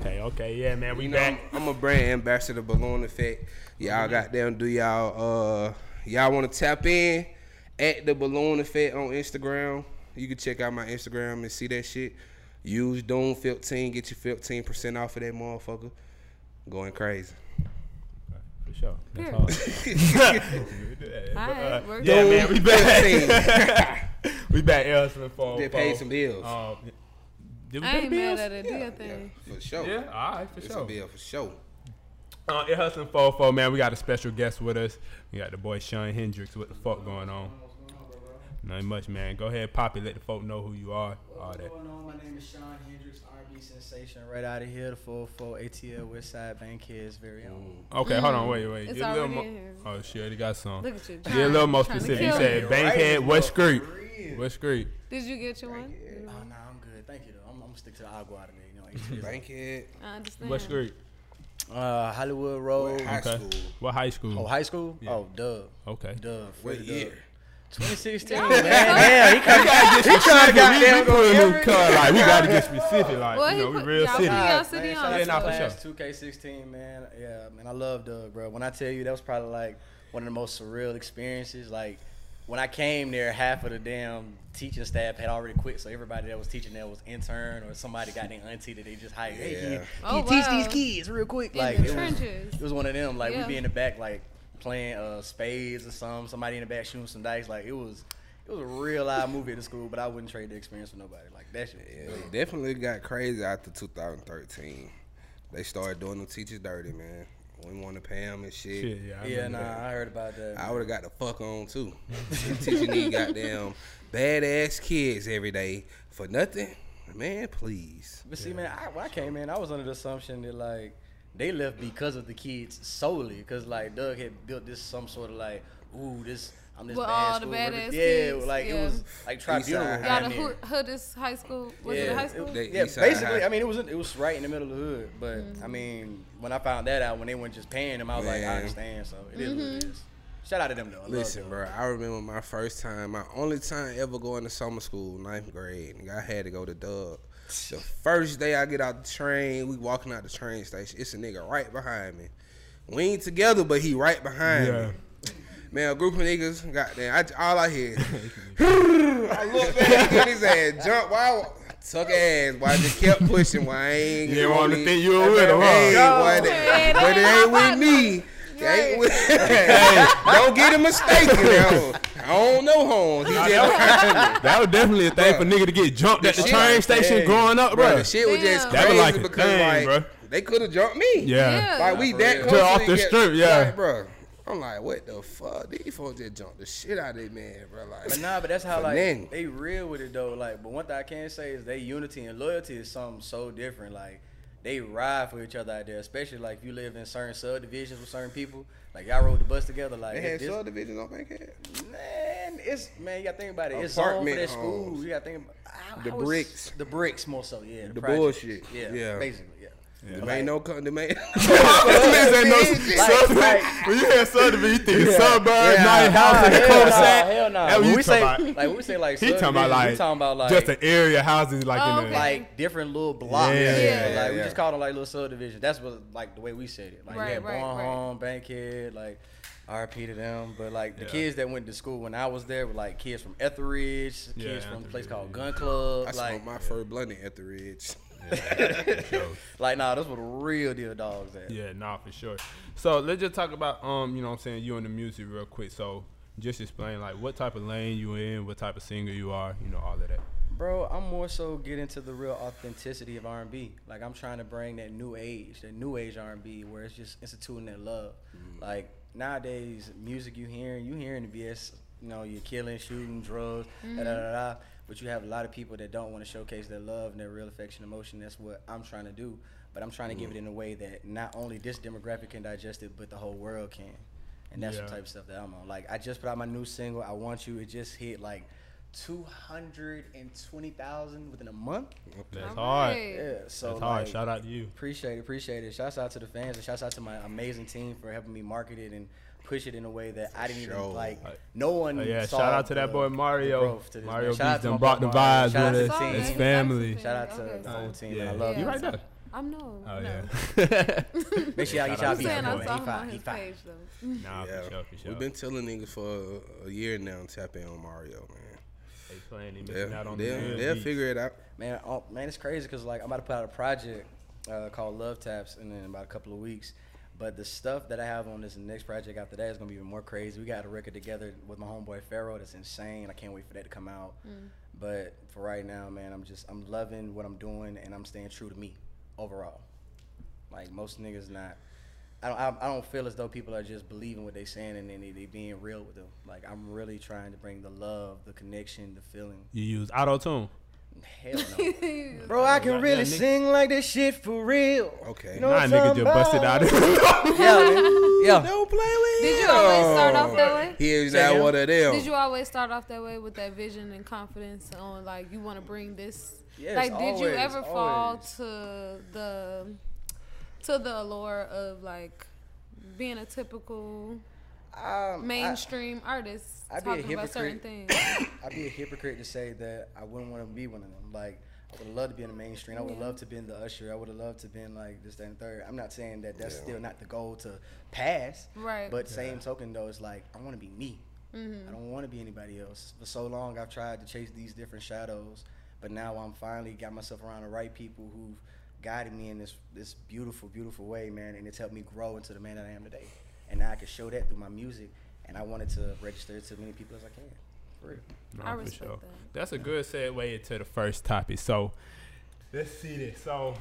[SPEAKER 1] Okay, okay, yeah, man. We
[SPEAKER 2] You know, I'm,
[SPEAKER 1] back.
[SPEAKER 2] I'm a brand ambassador, balloon effect. Y'all goddamn do y'all uh y'all wanna tap in? at the balloon effect on Instagram. You can check out my Instagram and see that shit. Use Doom 15, get you 15% off of that motherfucker. Going crazy.
[SPEAKER 1] For sure. That's
[SPEAKER 3] Period.
[SPEAKER 1] hard.
[SPEAKER 3] All right,
[SPEAKER 1] uh,
[SPEAKER 3] we're
[SPEAKER 1] Yeah, man,
[SPEAKER 3] good.
[SPEAKER 1] we back. we back. Elson for
[SPEAKER 2] They paid some bills.
[SPEAKER 1] Um, did we
[SPEAKER 3] I
[SPEAKER 1] pay
[SPEAKER 3] ain't
[SPEAKER 1] bills?
[SPEAKER 3] mad at a deal thing.
[SPEAKER 2] Yeah, for sure.
[SPEAKER 1] Yeah, all right, for
[SPEAKER 2] It's
[SPEAKER 1] sure.
[SPEAKER 2] a bill for sure.
[SPEAKER 1] Uh, it hustling fofo man. We got a special guest with us. We got the boy Sean Hendricks. What the fuck going on? Not much, man. Go ahead, Poppy. Let the folk know who you are. All
[SPEAKER 6] What's
[SPEAKER 1] that.
[SPEAKER 6] going on? My name is Sean Hendricks, R&B sensation, right out of here, the 404 ATL Westside Bankhead's very um, own.
[SPEAKER 1] Okay, hold on. Wait, wait.
[SPEAKER 3] Mm. It's
[SPEAKER 1] Get a little mo-
[SPEAKER 3] already in here.
[SPEAKER 1] Oh, she already got some.
[SPEAKER 3] Look at you.
[SPEAKER 1] Get a little more
[SPEAKER 3] trying to
[SPEAKER 1] specific. You
[SPEAKER 3] kill
[SPEAKER 1] said
[SPEAKER 6] me.
[SPEAKER 1] Bankhead,
[SPEAKER 6] Right,
[SPEAKER 1] West
[SPEAKER 6] bro,
[SPEAKER 1] Creek.
[SPEAKER 6] for real.
[SPEAKER 1] West Creek.
[SPEAKER 3] Did you get your one?
[SPEAKER 6] Oh, nah, I'm good. Thank you, though. I'm, I'm going to stick to the agua today. You know, ATL.
[SPEAKER 2] Thank it.
[SPEAKER 3] I understand.
[SPEAKER 1] West Creek.
[SPEAKER 6] Uh, Hollywood Road.
[SPEAKER 2] High
[SPEAKER 1] Okay.
[SPEAKER 2] school.
[SPEAKER 1] What high school?
[SPEAKER 6] Oh, high school? Oh, Dub.
[SPEAKER 1] Okay.
[SPEAKER 6] Dub.
[SPEAKER 2] What
[SPEAKER 6] Freddy
[SPEAKER 2] year?
[SPEAKER 6] Dub. 2016,
[SPEAKER 3] Yeah.
[SPEAKER 6] man. Damn, he kind of he kind of got
[SPEAKER 1] We, we
[SPEAKER 6] down
[SPEAKER 1] pulling them
[SPEAKER 6] every-
[SPEAKER 1] cut, Like we gotta get specific. Like
[SPEAKER 3] Well,
[SPEAKER 1] you
[SPEAKER 3] he
[SPEAKER 1] know, we
[SPEAKER 3] put-
[SPEAKER 1] real
[SPEAKER 3] y'all
[SPEAKER 1] city.
[SPEAKER 3] put
[SPEAKER 6] Nah,
[SPEAKER 3] y'all city
[SPEAKER 6] man,
[SPEAKER 3] on
[SPEAKER 6] shout
[SPEAKER 1] Yeah,
[SPEAKER 6] out
[SPEAKER 1] nah,
[SPEAKER 6] to
[SPEAKER 1] for
[SPEAKER 6] Class 2K16, man. Yeah, man, I love Doug, bro. When I tell you that was probably like one of the most surreal experiences. Like when I came there, half of the damn teaching staff had already quit, so everybody that was teaching there was intern or somebody got their auntie that they just hired. Hey, can you,
[SPEAKER 2] Yeah.
[SPEAKER 6] can
[SPEAKER 3] Oh,
[SPEAKER 6] you teach
[SPEAKER 3] wow.
[SPEAKER 6] these kids real quick?
[SPEAKER 3] In
[SPEAKER 6] like
[SPEAKER 3] the
[SPEAKER 6] it was,
[SPEAKER 3] trenches.
[SPEAKER 6] it was one of them. Like
[SPEAKER 3] Yeah.
[SPEAKER 6] we be in the back, like playing uh, spades or something. Somebody in the back shooting some dice. Like it was. It was a real live movie at the school, but I wouldn't trade the experience for nobody. Like that shit.
[SPEAKER 2] Yeah, they definitely got crazy after 2013. They started doing them teachers dirty, man. We want to pay them and shit.
[SPEAKER 1] Shit, yeah. I
[SPEAKER 6] Yeah,
[SPEAKER 1] remember
[SPEAKER 6] nah, I heard about that.
[SPEAKER 2] I would have got the fuck on too. teaching these goddamn badass kids every day for nothing, man. Please.
[SPEAKER 6] But see, man, I, when I came in, I was under the assumption that like they left because of the kids solely, because like Doug had built this some sort of like, ooh, this I'm this
[SPEAKER 3] With
[SPEAKER 6] bad
[SPEAKER 3] all the
[SPEAKER 6] school. where
[SPEAKER 3] badass
[SPEAKER 6] the-
[SPEAKER 3] kids,
[SPEAKER 6] Yeah, like
[SPEAKER 3] yeah.
[SPEAKER 6] it was like
[SPEAKER 2] side.
[SPEAKER 6] tribunal.
[SPEAKER 3] Y'all the
[SPEAKER 6] down there.
[SPEAKER 3] hood, hoodest high school? Was it a high school?
[SPEAKER 2] They-
[SPEAKER 6] yeah,
[SPEAKER 2] East Side
[SPEAKER 6] basically,
[SPEAKER 2] High.
[SPEAKER 6] I mean, it was it was right in the middle of the hood. But
[SPEAKER 3] Mm-hmm.
[SPEAKER 6] I mean, when I found that out, when they weren't just paying them, I was like, I
[SPEAKER 2] Man.
[SPEAKER 6] understand. So it is what it
[SPEAKER 3] Mm-hmm.
[SPEAKER 6] is. Shout out to them though. I love
[SPEAKER 2] Listen,
[SPEAKER 6] them.
[SPEAKER 2] bro. I remember my first time, my only time ever going to summer school, ninth grade. Nigga, I had to go to Dub. The first day I get out the train, we walking out the train station. It's a nigga right behind me. We ain't together, but he right behind
[SPEAKER 1] Yeah.
[SPEAKER 2] me. Man, a group of niggas, goddamn, I, all I hear. is, I look back at his ass, jump, why? Tuck ass, why I just kept pushing, why I ain't.
[SPEAKER 1] You didn't want to
[SPEAKER 2] leave.
[SPEAKER 1] think you were with him,
[SPEAKER 2] Hey,
[SPEAKER 1] huh?
[SPEAKER 2] why
[SPEAKER 3] Man,
[SPEAKER 2] that- but it
[SPEAKER 3] that
[SPEAKER 2] ain't
[SPEAKER 3] ain't my
[SPEAKER 2] with me. It ain't with- Hey, don't get it mistaken. Now. I don't know Holmes. He just,
[SPEAKER 1] That was definitely a thing
[SPEAKER 2] Bruh.
[SPEAKER 1] for nigga to get jumped at the
[SPEAKER 2] shit
[SPEAKER 1] train
[SPEAKER 2] like,
[SPEAKER 1] station
[SPEAKER 6] hey,
[SPEAKER 1] growing up,
[SPEAKER 2] bro, the
[SPEAKER 1] bro.
[SPEAKER 2] shit was just
[SPEAKER 3] Damn.
[SPEAKER 1] That was
[SPEAKER 2] crazy
[SPEAKER 1] like a
[SPEAKER 2] because
[SPEAKER 1] thing,
[SPEAKER 2] like
[SPEAKER 1] bruh.
[SPEAKER 2] they could have jumped me.
[SPEAKER 1] Yeah.
[SPEAKER 2] like we that
[SPEAKER 1] real.
[SPEAKER 2] close
[SPEAKER 1] Off the strip, yeah.
[SPEAKER 2] Like, bro, I'm like, what the fuck? These folks just jumped the shit out of that man, bro. Like,
[SPEAKER 6] But nah, but that's how
[SPEAKER 2] for
[SPEAKER 6] like
[SPEAKER 2] nothing.
[SPEAKER 6] they real with it though. Like, but one thing I can say is they unity and loyalty is something so different. Like, they ride for each other out there, especially like if you live in certain subdivisions with certain people. Like y'all rode the bus together. Like
[SPEAKER 2] they
[SPEAKER 6] if
[SPEAKER 2] had
[SPEAKER 6] this-
[SPEAKER 2] subdivisions on Bankhead.
[SPEAKER 6] man, it's man. You gotta think about it. It's all for
[SPEAKER 2] Apartment
[SPEAKER 6] that school.
[SPEAKER 2] homes.
[SPEAKER 6] You gotta think about I- I
[SPEAKER 2] The
[SPEAKER 6] was-
[SPEAKER 2] bricks.
[SPEAKER 6] The bricks more so. Yeah. The,
[SPEAKER 2] The
[SPEAKER 6] projects.
[SPEAKER 2] bullshit.
[SPEAKER 6] Yeah.
[SPEAKER 2] Yeah.
[SPEAKER 6] Basically. Yeah.
[SPEAKER 2] There ain't no co- there ain't-
[SPEAKER 1] This ain't no
[SPEAKER 6] Like-
[SPEAKER 1] suburb.
[SPEAKER 6] like-
[SPEAKER 1] When you hear suburb, you think
[SPEAKER 2] Yeah.
[SPEAKER 1] suburb,
[SPEAKER 2] Yeah.
[SPEAKER 1] night
[SPEAKER 6] Nah,
[SPEAKER 1] house in the
[SPEAKER 6] hell nah,
[SPEAKER 1] cul-de-sac.
[SPEAKER 6] Hell nah.
[SPEAKER 1] That what
[SPEAKER 6] When
[SPEAKER 1] you
[SPEAKER 6] we say
[SPEAKER 1] talking
[SPEAKER 6] like
[SPEAKER 1] about.
[SPEAKER 6] when we say like
[SPEAKER 1] He talking about
[SPEAKER 6] subdivisions, we
[SPEAKER 1] like,
[SPEAKER 6] talking about like
[SPEAKER 1] just the area houses like
[SPEAKER 3] Oh,
[SPEAKER 1] in the
[SPEAKER 3] okay.
[SPEAKER 6] like different little blocks.
[SPEAKER 1] Yeah,
[SPEAKER 6] Yeah,
[SPEAKER 2] yeah,
[SPEAKER 6] like we
[SPEAKER 2] yeah.
[SPEAKER 6] just called them like little subdivisions. That's what like the way we said it. Like
[SPEAKER 3] Right,
[SPEAKER 6] we had
[SPEAKER 3] right,
[SPEAKER 6] Barn
[SPEAKER 3] right.
[SPEAKER 6] Home, Bankhead, like RP to them. But like the
[SPEAKER 1] Yeah.
[SPEAKER 6] kids that went to school when I was there were like kids from Etheridge, kids
[SPEAKER 1] Yeah,
[SPEAKER 6] from a place
[SPEAKER 1] Etheridge,
[SPEAKER 6] called
[SPEAKER 1] yeah.
[SPEAKER 6] Gun Club.
[SPEAKER 2] I
[SPEAKER 6] like
[SPEAKER 2] smoked my first blunt at the ridge.
[SPEAKER 6] like nah, those were the real deal dogs at.
[SPEAKER 1] Yeah, nah, for sure. So let's just talk about um, you know what I'm saying, you and the music real quick. So just explain like what type of lane you in, what type of singer you are, you know, all of that.
[SPEAKER 6] Bro, I'm more so get into the real authenticity of R&B. Like I'm trying to bring that new age, that new age R&B, where it's just instituting that love. Like nowadays, music you hearing, you hearing the BS. You know, you're killing, shooting, drugs, da, da, da, da. But you have a lot of people that don't want to showcase their love and their real affection, emotion. That's what I'm trying to do. But I'm trying to give it in a way that not only this demographic can digest it, but the whole world can. And that's
[SPEAKER 1] Yeah.
[SPEAKER 6] the type of stuff that I'm on. Like I just put out my new single, "I Want You." It just hit like two hundred and twenty thousand within a month.
[SPEAKER 1] That's
[SPEAKER 3] All
[SPEAKER 1] hard.
[SPEAKER 3] right.
[SPEAKER 6] Yeah, so
[SPEAKER 1] That's hard.
[SPEAKER 6] like, Mm,
[SPEAKER 1] Shout out to you.
[SPEAKER 6] Appreciate it, appreciate it. Shouts out to the fans and shouts out to my amazing team for helping me market it and push it in a way that I didn't
[SPEAKER 2] Sure.
[SPEAKER 6] even like.
[SPEAKER 1] Like-
[SPEAKER 6] No one.
[SPEAKER 1] Oh, yeah,
[SPEAKER 6] saw
[SPEAKER 1] shout out to
[SPEAKER 6] the-
[SPEAKER 1] that boy
[SPEAKER 6] the
[SPEAKER 1] Mario.
[SPEAKER 6] growth to this, man.
[SPEAKER 1] Mario
[SPEAKER 6] Shout out
[SPEAKER 1] Beast
[SPEAKER 6] to my
[SPEAKER 1] done brought
[SPEAKER 6] boy
[SPEAKER 1] the
[SPEAKER 6] Mario.
[SPEAKER 1] vibes
[SPEAKER 6] Shout out
[SPEAKER 1] with
[SPEAKER 6] to
[SPEAKER 1] us.
[SPEAKER 6] the team.
[SPEAKER 1] It's
[SPEAKER 3] That's
[SPEAKER 1] family.
[SPEAKER 3] awesome.
[SPEAKER 6] Shout out to
[SPEAKER 3] Okay.
[SPEAKER 6] the whole team. man. I
[SPEAKER 1] Yeah.
[SPEAKER 6] love
[SPEAKER 1] You
[SPEAKER 6] you.
[SPEAKER 1] right there.
[SPEAKER 3] I'm no.
[SPEAKER 1] Oh
[SPEAKER 3] no.
[SPEAKER 1] yeah.
[SPEAKER 6] Make sure y'all get y'all
[SPEAKER 3] I'm
[SPEAKER 1] He
[SPEAKER 6] beats.
[SPEAKER 3] saying I
[SPEAKER 1] fine,
[SPEAKER 3] saw
[SPEAKER 1] he
[SPEAKER 3] him on his page though.
[SPEAKER 1] nah,
[SPEAKER 2] Yeah.
[SPEAKER 1] for sure, for sure.
[SPEAKER 2] We've been telling niggas for a, a year now. Tap in on Mario, man.
[SPEAKER 1] they playing, they missing out
[SPEAKER 2] They'll,
[SPEAKER 1] on the
[SPEAKER 2] they'll,
[SPEAKER 1] real
[SPEAKER 2] they'll
[SPEAKER 1] beats.
[SPEAKER 2] figure it out.
[SPEAKER 6] Man, oh, man, it's crazy because like I'm about to put out a project uh, called Love Taps in, in about a couple of weeks. But the stuff that I have on this next project after that is gonna be even more crazy. We got a record together with my homeboy Pharaoh that's insane. I can't wait for that to come out. But for right now, man, I'm just I'm loving what I'm doing and I'm staying true to me overall. Like most niggas not. I don't, I- I don't feel as though people are just believing what they saying and then they, they being real with them. Like I'm really trying to bring the love, the connection, the feeling.
[SPEAKER 1] You use auto tune.
[SPEAKER 6] Hell no. Bro, I can really sing like this shit for real.
[SPEAKER 2] Okay.
[SPEAKER 6] You know
[SPEAKER 1] Nah,
[SPEAKER 6] what
[SPEAKER 1] nigga
[SPEAKER 6] I'm
[SPEAKER 1] just busted out. of-
[SPEAKER 6] Yeah, man.
[SPEAKER 2] Don't play with
[SPEAKER 3] Did you always start off that way?
[SPEAKER 2] Uh, Oh. Here's that one of them.
[SPEAKER 3] Did you always start off that way with that vision and confidence on like you want to bring this?
[SPEAKER 6] Yes,
[SPEAKER 3] like, did you
[SPEAKER 6] always,
[SPEAKER 3] ever fall
[SPEAKER 6] always.
[SPEAKER 3] to the to the allure of like being a typical
[SPEAKER 6] yeah. Um, I,
[SPEAKER 3] mainstream artist
[SPEAKER 6] I'd be a
[SPEAKER 3] talking about certain things?
[SPEAKER 6] I'd be a hypocrite to say that I wouldn't want to be one of them. Like, I would love to be in the mainstream. I would love to be in the usher. I would have loved to been like this, that, and third. I'm not saying that that's still not the goal to pass.
[SPEAKER 3] Right.
[SPEAKER 6] But same token though, it's like I want to be me. I don't want to be anybody else. For so long, I've tried to chase these different shadows, but now I'm finally got myself around the right people who've guided me in this this beautiful, beautiful way, man, and it's helped me grow into the man that I am today. And now I can show that through my music, and I wanted to register it to as many people as I can. For real.
[SPEAKER 1] Nah,
[SPEAKER 3] I
[SPEAKER 1] for
[SPEAKER 3] respect
[SPEAKER 1] sure.
[SPEAKER 3] that.
[SPEAKER 1] That's a good segue into the first topic. So let's see this. So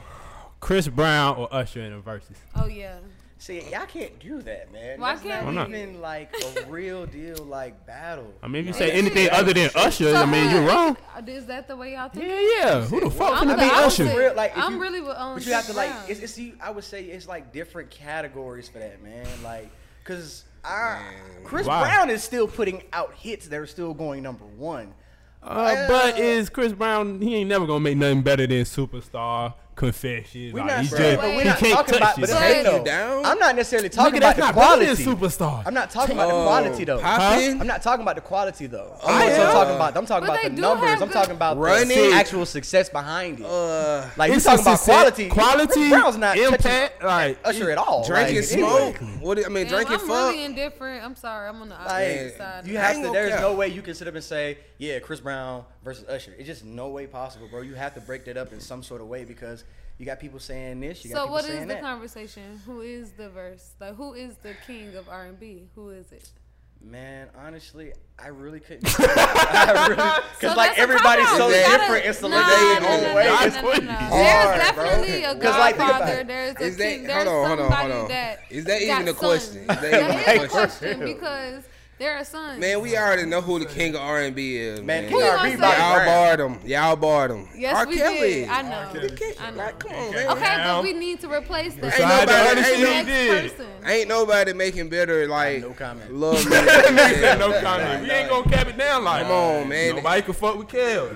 [SPEAKER 1] Chris Brown or Usher in the verses.
[SPEAKER 3] Oh yeah,
[SPEAKER 6] See, y'all can't do that, man.
[SPEAKER 3] Why
[SPEAKER 6] That's
[SPEAKER 3] can't
[SPEAKER 1] Why
[SPEAKER 6] not
[SPEAKER 1] not?
[SPEAKER 6] even like a real deal like battle.
[SPEAKER 1] I mean, if you say anything other than Usher, I mean, you're wrong.
[SPEAKER 3] Uh, is that the way y'all think?
[SPEAKER 1] Yeah, yeah. Who the fuck
[SPEAKER 3] I'm
[SPEAKER 1] gonna
[SPEAKER 3] the
[SPEAKER 1] be
[SPEAKER 3] opposite.
[SPEAKER 1] Usher?
[SPEAKER 6] Real, like, if
[SPEAKER 3] I'm
[SPEAKER 6] you-
[SPEAKER 3] really with. Um,
[SPEAKER 6] But you have to like,
[SPEAKER 3] Brown.
[SPEAKER 6] it's, it's you. I would say it's like different categories for that, man. Like, cause I, Chris
[SPEAKER 1] Why?
[SPEAKER 6] Brown is still putting out hits that are still going number one.
[SPEAKER 1] Uh, but is Chris Brown? He ain't never gonna make nothing better than superstar confessions.
[SPEAKER 6] We're
[SPEAKER 1] Like,
[SPEAKER 6] not,
[SPEAKER 1] he's
[SPEAKER 6] bro,
[SPEAKER 1] just-
[SPEAKER 6] but we're
[SPEAKER 1] he
[SPEAKER 6] not
[SPEAKER 1] can't
[SPEAKER 6] talking
[SPEAKER 1] touch
[SPEAKER 6] about.
[SPEAKER 1] it.
[SPEAKER 6] But
[SPEAKER 3] But-
[SPEAKER 6] hey, though,
[SPEAKER 2] down?
[SPEAKER 6] I'm not necessarily talking
[SPEAKER 1] Nigga,
[SPEAKER 6] about
[SPEAKER 1] that's
[SPEAKER 6] the
[SPEAKER 1] not better than
[SPEAKER 6] quality.
[SPEAKER 1] superstar.
[SPEAKER 6] I'm not talking
[SPEAKER 3] Oh,
[SPEAKER 6] about the quality though.
[SPEAKER 2] Poppin'?
[SPEAKER 6] I'm not talking about the quality though. I'm
[SPEAKER 2] I
[SPEAKER 6] also
[SPEAKER 2] am.
[SPEAKER 6] talking about. I'm talking
[SPEAKER 3] But
[SPEAKER 6] about
[SPEAKER 3] they
[SPEAKER 6] the
[SPEAKER 3] do
[SPEAKER 6] numbers.
[SPEAKER 3] have
[SPEAKER 6] I'm
[SPEAKER 3] good-
[SPEAKER 6] talking about the
[SPEAKER 2] Running.
[SPEAKER 6] actual success behind it.
[SPEAKER 2] Uh,
[SPEAKER 6] like you
[SPEAKER 1] It's
[SPEAKER 6] talking
[SPEAKER 1] a
[SPEAKER 6] about
[SPEAKER 1] success-
[SPEAKER 6] quality.
[SPEAKER 1] quality,
[SPEAKER 6] Chris Brown's not
[SPEAKER 1] impact,
[SPEAKER 6] touching
[SPEAKER 1] like,
[SPEAKER 6] Usher at all.
[SPEAKER 2] drink
[SPEAKER 6] like,
[SPEAKER 2] and
[SPEAKER 6] anyway.
[SPEAKER 2] smoke. What I mean,
[SPEAKER 3] Damn,
[SPEAKER 2] drink
[SPEAKER 3] I'm
[SPEAKER 2] and fuck.
[SPEAKER 3] really indifferent. I'm sorry, I'm on the opposite
[SPEAKER 6] Like
[SPEAKER 3] side.
[SPEAKER 6] you
[SPEAKER 2] I
[SPEAKER 6] have
[SPEAKER 2] ain't
[SPEAKER 6] to.
[SPEAKER 2] gonna
[SPEAKER 6] There's
[SPEAKER 2] cap.
[SPEAKER 6] no way you can sit up and say, "Yeah, Chris Brown versus Usher." It's just no way possible, bro. You have to break that up in some sort of way because you got people saying this. You got
[SPEAKER 3] So
[SPEAKER 6] people
[SPEAKER 3] what
[SPEAKER 6] saying
[SPEAKER 3] is the
[SPEAKER 6] that.
[SPEAKER 3] conversation? Who is the verse? Like who is the king of R and B? Who is it?
[SPEAKER 6] Man, honestly, I really couldn't. I really, because
[SPEAKER 3] So
[SPEAKER 6] like
[SPEAKER 3] that's a
[SPEAKER 6] everybody's
[SPEAKER 3] cop-out.
[SPEAKER 6] so
[SPEAKER 3] We gotta-
[SPEAKER 6] different
[SPEAKER 3] Nah,
[SPEAKER 6] and selected in
[SPEAKER 3] nah,
[SPEAKER 6] their
[SPEAKER 3] nah,
[SPEAKER 6] own way.
[SPEAKER 3] nah,
[SPEAKER 6] It's-
[SPEAKER 3] nah, nah, nah.
[SPEAKER 1] Hard,
[SPEAKER 3] There's
[SPEAKER 6] bro.
[SPEAKER 3] definitely a
[SPEAKER 6] 'Cause, like, think about
[SPEAKER 3] godfather.
[SPEAKER 6] it.
[SPEAKER 3] There's a
[SPEAKER 2] Is that
[SPEAKER 3] king. There's
[SPEAKER 2] hold on, hold on,
[SPEAKER 3] somebody
[SPEAKER 2] hold on?
[SPEAKER 3] that
[SPEAKER 2] Is that
[SPEAKER 3] got
[SPEAKER 2] even a
[SPEAKER 3] sons.
[SPEAKER 2] question? Is that even
[SPEAKER 3] That is
[SPEAKER 2] a
[SPEAKER 3] a
[SPEAKER 2] question?
[SPEAKER 3] question because there are sons.
[SPEAKER 2] Man, we already know who the king of R and B is.
[SPEAKER 6] Man,
[SPEAKER 2] Man,
[SPEAKER 6] King
[SPEAKER 3] you
[SPEAKER 6] R&B
[SPEAKER 3] gonna
[SPEAKER 6] Bobby
[SPEAKER 3] say?
[SPEAKER 2] y'all
[SPEAKER 6] Brown.
[SPEAKER 2] barred him. Y'all barred him.
[SPEAKER 3] yes,
[SPEAKER 2] R.
[SPEAKER 3] we
[SPEAKER 2] Kelly.
[SPEAKER 3] did. I know. I know.
[SPEAKER 2] Like, come on, man.
[SPEAKER 3] Okay,
[SPEAKER 1] Now-
[SPEAKER 3] but we need to replace that.
[SPEAKER 2] Ain't
[SPEAKER 1] Besides
[SPEAKER 2] nobody-
[SPEAKER 1] the other
[SPEAKER 2] ain't
[SPEAKER 1] shit he
[SPEAKER 2] no-
[SPEAKER 1] did.
[SPEAKER 3] next person.
[SPEAKER 2] Ain't nobody making better like
[SPEAKER 6] No comment.
[SPEAKER 2] love. music.
[SPEAKER 1] Said
[SPEAKER 2] Yeah.
[SPEAKER 1] no comment. We ain't gonna cap it down like
[SPEAKER 2] Come on, man.
[SPEAKER 1] Nobody can fuck with Kels.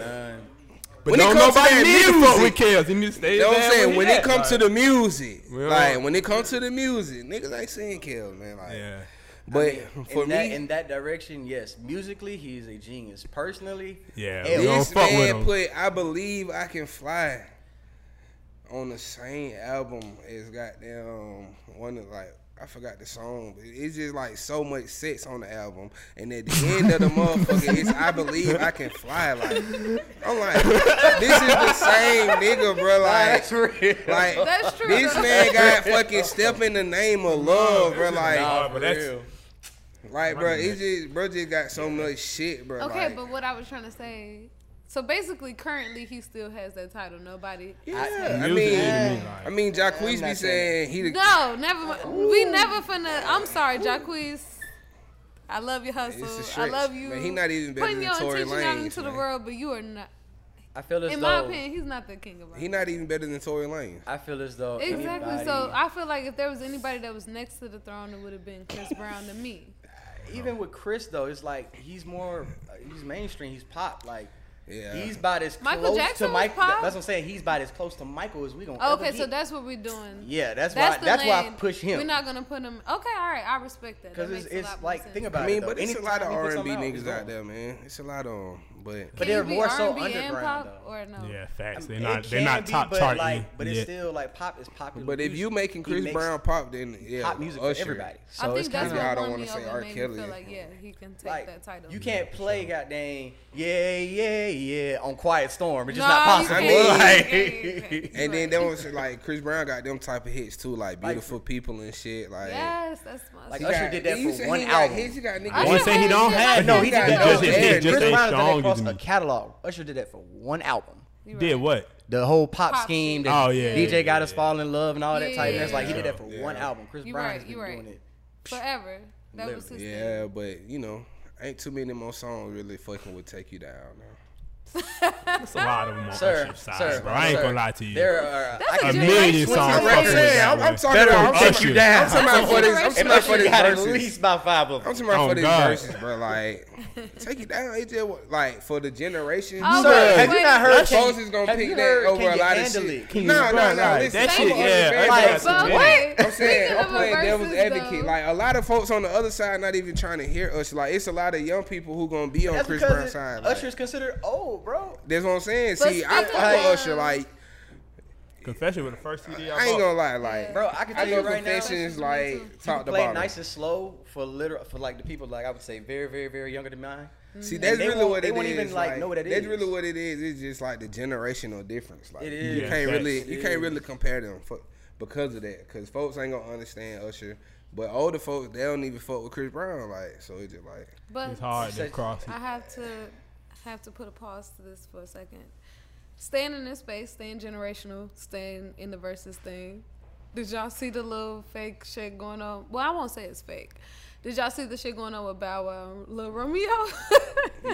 [SPEAKER 1] But
[SPEAKER 2] When it
[SPEAKER 1] don't
[SPEAKER 2] comes to
[SPEAKER 1] nobody
[SPEAKER 2] that
[SPEAKER 1] need to fuck with
[SPEAKER 2] music-
[SPEAKER 1] Kels. He need to stay
[SPEAKER 2] You know what
[SPEAKER 1] there
[SPEAKER 2] I'm saying?
[SPEAKER 1] where
[SPEAKER 2] When
[SPEAKER 1] he
[SPEAKER 2] it
[SPEAKER 1] at,
[SPEAKER 2] comes to
[SPEAKER 1] like.
[SPEAKER 2] the music,
[SPEAKER 1] Well-
[SPEAKER 2] like when it comes to the music, niggas ain't seeing Kill, man. Like,
[SPEAKER 1] Yeah.
[SPEAKER 2] but for
[SPEAKER 6] in that,
[SPEAKER 2] me,
[SPEAKER 6] in that direction, yes. Musically, he's a genius. Personally,
[SPEAKER 1] Yeah,
[SPEAKER 6] hell,
[SPEAKER 1] we don't
[SPEAKER 2] this
[SPEAKER 1] fuck with
[SPEAKER 2] man
[SPEAKER 1] him.
[SPEAKER 2] put "I Believe I Can Fly" on the same album as goddamn one of like. I forgot the song, but it's just like so much sex on the album, and at the end of the motherfucker, it's "I believe I can fly." Like I'm like, this is the same nigga, bro. Like,
[SPEAKER 6] that's real.
[SPEAKER 2] like
[SPEAKER 3] That's true.
[SPEAKER 2] this man got fucking step in the name of love, bro. Like,
[SPEAKER 1] Nah, but that's
[SPEAKER 6] real.
[SPEAKER 2] like, bro, it just, bro, just got so much shit, bro.
[SPEAKER 3] Okay,
[SPEAKER 2] like,
[SPEAKER 3] but what I was trying to say. So basically, currently he still has that title. Nobody.
[SPEAKER 2] yeah, I,
[SPEAKER 1] Music
[SPEAKER 2] mean,
[SPEAKER 1] to me, like-
[SPEAKER 2] I mean, Jacquees
[SPEAKER 6] I'm
[SPEAKER 2] be
[SPEAKER 6] not saying
[SPEAKER 2] saying he the
[SPEAKER 3] No, never. mi- We never finna. I'm sorry, Jacquees. I love your hustle.
[SPEAKER 2] It's a
[SPEAKER 3] I
[SPEAKER 2] stretch.
[SPEAKER 3] love you.
[SPEAKER 2] Man, he not even better
[SPEAKER 3] putting
[SPEAKER 2] than
[SPEAKER 3] your
[SPEAKER 2] Tory
[SPEAKER 3] intention out
[SPEAKER 2] Lanez,
[SPEAKER 3] into the
[SPEAKER 2] man.
[SPEAKER 3] world, but you are not.
[SPEAKER 6] I feel as
[SPEAKER 3] In my
[SPEAKER 6] though
[SPEAKER 3] opinion, he's not the king of rock.
[SPEAKER 2] he not even better than Tory Lanez.
[SPEAKER 6] I feel as though
[SPEAKER 3] Exactly. So
[SPEAKER 6] anybody-
[SPEAKER 3] I feel like if there was anybody that was next to the throne, it would have been Chris Brown to me.
[SPEAKER 6] even with Chris though, it's like he's more he's mainstream, he's pop. Like
[SPEAKER 2] Yeah.
[SPEAKER 6] He's about as
[SPEAKER 3] Michael
[SPEAKER 6] close
[SPEAKER 3] Jackson was
[SPEAKER 6] to Michael.
[SPEAKER 3] pop?
[SPEAKER 6] That's what I'm saying. He's about as close to Michael as we gonna.
[SPEAKER 3] Oh,
[SPEAKER 6] ever
[SPEAKER 3] okay, so
[SPEAKER 6] get.
[SPEAKER 3] that's what we're doing.
[SPEAKER 6] yeah. That's,
[SPEAKER 3] That's
[SPEAKER 6] why.
[SPEAKER 3] the
[SPEAKER 6] That's why I
[SPEAKER 3] lane.
[SPEAKER 6] push him.
[SPEAKER 3] We're not gonna put him. Okay, all right, I respect that. That
[SPEAKER 6] Because
[SPEAKER 3] makes
[SPEAKER 6] it's,
[SPEAKER 3] a lot
[SPEAKER 6] it's
[SPEAKER 3] more
[SPEAKER 6] like
[SPEAKER 3] sense.
[SPEAKER 6] think about
[SPEAKER 2] I
[SPEAKER 6] it.
[SPEAKER 2] mean,
[SPEAKER 6] though.
[SPEAKER 2] but it's a lot of
[SPEAKER 6] Anytime he
[SPEAKER 2] R
[SPEAKER 6] puts
[SPEAKER 2] and B
[SPEAKER 6] something out,
[SPEAKER 2] niggas
[SPEAKER 6] it's
[SPEAKER 2] out
[SPEAKER 6] dope.
[SPEAKER 2] there, man. It's a lot of 'em, but
[SPEAKER 6] But
[SPEAKER 3] Can you
[SPEAKER 6] they're
[SPEAKER 3] be
[SPEAKER 6] more so
[SPEAKER 3] R&B and
[SPEAKER 6] underground,
[SPEAKER 3] pop,
[SPEAKER 6] though.
[SPEAKER 3] Or no?
[SPEAKER 1] Yeah, facts. They're
[SPEAKER 6] It
[SPEAKER 1] not. They're
[SPEAKER 6] can
[SPEAKER 1] not
[SPEAKER 6] be,
[SPEAKER 1] top
[SPEAKER 6] but
[SPEAKER 1] chart.
[SPEAKER 6] Like,
[SPEAKER 1] yet.
[SPEAKER 6] but it's
[SPEAKER 1] Yeah.
[SPEAKER 6] still like pop is popular.
[SPEAKER 2] but if
[SPEAKER 6] music.
[SPEAKER 2] you making
[SPEAKER 6] He
[SPEAKER 2] Chris
[SPEAKER 6] makes
[SPEAKER 2] Brown pop, then yeah, oh,
[SPEAKER 6] pop music
[SPEAKER 2] Usher.
[SPEAKER 6] for everybody, so
[SPEAKER 3] I think
[SPEAKER 6] it's kind
[SPEAKER 3] that's
[SPEAKER 6] of
[SPEAKER 2] kinda- Yeah, I
[SPEAKER 3] what
[SPEAKER 2] don't
[SPEAKER 3] won
[SPEAKER 2] wanna
[SPEAKER 3] me
[SPEAKER 2] say
[SPEAKER 3] over.
[SPEAKER 2] R.
[SPEAKER 3] and Made me
[SPEAKER 2] Kelly.
[SPEAKER 3] feel like yeah, he can take
[SPEAKER 6] like
[SPEAKER 3] that title.
[SPEAKER 6] you can't play goddamn yeah yeah yeah on Quiet Storm. It's just
[SPEAKER 3] Nah,
[SPEAKER 6] not
[SPEAKER 3] you
[SPEAKER 6] possible.
[SPEAKER 3] can't. You
[SPEAKER 6] Like,
[SPEAKER 3] can't, you can't.
[SPEAKER 2] And then them was like Chris Brown got them type of hits too, like beautiful people and shit. Like
[SPEAKER 3] Yes, that's my.
[SPEAKER 6] Like,
[SPEAKER 2] he
[SPEAKER 6] Usher
[SPEAKER 2] got-
[SPEAKER 6] did that
[SPEAKER 2] he
[SPEAKER 6] for
[SPEAKER 2] said
[SPEAKER 6] one
[SPEAKER 2] he
[SPEAKER 6] album.
[SPEAKER 2] Got hits, he got
[SPEAKER 3] I
[SPEAKER 2] niggas.
[SPEAKER 1] One
[SPEAKER 3] Usher
[SPEAKER 1] say he
[SPEAKER 3] had
[SPEAKER 1] don't
[SPEAKER 3] shit
[SPEAKER 1] have.
[SPEAKER 3] like
[SPEAKER 6] no,
[SPEAKER 1] it.
[SPEAKER 6] he
[SPEAKER 2] got
[SPEAKER 6] did
[SPEAKER 1] He
[SPEAKER 6] that.
[SPEAKER 2] no
[SPEAKER 1] Just his
[SPEAKER 2] air.
[SPEAKER 1] hits just
[SPEAKER 6] Chris
[SPEAKER 1] ain't
[SPEAKER 6] Brown did that
[SPEAKER 1] strong
[SPEAKER 6] across
[SPEAKER 1] as me.
[SPEAKER 6] a catalog. Usher did that for one album.
[SPEAKER 3] You
[SPEAKER 1] Did
[SPEAKER 3] right.
[SPEAKER 1] what?
[SPEAKER 6] The whole pop,
[SPEAKER 3] Pop
[SPEAKER 6] scheme.
[SPEAKER 3] shit.
[SPEAKER 6] That
[SPEAKER 1] Oh, yeah,
[SPEAKER 6] DJ
[SPEAKER 1] yeah,
[SPEAKER 6] got us fall in love and all that
[SPEAKER 3] Yeah,
[SPEAKER 6] type.
[SPEAKER 3] yeah,
[SPEAKER 6] That's like he did
[SPEAKER 1] yeah.
[SPEAKER 6] that for one album. Chris
[SPEAKER 3] You
[SPEAKER 6] Brown
[SPEAKER 3] right,
[SPEAKER 6] has been
[SPEAKER 3] you right.
[SPEAKER 6] doing it.
[SPEAKER 3] Forever. That was his thing.
[SPEAKER 2] Yeah, but you know, ain't too many more songs really fucking would take you down now.
[SPEAKER 1] It's a lot of them on
[SPEAKER 6] Sir,
[SPEAKER 1] Usher's side,
[SPEAKER 6] sir,
[SPEAKER 1] bro. I ain't
[SPEAKER 6] sir.
[SPEAKER 1] gonna lie to you.
[SPEAKER 6] There are uh,
[SPEAKER 3] That's
[SPEAKER 6] I
[SPEAKER 3] a
[SPEAKER 1] a
[SPEAKER 6] can-
[SPEAKER 3] gen-
[SPEAKER 1] million
[SPEAKER 3] Generational
[SPEAKER 1] songs.
[SPEAKER 3] I'm
[SPEAKER 2] I'm,
[SPEAKER 3] fucking with
[SPEAKER 2] saying,
[SPEAKER 1] that,
[SPEAKER 2] I'm, I'm
[SPEAKER 1] bro.
[SPEAKER 2] talking about, I'm
[SPEAKER 1] Usher.
[SPEAKER 2] talking
[SPEAKER 1] down.
[SPEAKER 2] I'm talking about for this, I'm talking about for
[SPEAKER 6] Usher
[SPEAKER 2] this
[SPEAKER 6] got at
[SPEAKER 2] verses.
[SPEAKER 6] least about five of
[SPEAKER 2] I'm
[SPEAKER 6] them.
[SPEAKER 2] talking about
[SPEAKER 1] Oh,
[SPEAKER 2] for these
[SPEAKER 1] God.
[SPEAKER 2] verses, bro. Like, take it down. It just wa- like for the generation.
[SPEAKER 3] Oh,
[SPEAKER 6] Sir,
[SPEAKER 3] wait,
[SPEAKER 6] have you
[SPEAKER 3] wait.
[SPEAKER 6] not heard?
[SPEAKER 2] Us
[SPEAKER 6] Can-
[SPEAKER 2] folks is gonna
[SPEAKER 6] have
[SPEAKER 2] pick
[SPEAKER 6] you
[SPEAKER 2] that
[SPEAKER 6] heard
[SPEAKER 2] over
[SPEAKER 6] Can
[SPEAKER 2] a
[SPEAKER 6] You
[SPEAKER 2] lot of
[SPEAKER 6] Handle
[SPEAKER 2] shit.
[SPEAKER 6] It? Can you-
[SPEAKER 2] No, no,
[SPEAKER 1] Bro,
[SPEAKER 2] no,
[SPEAKER 1] like,
[SPEAKER 2] listen,
[SPEAKER 1] that
[SPEAKER 2] I'm
[SPEAKER 1] shit,
[SPEAKER 2] an
[SPEAKER 1] yeah,
[SPEAKER 2] Usher fan,
[SPEAKER 1] Usher
[SPEAKER 2] bro.
[SPEAKER 1] got some
[SPEAKER 3] But
[SPEAKER 1] hits.
[SPEAKER 3] wait,
[SPEAKER 2] I'm saying
[SPEAKER 3] speaking
[SPEAKER 2] I'm
[SPEAKER 3] of a
[SPEAKER 2] playing devil's
[SPEAKER 3] versus,
[SPEAKER 2] advocate.
[SPEAKER 3] though,
[SPEAKER 2] Like a lot of folks on the other side not even trying to hear us. Like it's a lot of young people who gonna be on
[SPEAKER 6] That's
[SPEAKER 2] Chris
[SPEAKER 6] because
[SPEAKER 2] Brown's
[SPEAKER 6] it-
[SPEAKER 2] side. Like,
[SPEAKER 6] Usher's considered old, bro.
[SPEAKER 2] that's what I'm saying.
[SPEAKER 3] But
[SPEAKER 2] See, I
[SPEAKER 3] speaking
[SPEAKER 2] fuck
[SPEAKER 3] of-
[SPEAKER 2] with Usher. Like
[SPEAKER 1] Confession with the first CD I,
[SPEAKER 2] I ain't
[SPEAKER 1] bought.
[SPEAKER 2] gonna lie. Like
[SPEAKER 6] Bro, I can
[SPEAKER 2] I
[SPEAKER 6] tell you
[SPEAKER 2] know
[SPEAKER 6] right now.
[SPEAKER 2] confessions like
[SPEAKER 6] You
[SPEAKER 2] talked
[SPEAKER 6] play it
[SPEAKER 2] about.
[SPEAKER 6] nice
[SPEAKER 2] it.
[SPEAKER 6] and slow for literal for like the people like I would say very very very younger than mine.
[SPEAKER 2] See, that's
[SPEAKER 6] they
[SPEAKER 2] really
[SPEAKER 6] won't-
[SPEAKER 2] what
[SPEAKER 6] they
[SPEAKER 2] it
[SPEAKER 6] won't even,
[SPEAKER 2] is,
[SPEAKER 6] like, know what it
[SPEAKER 2] That's
[SPEAKER 6] is.
[SPEAKER 2] really what it is. It's just like the generational difference. Like
[SPEAKER 6] It
[SPEAKER 2] you
[SPEAKER 6] is.
[SPEAKER 2] can't
[SPEAKER 1] Yeah,
[SPEAKER 2] really
[SPEAKER 1] facts.
[SPEAKER 2] you can't really compare them for, because of that. Because folks ain't gonna understand Usher. But older folks, they don't even fuck with Chris Brown, like so. It's just like
[SPEAKER 3] but
[SPEAKER 1] It's hard to
[SPEAKER 6] Such-
[SPEAKER 1] cross.
[SPEAKER 3] I have to I have to put a pause to this for a second. Staying in this space, staying generational, staying in the versus thing. Did y'all see the little fake shit going on? Well, I won't say it's fake. Did y'all see the shit going on with Bow Wow and Lil Romeo?
[SPEAKER 2] Bow Wow got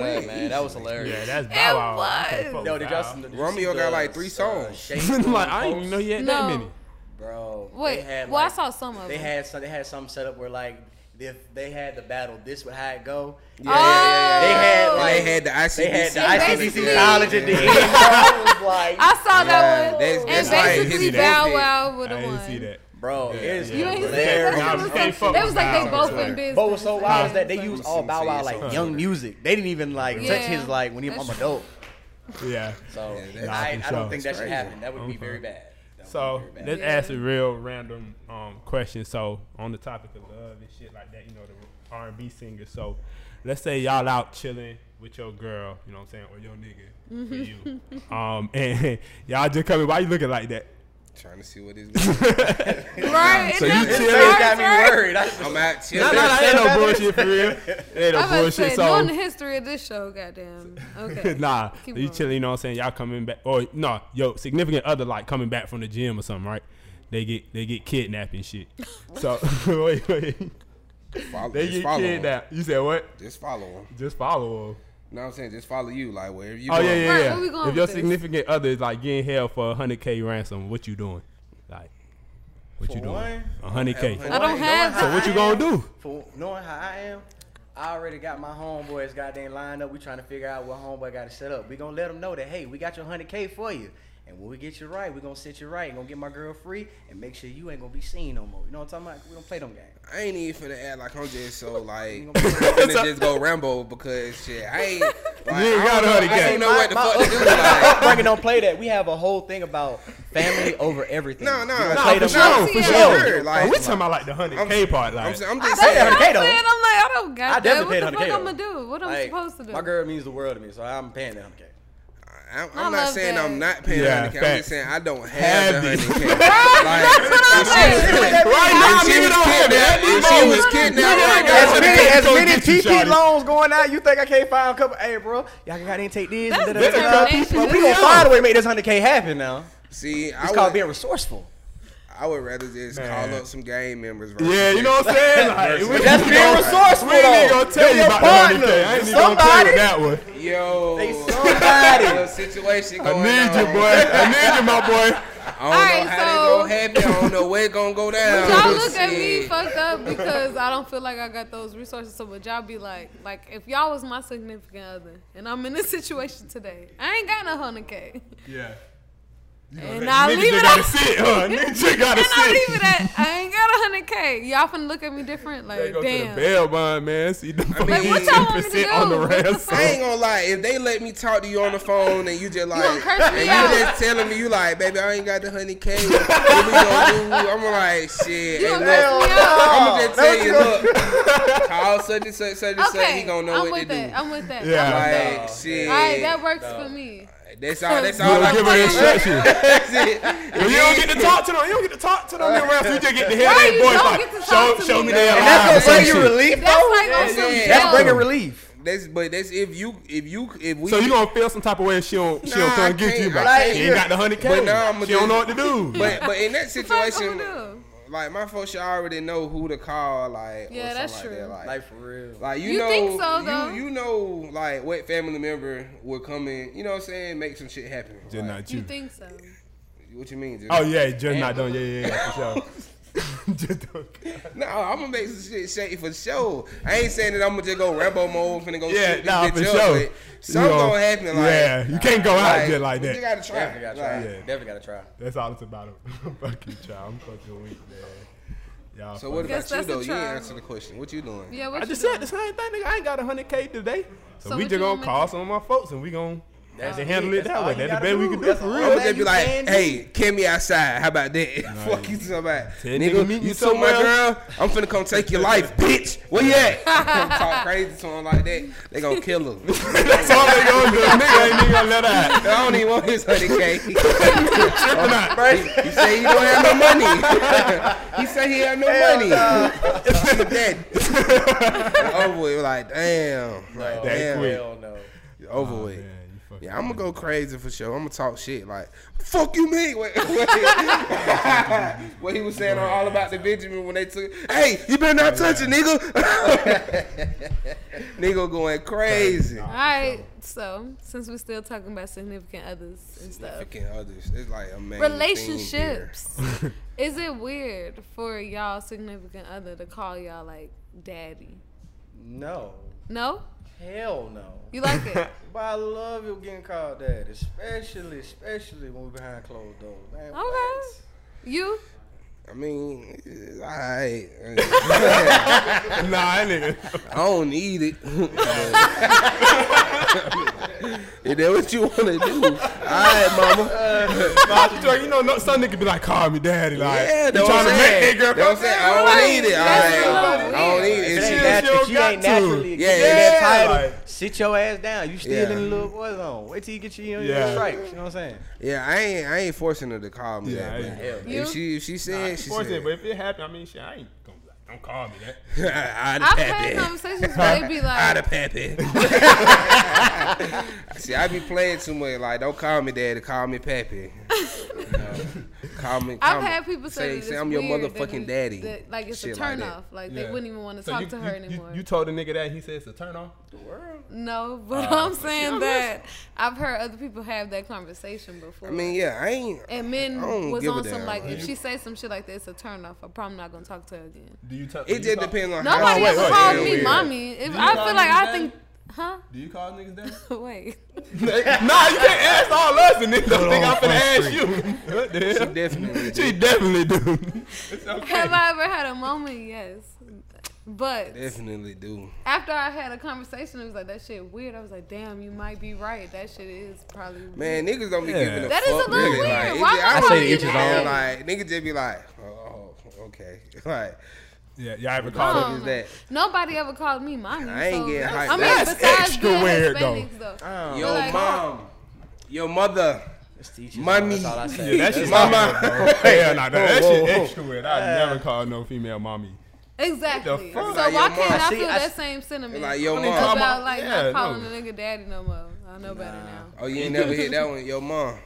[SPEAKER 2] wins.
[SPEAKER 6] That was hilarious.
[SPEAKER 1] Yeah, that's Bow
[SPEAKER 3] It
[SPEAKER 1] Wow. I can't
[SPEAKER 3] was.
[SPEAKER 1] fuck
[SPEAKER 6] No,
[SPEAKER 1] with
[SPEAKER 6] did
[SPEAKER 1] Bow
[SPEAKER 6] y'all
[SPEAKER 1] Wow.
[SPEAKER 6] see- did you
[SPEAKER 2] Romeo
[SPEAKER 6] see
[SPEAKER 2] got,
[SPEAKER 6] the,
[SPEAKER 2] like, three
[SPEAKER 6] uh,
[SPEAKER 2] songs.
[SPEAKER 6] Shade
[SPEAKER 1] like I didn't even know he had that
[SPEAKER 3] No.
[SPEAKER 1] many.
[SPEAKER 6] Bro, they
[SPEAKER 3] Wait,
[SPEAKER 6] had,
[SPEAKER 3] well, I
[SPEAKER 6] like-
[SPEAKER 3] saw some of
[SPEAKER 6] They
[SPEAKER 3] them.
[SPEAKER 6] had some. They had some set up where like if they had the battle, this would how it go.
[SPEAKER 2] yeah, yeah,
[SPEAKER 6] They had
[SPEAKER 3] Oh.
[SPEAKER 2] yeah.
[SPEAKER 6] like
[SPEAKER 2] They had the ICBC.
[SPEAKER 6] they had the
[SPEAKER 3] And
[SPEAKER 6] ICBC
[SPEAKER 3] basically-
[SPEAKER 6] college at the end. bro. I was like,
[SPEAKER 3] I saw
[SPEAKER 2] Yeah,
[SPEAKER 3] that one.
[SPEAKER 2] that's-
[SPEAKER 3] and
[SPEAKER 2] that's like
[SPEAKER 3] basically,
[SPEAKER 2] his
[SPEAKER 3] Bow
[SPEAKER 2] outfit.
[SPEAKER 3] Wow would
[SPEAKER 1] I
[SPEAKER 3] have
[SPEAKER 1] didn't
[SPEAKER 3] won.
[SPEAKER 1] see that.
[SPEAKER 6] bro, it's
[SPEAKER 3] You ain't see that?
[SPEAKER 6] hilarious.
[SPEAKER 1] Nah,
[SPEAKER 3] That
[SPEAKER 1] you
[SPEAKER 3] was
[SPEAKER 1] can't
[SPEAKER 3] so-
[SPEAKER 1] fuck
[SPEAKER 3] That
[SPEAKER 1] with
[SPEAKER 3] was like they
[SPEAKER 1] Bow Wow.
[SPEAKER 3] both in business.
[SPEAKER 6] But what's so wild is that they
[SPEAKER 3] Yeah.
[SPEAKER 6] use all Bow Wow like young music. They didn't even like touch
[SPEAKER 3] Yeah.
[SPEAKER 6] his like when he, I'm
[SPEAKER 3] That's-
[SPEAKER 6] adult.
[SPEAKER 1] Yeah.
[SPEAKER 6] So
[SPEAKER 2] that's-
[SPEAKER 6] I, I don't think that
[SPEAKER 2] That's
[SPEAKER 6] should
[SPEAKER 2] crazy.
[SPEAKER 6] happen. That would be
[SPEAKER 1] Okay.
[SPEAKER 6] very bad. That
[SPEAKER 1] So
[SPEAKER 6] would be very bad.
[SPEAKER 1] let's ask a real random um, question. So on the topic of love and shit like that, you know, the R and B singers. So let's say y'all out chilling with your girl, you know what I'm saying, or your nigga, for
[SPEAKER 3] Mm-hmm.
[SPEAKER 1] you. Um, and y'all just coming. Why you looking like that?
[SPEAKER 2] Trying to see what is. going on.
[SPEAKER 3] Right?
[SPEAKER 1] So
[SPEAKER 3] and
[SPEAKER 1] you
[SPEAKER 3] that's
[SPEAKER 1] chill.
[SPEAKER 3] the
[SPEAKER 1] They
[SPEAKER 6] It's
[SPEAKER 3] first,
[SPEAKER 6] got me
[SPEAKER 3] right?
[SPEAKER 6] worried. I-
[SPEAKER 2] I'm out
[SPEAKER 1] No,
[SPEAKER 2] chilling.
[SPEAKER 1] no, no, ain't no
[SPEAKER 6] Better.
[SPEAKER 1] bullshit for real. Ain't no
[SPEAKER 3] I was about to say,
[SPEAKER 1] bullshit. So
[SPEAKER 3] knowing the history of this show, goddamn. Okay.
[SPEAKER 1] nah,
[SPEAKER 3] Keep
[SPEAKER 1] you
[SPEAKER 3] going.
[SPEAKER 1] chilling. You know what I'm saying? Y'all coming back, or no, yo, significant other like coming back from the gym or something, right? They get they get kidnapped and shit. so wait, wait.
[SPEAKER 2] Follow,
[SPEAKER 1] They
[SPEAKER 2] just
[SPEAKER 1] get
[SPEAKER 2] follow him.
[SPEAKER 1] kidnapped. You said what?
[SPEAKER 2] Just follow him.
[SPEAKER 1] Just follow them.
[SPEAKER 2] No, I'm saying just follow you. Like wherever you.
[SPEAKER 1] Oh
[SPEAKER 2] going.
[SPEAKER 1] yeah, yeah,
[SPEAKER 3] Right,
[SPEAKER 1] yeah.
[SPEAKER 3] where we going
[SPEAKER 1] if your
[SPEAKER 3] with this?
[SPEAKER 1] significant other is like getting held for a hundred k ransom, what you doing? Like, what you
[SPEAKER 6] For
[SPEAKER 1] doing?
[SPEAKER 6] one?
[SPEAKER 1] A hundred k.
[SPEAKER 6] For
[SPEAKER 3] I don't
[SPEAKER 6] knowing
[SPEAKER 3] have that.
[SPEAKER 6] how
[SPEAKER 1] So what
[SPEAKER 6] I
[SPEAKER 1] you gonna
[SPEAKER 6] am-
[SPEAKER 1] do?
[SPEAKER 6] For knowing how I am, I already got my homeboys goddamn lined up. We trying to figure out what homeboy got to set up. We gonna let them know that hey, we got your hundred k for you, and when we get you right, we gonna set you right. Gonna get my girl free and make sure you ain't gonna be seen no more. You know what I'm talking about? We don't play them games.
[SPEAKER 2] I ain't even finna act like I'm just so like I'm finna just go Rambo because shit. I ain't. Like,
[SPEAKER 1] ain't got
[SPEAKER 2] I don't know-
[SPEAKER 1] 100K.
[SPEAKER 2] I don't know what the
[SPEAKER 6] My-
[SPEAKER 2] fuck to do.
[SPEAKER 6] Upbringing
[SPEAKER 2] Like,
[SPEAKER 6] don't play that. We have a whole thing about family over everything.
[SPEAKER 2] No, no,
[SPEAKER 6] We don't
[SPEAKER 2] no,
[SPEAKER 6] play
[SPEAKER 1] for
[SPEAKER 6] them
[SPEAKER 1] sure,
[SPEAKER 6] games.
[SPEAKER 1] for
[SPEAKER 3] Yeah.
[SPEAKER 1] sure.
[SPEAKER 2] Yeah. Like-
[SPEAKER 1] Oh, we talking about like the hundred k part,
[SPEAKER 2] I'm,
[SPEAKER 1] like.
[SPEAKER 2] sa- I'm
[SPEAKER 3] I
[SPEAKER 2] just
[SPEAKER 6] said
[SPEAKER 2] saying.
[SPEAKER 3] said,
[SPEAKER 6] that.
[SPEAKER 3] I'm,
[SPEAKER 6] Hey,
[SPEAKER 3] saying,
[SPEAKER 6] though.
[SPEAKER 3] I'm like, I don't
[SPEAKER 6] I
[SPEAKER 3] got that.
[SPEAKER 6] definitely
[SPEAKER 3] What the fuck
[SPEAKER 6] paid
[SPEAKER 3] I'm
[SPEAKER 6] 100K
[SPEAKER 3] gonna do? What I'm
[SPEAKER 6] Like,
[SPEAKER 3] supposed to do?
[SPEAKER 6] My girl means the world to me, so I'm paying that hundred k.
[SPEAKER 2] I'm,
[SPEAKER 3] I
[SPEAKER 2] I'm not
[SPEAKER 3] love
[SPEAKER 2] saying
[SPEAKER 3] that.
[SPEAKER 2] I'm not paying
[SPEAKER 1] Yeah,
[SPEAKER 2] 100k. I'm
[SPEAKER 1] facts.
[SPEAKER 2] just saying I don't have the
[SPEAKER 1] Have it.
[SPEAKER 2] 100k. Like,
[SPEAKER 1] Right
[SPEAKER 2] if she was kidnapped, if she was kidnapped, I
[SPEAKER 6] As
[SPEAKER 2] got
[SPEAKER 1] That's what
[SPEAKER 6] many, as
[SPEAKER 1] they told
[SPEAKER 6] many
[SPEAKER 1] you,
[SPEAKER 6] TT
[SPEAKER 1] Shawty.
[SPEAKER 6] loans going out, you think I can't find a couple? Hey, bro, y'all gotta didn't take this.
[SPEAKER 3] That's
[SPEAKER 6] and da- da- da- da- da.
[SPEAKER 3] determination.
[SPEAKER 6] But we gonna find a way to make this hundred k happen now.
[SPEAKER 2] See, I
[SPEAKER 6] It's called
[SPEAKER 2] would,
[SPEAKER 6] being resourceful.
[SPEAKER 2] I would rather just
[SPEAKER 1] Man.
[SPEAKER 2] call up some gang members. versus
[SPEAKER 1] Yeah, you
[SPEAKER 2] just-
[SPEAKER 1] know what I'm saying? Like, we-
[SPEAKER 6] That's
[SPEAKER 1] we
[SPEAKER 6] being
[SPEAKER 1] gonna-
[SPEAKER 6] resourceful,
[SPEAKER 1] We ain't
[SPEAKER 6] though.
[SPEAKER 1] gonna tell you
[SPEAKER 6] Your
[SPEAKER 1] about the hundred k.
[SPEAKER 6] partner,
[SPEAKER 1] I ain't even gonna tell you
[SPEAKER 6] somebody.
[SPEAKER 1] that one.
[SPEAKER 2] Yo,
[SPEAKER 6] They somebody.
[SPEAKER 2] little situation
[SPEAKER 1] I
[SPEAKER 2] going
[SPEAKER 1] need you,
[SPEAKER 2] on.
[SPEAKER 1] boy. I need you, my boy.
[SPEAKER 2] I don't know
[SPEAKER 3] Alright,
[SPEAKER 2] how
[SPEAKER 3] so-
[SPEAKER 2] they gonna happen. I don't know where it gonna go down.
[SPEAKER 3] y'all look at me
[SPEAKER 2] Shit.
[SPEAKER 3] fucked up because I don't feel like I got those resources. So, would y'all be like, like if y'all was my significant other and I'm in this situation today, I ain't got no hundred k,
[SPEAKER 7] Yeah.
[SPEAKER 3] and I
[SPEAKER 7] Nigga
[SPEAKER 3] leave
[SPEAKER 7] just
[SPEAKER 3] it
[SPEAKER 7] gotta
[SPEAKER 3] at,
[SPEAKER 7] sit, huh? Nigga just gotta
[SPEAKER 3] and I leave
[SPEAKER 7] sit.
[SPEAKER 3] it at, I ain't got a hundred k. Y'all finna look at me different,
[SPEAKER 7] They
[SPEAKER 3] like
[SPEAKER 7] go to the
[SPEAKER 3] damn.
[SPEAKER 7] bail bond, man. See the fucking
[SPEAKER 3] Like, what y'all want me to
[SPEAKER 7] 10% on the
[SPEAKER 3] do? What the
[SPEAKER 7] ransom.
[SPEAKER 2] I ain't gonna lie. If they let me talk to you on the phone and you just like,
[SPEAKER 3] gonna curse
[SPEAKER 2] and
[SPEAKER 3] me
[SPEAKER 2] you
[SPEAKER 3] out.
[SPEAKER 2] just telling me you like, baby, I ain't got the hundred k. What we gonna do? I'm like, shit.
[SPEAKER 3] You
[SPEAKER 2] hey,
[SPEAKER 3] gonna
[SPEAKER 2] look,
[SPEAKER 3] mess me up.
[SPEAKER 2] I'm gonna just tell you, look, call such and such, such and such. He
[SPEAKER 3] Okay,
[SPEAKER 2] gonna know
[SPEAKER 3] I'm
[SPEAKER 2] what
[SPEAKER 3] with
[SPEAKER 2] to
[SPEAKER 3] that.
[SPEAKER 2] do.
[SPEAKER 3] I'm with that.
[SPEAKER 7] Yeah.
[SPEAKER 3] I'm with that.
[SPEAKER 2] Like, shit.
[SPEAKER 3] All right, that works for me.
[SPEAKER 2] That's all. That's
[SPEAKER 7] You
[SPEAKER 2] all.
[SPEAKER 7] don't
[SPEAKER 2] I
[SPEAKER 7] give
[SPEAKER 2] can
[SPEAKER 7] her
[SPEAKER 2] do.
[SPEAKER 7] instructions.
[SPEAKER 2] That's it.
[SPEAKER 7] Well, you don't get to talk to them. You don't get to talk to them. You rest. You just get to hear
[SPEAKER 3] Right,
[SPEAKER 7] their
[SPEAKER 3] you
[SPEAKER 7] voice.
[SPEAKER 3] don't
[SPEAKER 7] Like,
[SPEAKER 3] get to
[SPEAKER 7] show,
[SPEAKER 3] talk to
[SPEAKER 7] show
[SPEAKER 3] me.
[SPEAKER 7] me their
[SPEAKER 2] And
[SPEAKER 7] lies.
[SPEAKER 2] that's
[SPEAKER 7] or
[SPEAKER 2] gonna
[SPEAKER 7] some
[SPEAKER 2] bring you
[SPEAKER 7] shit.
[SPEAKER 6] relief,
[SPEAKER 3] That's like on some
[SPEAKER 2] yeah.
[SPEAKER 6] That's
[SPEAKER 3] jail.
[SPEAKER 6] bringing relief.
[SPEAKER 2] That's but that's if you if you if we
[SPEAKER 7] So you gonna feel some type of way if she don't, she
[SPEAKER 2] Nah,
[SPEAKER 7] don't
[SPEAKER 2] I
[SPEAKER 7] come get you.
[SPEAKER 2] can't.
[SPEAKER 7] Like, she
[SPEAKER 2] I can't.
[SPEAKER 7] ain't got the hundred K.
[SPEAKER 2] But nah, I'ma
[SPEAKER 7] She don't
[SPEAKER 2] just-
[SPEAKER 7] know what to do.
[SPEAKER 2] But but in that
[SPEAKER 3] fuck I'ma
[SPEAKER 2] situation,
[SPEAKER 3] do?
[SPEAKER 2] like my folks should already know who to call. Like
[SPEAKER 3] Yeah,
[SPEAKER 2] or
[SPEAKER 3] that's
[SPEAKER 2] something
[SPEAKER 3] true.
[SPEAKER 2] Like, that. like
[SPEAKER 6] Like for real.
[SPEAKER 2] like you,
[SPEAKER 3] You
[SPEAKER 2] know,
[SPEAKER 3] think so, though?
[SPEAKER 2] you you know, like what family member would come in. You know what I'm saying? Make some shit happen.
[SPEAKER 1] Just
[SPEAKER 2] Like,
[SPEAKER 1] not
[SPEAKER 3] You
[SPEAKER 1] you.
[SPEAKER 3] think so?
[SPEAKER 2] what you mean? Just,
[SPEAKER 1] Oh yeah, just not done. Yeah, yeah, yeah, for sure. just don't.
[SPEAKER 2] No, I'm gonna make some shit shake for sure. I ain't saying that I'm gonna just go Rambo mode finna go
[SPEAKER 1] Yeah,
[SPEAKER 2] shoot this
[SPEAKER 1] nah,
[SPEAKER 2] bitch
[SPEAKER 1] for
[SPEAKER 2] up.
[SPEAKER 1] sure.
[SPEAKER 2] But something
[SPEAKER 1] You know,
[SPEAKER 2] gonna happen. Like,
[SPEAKER 1] yeah, you can't go out just like
[SPEAKER 2] we
[SPEAKER 1] that.
[SPEAKER 2] just gotta try.
[SPEAKER 6] Definitely gotta try.
[SPEAKER 2] Like,
[SPEAKER 1] Yeah.
[SPEAKER 6] Definitely gotta try.
[SPEAKER 1] That's all it's about. Fuck you, child. I'm fucking weak, man. Y'all.
[SPEAKER 2] So what
[SPEAKER 1] fucking-
[SPEAKER 2] about
[SPEAKER 3] Guess
[SPEAKER 2] you
[SPEAKER 3] that's a
[SPEAKER 2] though? You ain't
[SPEAKER 3] trial.
[SPEAKER 2] answer the question. What you doing?
[SPEAKER 3] Yeah, what
[SPEAKER 1] I
[SPEAKER 3] you
[SPEAKER 1] just
[SPEAKER 3] doing?
[SPEAKER 1] said the same thing, nigga. I ain't got hundred k today, so,
[SPEAKER 3] So
[SPEAKER 1] we
[SPEAKER 3] what
[SPEAKER 1] just
[SPEAKER 3] you
[SPEAKER 1] gonna
[SPEAKER 3] gonna
[SPEAKER 1] call
[SPEAKER 3] make-
[SPEAKER 1] some of my folks and we gonna
[SPEAKER 6] That's
[SPEAKER 1] they handle it
[SPEAKER 6] That's
[SPEAKER 1] that
[SPEAKER 6] all
[SPEAKER 1] way.
[SPEAKER 6] you
[SPEAKER 1] That's the
[SPEAKER 6] gotta
[SPEAKER 1] best we can do
[SPEAKER 6] That's
[SPEAKER 1] for
[SPEAKER 6] all
[SPEAKER 1] real.
[SPEAKER 2] I would
[SPEAKER 6] that
[SPEAKER 2] just be
[SPEAKER 6] you
[SPEAKER 2] like,
[SPEAKER 6] can do.
[SPEAKER 2] hey, Kimmy outside. How about that? Fuck you, somebody.
[SPEAKER 1] Said
[SPEAKER 2] nigga,
[SPEAKER 1] nigga meet
[SPEAKER 2] you
[SPEAKER 1] you
[SPEAKER 2] took my
[SPEAKER 1] somewhere.
[SPEAKER 2] girl. I'm finna come take your life, bitch. Where you at? Come talk crazy to him like that. They gonna kill him.
[SPEAKER 1] That's all they gonna do. Nigga ain't even gonna let out.
[SPEAKER 2] I don't even want his honey cake. he
[SPEAKER 1] Tripping out.
[SPEAKER 2] say he don't have no money. he say he have no money. He's dead. over with. Like damn. Like
[SPEAKER 1] That
[SPEAKER 2] damn.
[SPEAKER 1] quick.
[SPEAKER 6] Hell no.
[SPEAKER 2] Over with.
[SPEAKER 1] Man, you fucking-
[SPEAKER 2] Yeah, I'm gonna go crazy for sure. I'm gonna talk shit like "fuck you, me." What, what- what he was saying on all about the Benjamin when they took. Hey, you better not touch it, nigga. nigga going crazy.
[SPEAKER 3] All right, so since we're still talking about significant others and stuff,
[SPEAKER 2] Fucking others. It's like a main
[SPEAKER 3] relationships, is it weird for y'all significant other to call y'all like daddy?
[SPEAKER 6] No.
[SPEAKER 3] No,
[SPEAKER 6] Hell no.
[SPEAKER 3] you like it?
[SPEAKER 6] But I love you getting called that, especially, especially when we're behind closed doors. Man,
[SPEAKER 3] Okay.
[SPEAKER 6] what?
[SPEAKER 3] you
[SPEAKER 2] thing here. I mean, it's all right.
[SPEAKER 1] Nah, that nigga.
[SPEAKER 2] I don't need it. Is that what you want to do? All right, mama.
[SPEAKER 1] Nah, you try- you know, no, some nigga be like, call me daddy. Like,
[SPEAKER 2] Yeah,
[SPEAKER 1] you
[SPEAKER 2] that's
[SPEAKER 1] trying
[SPEAKER 2] what
[SPEAKER 1] to
[SPEAKER 2] I'm
[SPEAKER 1] make
[SPEAKER 2] saying.
[SPEAKER 1] that girl
[SPEAKER 2] That's what I'm saying. I don't
[SPEAKER 3] Right.
[SPEAKER 2] need it.
[SPEAKER 3] That's
[SPEAKER 2] I
[SPEAKER 3] so
[SPEAKER 2] ain't- I don't need
[SPEAKER 6] If
[SPEAKER 2] it.
[SPEAKER 6] it
[SPEAKER 2] It's
[SPEAKER 6] ain't
[SPEAKER 2] just-
[SPEAKER 1] nat-
[SPEAKER 6] natural,
[SPEAKER 1] don't
[SPEAKER 6] she
[SPEAKER 1] got
[SPEAKER 6] ain't
[SPEAKER 1] to.
[SPEAKER 6] naturally.
[SPEAKER 2] Yeah,
[SPEAKER 6] Yeah, that
[SPEAKER 1] yeah,
[SPEAKER 6] title.
[SPEAKER 1] like-
[SPEAKER 6] sit your ass down. You still
[SPEAKER 2] Yeah.
[SPEAKER 6] in the little boy zone. Wait till you get your, your
[SPEAKER 1] Yeah.
[SPEAKER 6] stripes. You know what I'm saying?
[SPEAKER 2] Yeah, I ain't. I ain't forcing her to call me
[SPEAKER 1] Yeah,
[SPEAKER 2] that.
[SPEAKER 1] I-
[SPEAKER 2] But
[SPEAKER 3] You?
[SPEAKER 2] if she if she said she
[SPEAKER 1] Force
[SPEAKER 2] said,
[SPEAKER 1] it, but if it happened, I mean, shit, I ain't gonna be like, don't call me that.
[SPEAKER 2] I'd have
[SPEAKER 3] I've had
[SPEAKER 2] pappy.
[SPEAKER 3] conversations where they be
[SPEAKER 2] I'd
[SPEAKER 3] like,
[SPEAKER 2] have pappy. See, I be playing too much. Like, don't call me daddy. Call me pappy. Uh, call me.
[SPEAKER 3] I've
[SPEAKER 2] call me-
[SPEAKER 3] had people say, that
[SPEAKER 2] say
[SPEAKER 3] it's
[SPEAKER 2] I'm your
[SPEAKER 3] weird that
[SPEAKER 2] motherfucking
[SPEAKER 3] it-
[SPEAKER 2] daddy.
[SPEAKER 3] that, like it's
[SPEAKER 2] Shit
[SPEAKER 3] a
[SPEAKER 2] like
[SPEAKER 3] turn
[SPEAKER 2] that.
[SPEAKER 3] off. Like they
[SPEAKER 1] Yeah.
[SPEAKER 3] wouldn't even want to
[SPEAKER 1] So
[SPEAKER 3] talk
[SPEAKER 1] you-
[SPEAKER 3] to
[SPEAKER 1] you-
[SPEAKER 3] her
[SPEAKER 1] you-
[SPEAKER 3] anymore.
[SPEAKER 1] You told the nigga that he says to turn off. Oh,
[SPEAKER 3] no, but I'm saying that I've heard other people have that conversation before.
[SPEAKER 2] I mean, yeah, I ain't.
[SPEAKER 3] And
[SPEAKER 2] I don't
[SPEAKER 3] men was
[SPEAKER 2] give a
[SPEAKER 3] on some
[SPEAKER 2] damn.
[SPEAKER 3] like
[SPEAKER 2] Like,
[SPEAKER 3] if she says some shit like that, it's a turn off. I'm probably not gonna talk to her again.
[SPEAKER 1] Do you tell? do
[SPEAKER 2] It
[SPEAKER 1] you
[SPEAKER 2] just
[SPEAKER 1] call-
[SPEAKER 2] depends on
[SPEAKER 3] Nobody
[SPEAKER 1] wait,
[SPEAKER 3] ever
[SPEAKER 1] wait,
[SPEAKER 3] called
[SPEAKER 1] yeah,
[SPEAKER 3] me
[SPEAKER 1] weird.
[SPEAKER 3] mommy. If
[SPEAKER 1] You
[SPEAKER 3] I
[SPEAKER 1] call
[SPEAKER 3] feel like
[SPEAKER 1] niggas
[SPEAKER 3] I
[SPEAKER 1] that?
[SPEAKER 3] think, huh?
[SPEAKER 1] Do you call niggas that?
[SPEAKER 3] Wait.
[SPEAKER 1] nah, you can't ask all us, and then do think I'm finna ask you. What the hell?
[SPEAKER 2] Definitely.
[SPEAKER 1] She definitely do. It's
[SPEAKER 3] Have I ever had a moment? Yes. But
[SPEAKER 2] Definitely do.
[SPEAKER 3] after I had a conversation, it was like that shit weird. I was like, damn, you might be right. That shit is probably weird.
[SPEAKER 2] Man, niggas don't be
[SPEAKER 1] Yeah.
[SPEAKER 2] giving a
[SPEAKER 3] That is a
[SPEAKER 2] fuck.
[SPEAKER 3] little
[SPEAKER 2] really.
[SPEAKER 3] weird.
[SPEAKER 2] Like, it
[SPEAKER 3] Why
[SPEAKER 2] just- I
[SPEAKER 3] would
[SPEAKER 2] say
[SPEAKER 3] you
[SPEAKER 2] each his
[SPEAKER 3] do
[SPEAKER 2] own.
[SPEAKER 3] that?
[SPEAKER 2] Like, niggas just be like, oh, oh, okay. Like,
[SPEAKER 1] Yeah, y'all ever
[SPEAKER 2] how
[SPEAKER 1] call
[SPEAKER 3] Oh.
[SPEAKER 2] fuck
[SPEAKER 1] it?
[SPEAKER 2] is that?
[SPEAKER 3] Um, Nobody ever called me mommy.
[SPEAKER 2] I ain't
[SPEAKER 3] so-
[SPEAKER 2] getting hyped.
[SPEAKER 3] I mean,
[SPEAKER 2] That's
[SPEAKER 3] besides
[SPEAKER 1] extra
[SPEAKER 3] being
[SPEAKER 1] weird, though.
[SPEAKER 3] Hispanics, though.
[SPEAKER 2] Yo,
[SPEAKER 3] Like-
[SPEAKER 2] mom. Yo, mother.
[SPEAKER 6] It's teachers.
[SPEAKER 2] Mommy.
[SPEAKER 6] That's all I say.
[SPEAKER 1] Yeah, that shit's
[SPEAKER 2] Mama.
[SPEAKER 1] weird, bro. Hell nah, that, that
[SPEAKER 2] Whoa, whoa,
[SPEAKER 1] shit
[SPEAKER 2] whoa.
[SPEAKER 1] extra weird. I never called no female mommy.
[SPEAKER 3] Exactly.
[SPEAKER 1] fuck?
[SPEAKER 3] So
[SPEAKER 2] Like, yo,
[SPEAKER 3] why
[SPEAKER 2] mom,
[SPEAKER 3] can't
[SPEAKER 6] I
[SPEAKER 3] I
[SPEAKER 6] see-
[SPEAKER 3] feel
[SPEAKER 6] I
[SPEAKER 3] that
[SPEAKER 6] see-
[SPEAKER 3] same sentiment
[SPEAKER 2] Like, yo,
[SPEAKER 1] mean,
[SPEAKER 2] mom.
[SPEAKER 1] come
[SPEAKER 3] about
[SPEAKER 1] on.
[SPEAKER 3] like
[SPEAKER 1] Yeah,
[SPEAKER 3] not calling
[SPEAKER 1] no.
[SPEAKER 3] a nigga daddy no more? I know better now.
[SPEAKER 2] Oh, you ain't never hit that one. Yo, mom.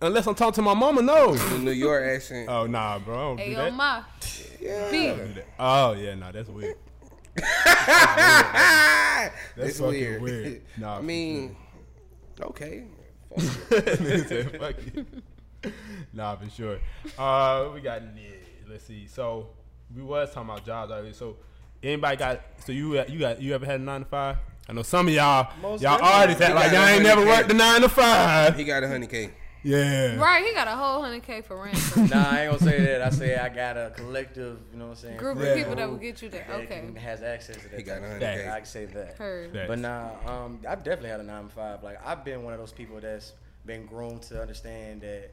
[SPEAKER 1] Unless I'm talking to my mama, no.
[SPEAKER 2] The New York accent.
[SPEAKER 1] oh nah, bro. I don't
[SPEAKER 3] Hey,
[SPEAKER 1] do
[SPEAKER 3] yo,
[SPEAKER 1] that.
[SPEAKER 3] ma. B.
[SPEAKER 1] I don't do that. Oh yeah, nah, that's weird.
[SPEAKER 2] Ah,
[SPEAKER 1] That's
[SPEAKER 2] it's
[SPEAKER 1] fucking
[SPEAKER 2] weird.
[SPEAKER 1] weird. Nah,
[SPEAKER 2] I
[SPEAKER 1] for
[SPEAKER 2] mean, okay.
[SPEAKER 1] Nigga said, "Fuck you." nah, for sure. Uh, we got Nick. Let's see. So we was talking about jobs earlier. So anybody got? So you uh, you got you ever had a nine to five? I know some of y'all
[SPEAKER 6] Most
[SPEAKER 1] y'all
[SPEAKER 6] definitely.
[SPEAKER 1] artists act
[SPEAKER 2] He
[SPEAKER 1] like
[SPEAKER 2] got
[SPEAKER 1] y'all ain't
[SPEAKER 2] a
[SPEAKER 1] never
[SPEAKER 2] hundred
[SPEAKER 1] worked a nine to five.
[SPEAKER 2] He got a hundred K.
[SPEAKER 1] Yeah.
[SPEAKER 3] Right, he got a whole hundred K for rent. for
[SPEAKER 6] Nah, I ain't gonna say that. I say I got a collective, you know what I'm saying?
[SPEAKER 3] Group of people that will get you there.
[SPEAKER 6] that
[SPEAKER 3] Okay.
[SPEAKER 6] can- has access to that.
[SPEAKER 2] He got a
[SPEAKER 6] type of
[SPEAKER 2] hundred
[SPEAKER 6] shit.
[SPEAKER 2] K.
[SPEAKER 6] I can say that.
[SPEAKER 3] Heard.
[SPEAKER 1] That-
[SPEAKER 6] But nah, um, I've definitely had a nine to five. Like I've been one of those people that's been groomed to understand that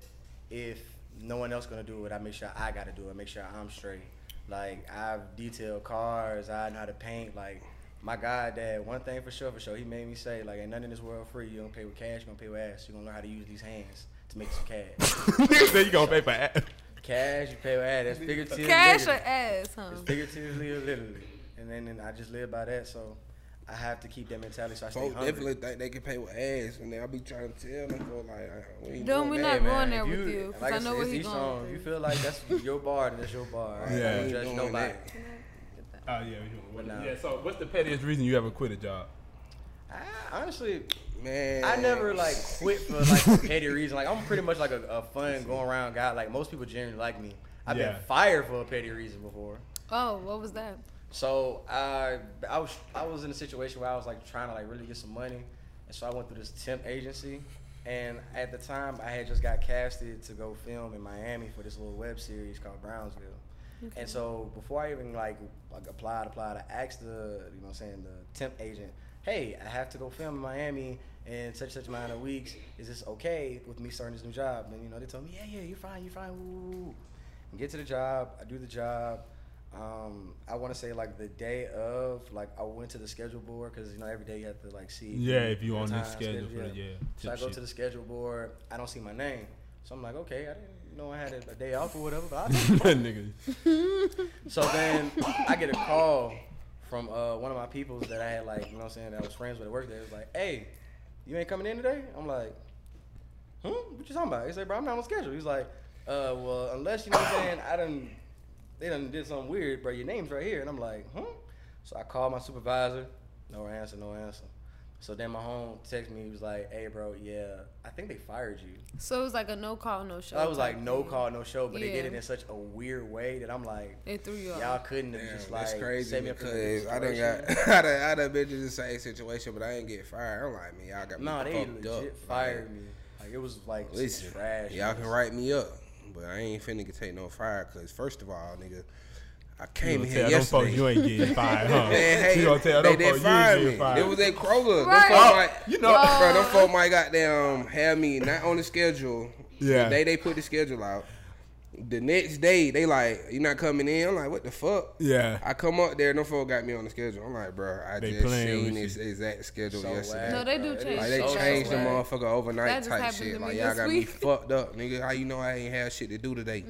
[SPEAKER 6] if no one else gonna do it, I make sure I gotta do it. Make sure I'm straight. Like I've detailed cars. I know how to paint. Like my God, Dad. One thing for sure, for sure, he made me say like, ain't nothing in this world free. You don't pay with cash. You gonna pay with ass. You gonna learn how to use these hands to make some cash.
[SPEAKER 1] Nigga, you gonna pay for
[SPEAKER 2] Oh,
[SPEAKER 1] that.
[SPEAKER 6] cash, you pay with ass. That's figurative.
[SPEAKER 3] Cash or
[SPEAKER 6] literally.
[SPEAKER 3] ass, huh?
[SPEAKER 6] It's figuratively or literally. And then and I just live by that, so I have to keep that mentality. So I stay
[SPEAKER 2] Folks
[SPEAKER 6] hungry.
[SPEAKER 2] definitely think they can pay with ass, and then I be trying to tell them, so like, I- we ain't
[SPEAKER 3] Don't
[SPEAKER 2] doing
[SPEAKER 3] we
[SPEAKER 2] that.
[SPEAKER 3] not-
[SPEAKER 6] Hey, man,
[SPEAKER 3] going there
[SPEAKER 6] if
[SPEAKER 3] with you, 'cause
[SPEAKER 6] like
[SPEAKER 3] I
[SPEAKER 6] said,
[SPEAKER 3] know where
[SPEAKER 6] it's
[SPEAKER 3] he
[SPEAKER 6] each
[SPEAKER 3] going
[SPEAKER 6] own.
[SPEAKER 3] with
[SPEAKER 6] You
[SPEAKER 3] it.
[SPEAKER 6] feel like that's your bar, then that's your bar.
[SPEAKER 1] Yeah.
[SPEAKER 6] I don't
[SPEAKER 2] We ain't
[SPEAKER 6] judge
[SPEAKER 2] doing
[SPEAKER 6] nobody.
[SPEAKER 2] that.
[SPEAKER 1] Oh yeah. we
[SPEAKER 6] Nah.
[SPEAKER 1] doing- Yeah. So what's the pettiest reason you ever quit a job?
[SPEAKER 6] I, honestly,
[SPEAKER 2] Man,
[SPEAKER 6] I never like quit for like a petty reason. Like I'm pretty much like a, a fun going around guy. Like most people generally like me. I've
[SPEAKER 1] Yeah.
[SPEAKER 6] been fired for a petty reason before.
[SPEAKER 3] Oh, what was that?
[SPEAKER 6] So I I was I was in a situation where I was like trying to like really get some money, and so I went through this temp agency, and at the time I had just got casted to go film in Miami for this little web series called Brownsville, and so before I even like like applied applied I asked the you know what I'm saying the temp agent, hey I have to go film in Miami in such such amount of weeks, is this okay with me starting this new job? And you know they told me yeah yeah you're fine you're fine. Woo, woo, woo." Get to the job, I do the job. Um, I want to say like the day of, like I went to the schedule board because you know every day you have to like see.
[SPEAKER 1] Yeah, if you
[SPEAKER 6] the
[SPEAKER 1] on the
[SPEAKER 6] time,
[SPEAKER 1] schedule for the- yeah,
[SPEAKER 6] So I
[SPEAKER 1] tip
[SPEAKER 6] go
[SPEAKER 1] sheet.
[SPEAKER 6] to the schedule board. I don't see my name, so I'm like, okay, I didn't know I had a, a day off or whatever. But I'll take it.
[SPEAKER 1] Nigga.
[SPEAKER 6] so then I get a call from uh, one of my peoples that I had like you know what I'm saying that I was friends with at work. That was like, hey, you ain't coming in today? I'm like, hmm, what you talking about? He's like, bro, I'm not on schedule. He's like, uh, well, unless you know what I'm saying, I done, they done did something weird, bro. Your name's right here, and I'm like, hmm. So I called my supervisor, no answer, no answer. So then my home texted me, he was like, hey, bro, yeah, I think they fired you.
[SPEAKER 3] So it was like a no call, no show.
[SPEAKER 6] I was
[SPEAKER 3] type
[SPEAKER 6] like, no
[SPEAKER 3] thing.
[SPEAKER 6] call, no show, but they did
[SPEAKER 3] Yeah.
[SPEAKER 6] it in such a weird way that I'm like,
[SPEAKER 3] They threw you
[SPEAKER 6] y'all
[SPEAKER 3] off.
[SPEAKER 6] couldn't have
[SPEAKER 2] Damn,
[SPEAKER 6] just like
[SPEAKER 2] that's crazy
[SPEAKER 6] set me up for
[SPEAKER 2] because
[SPEAKER 6] this
[SPEAKER 2] I done
[SPEAKER 6] situation.
[SPEAKER 2] got I done, I done been in the same situation, but I ain't get fired. I'm like, man, y'all got me
[SPEAKER 6] No, they
[SPEAKER 2] fucked
[SPEAKER 6] legit
[SPEAKER 2] up.
[SPEAKER 6] fired me. Like it was like
[SPEAKER 2] Like,
[SPEAKER 6] some
[SPEAKER 2] listen,
[SPEAKER 6] trash.
[SPEAKER 2] y'all can write me up, but I ain't finna get take no fire. Cause first of all, nigga, I came
[SPEAKER 1] You
[SPEAKER 2] here
[SPEAKER 1] tell them folks
[SPEAKER 2] yesterday.
[SPEAKER 1] you ain't getting fired, huh?
[SPEAKER 2] Man, hey,
[SPEAKER 1] you gonna tell
[SPEAKER 2] they
[SPEAKER 1] them folks
[SPEAKER 2] did
[SPEAKER 1] you ain't
[SPEAKER 2] fire me.
[SPEAKER 1] getting fired.
[SPEAKER 2] It was at Kroger.
[SPEAKER 3] Right.
[SPEAKER 2] Them
[SPEAKER 3] Oh,
[SPEAKER 2] folk might,
[SPEAKER 1] you
[SPEAKER 2] you
[SPEAKER 1] know-
[SPEAKER 2] know, bro, them folk might goddamn have me not on the schedule.
[SPEAKER 1] Yeah.
[SPEAKER 2] The day they put the schedule out. The next day they like, you not coming in. I'm like, what the fuck?
[SPEAKER 1] yeah.
[SPEAKER 2] I come up there, no folk got me on the schedule. I'm like, bro, I
[SPEAKER 1] They
[SPEAKER 2] just
[SPEAKER 1] playing
[SPEAKER 2] seen
[SPEAKER 1] with
[SPEAKER 2] this
[SPEAKER 1] you.
[SPEAKER 2] exact schedule
[SPEAKER 6] So
[SPEAKER 2] yesterday.
[SPEAKER 6] whack,
[SPEAKER 3] No, they do
[SPEAKER 6] bro. It
[SPEAKER 3] change.
[SPEAKER 2] Like they
[SPEAKER 6] is so
[SPEAKER 2] changed the
[SPEAKER 6] whack.
[SPEAKER 2] motherfucker
[SPEAKER 3] That
[SPEAKER 2] overnight
[SPEAKER 3] just
[SPEAKER 2] type
[SPEAKER 3] happened to
[SPEAKER 2] shit.
[SPEAKER 3] me
[SPEAKER 2] Like y'all
[SPEAKER 3] this
[SPEAKER 2] got me
[SPEAKER 3] week.
[SPEAKER 2] fucked up, nigga. How you know I ain't had shit to do today?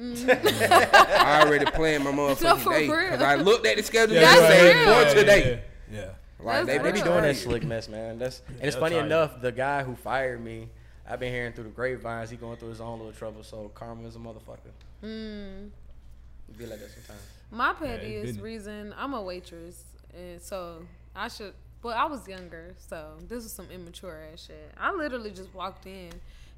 [SPEAKER 2] I already planned my motherfucking
[SPEAKER 3] Mm. for
[SPEAKER 2] day
[SPEAKER 3] real.
[SPEAKER 2] because I looked at the schedule
[SPEAKER 3] That's
[SPEAKER 2] yesterday
[SPEAKER 3] real.
[SPEAKER 2] for today.
[SPEAKER 1] Yeah. yeah.
[SPEAKER 2] Like
[SPEAKER 3] That's
[SPEAKER 2] they
[SPEAKER 6] They
[SPEAKER 2] really
[SPEAKER 6] be
[SPEAKER 3] real.
[SPEAKER 6] doing that
[SPEAKER 2] crazy.
[SPEAKER 6] slick mess, man. That's and it's
[SPEAKER 1] that's
[SPEAKER 6] funny
[SPEAKER 1] right.
[SPEAKER 6] enough. The guy who fired me, I've been hearing through the grapevines. He going through his own little trouble. So karma is a motherfucker.
[SPEAKER 3] Mm.
[SPEAKER 6] It Be like that sometimes.
[SPEAKER 3] My
[SPEAKER 1] it's
[SPEAKER 3] pettiest
[SPEAKER 1] been-
[SPEAKER 3] reason, I'm a waitress, and so I should. Well, I was younger, so this was some immature ass shit. I literally just walked in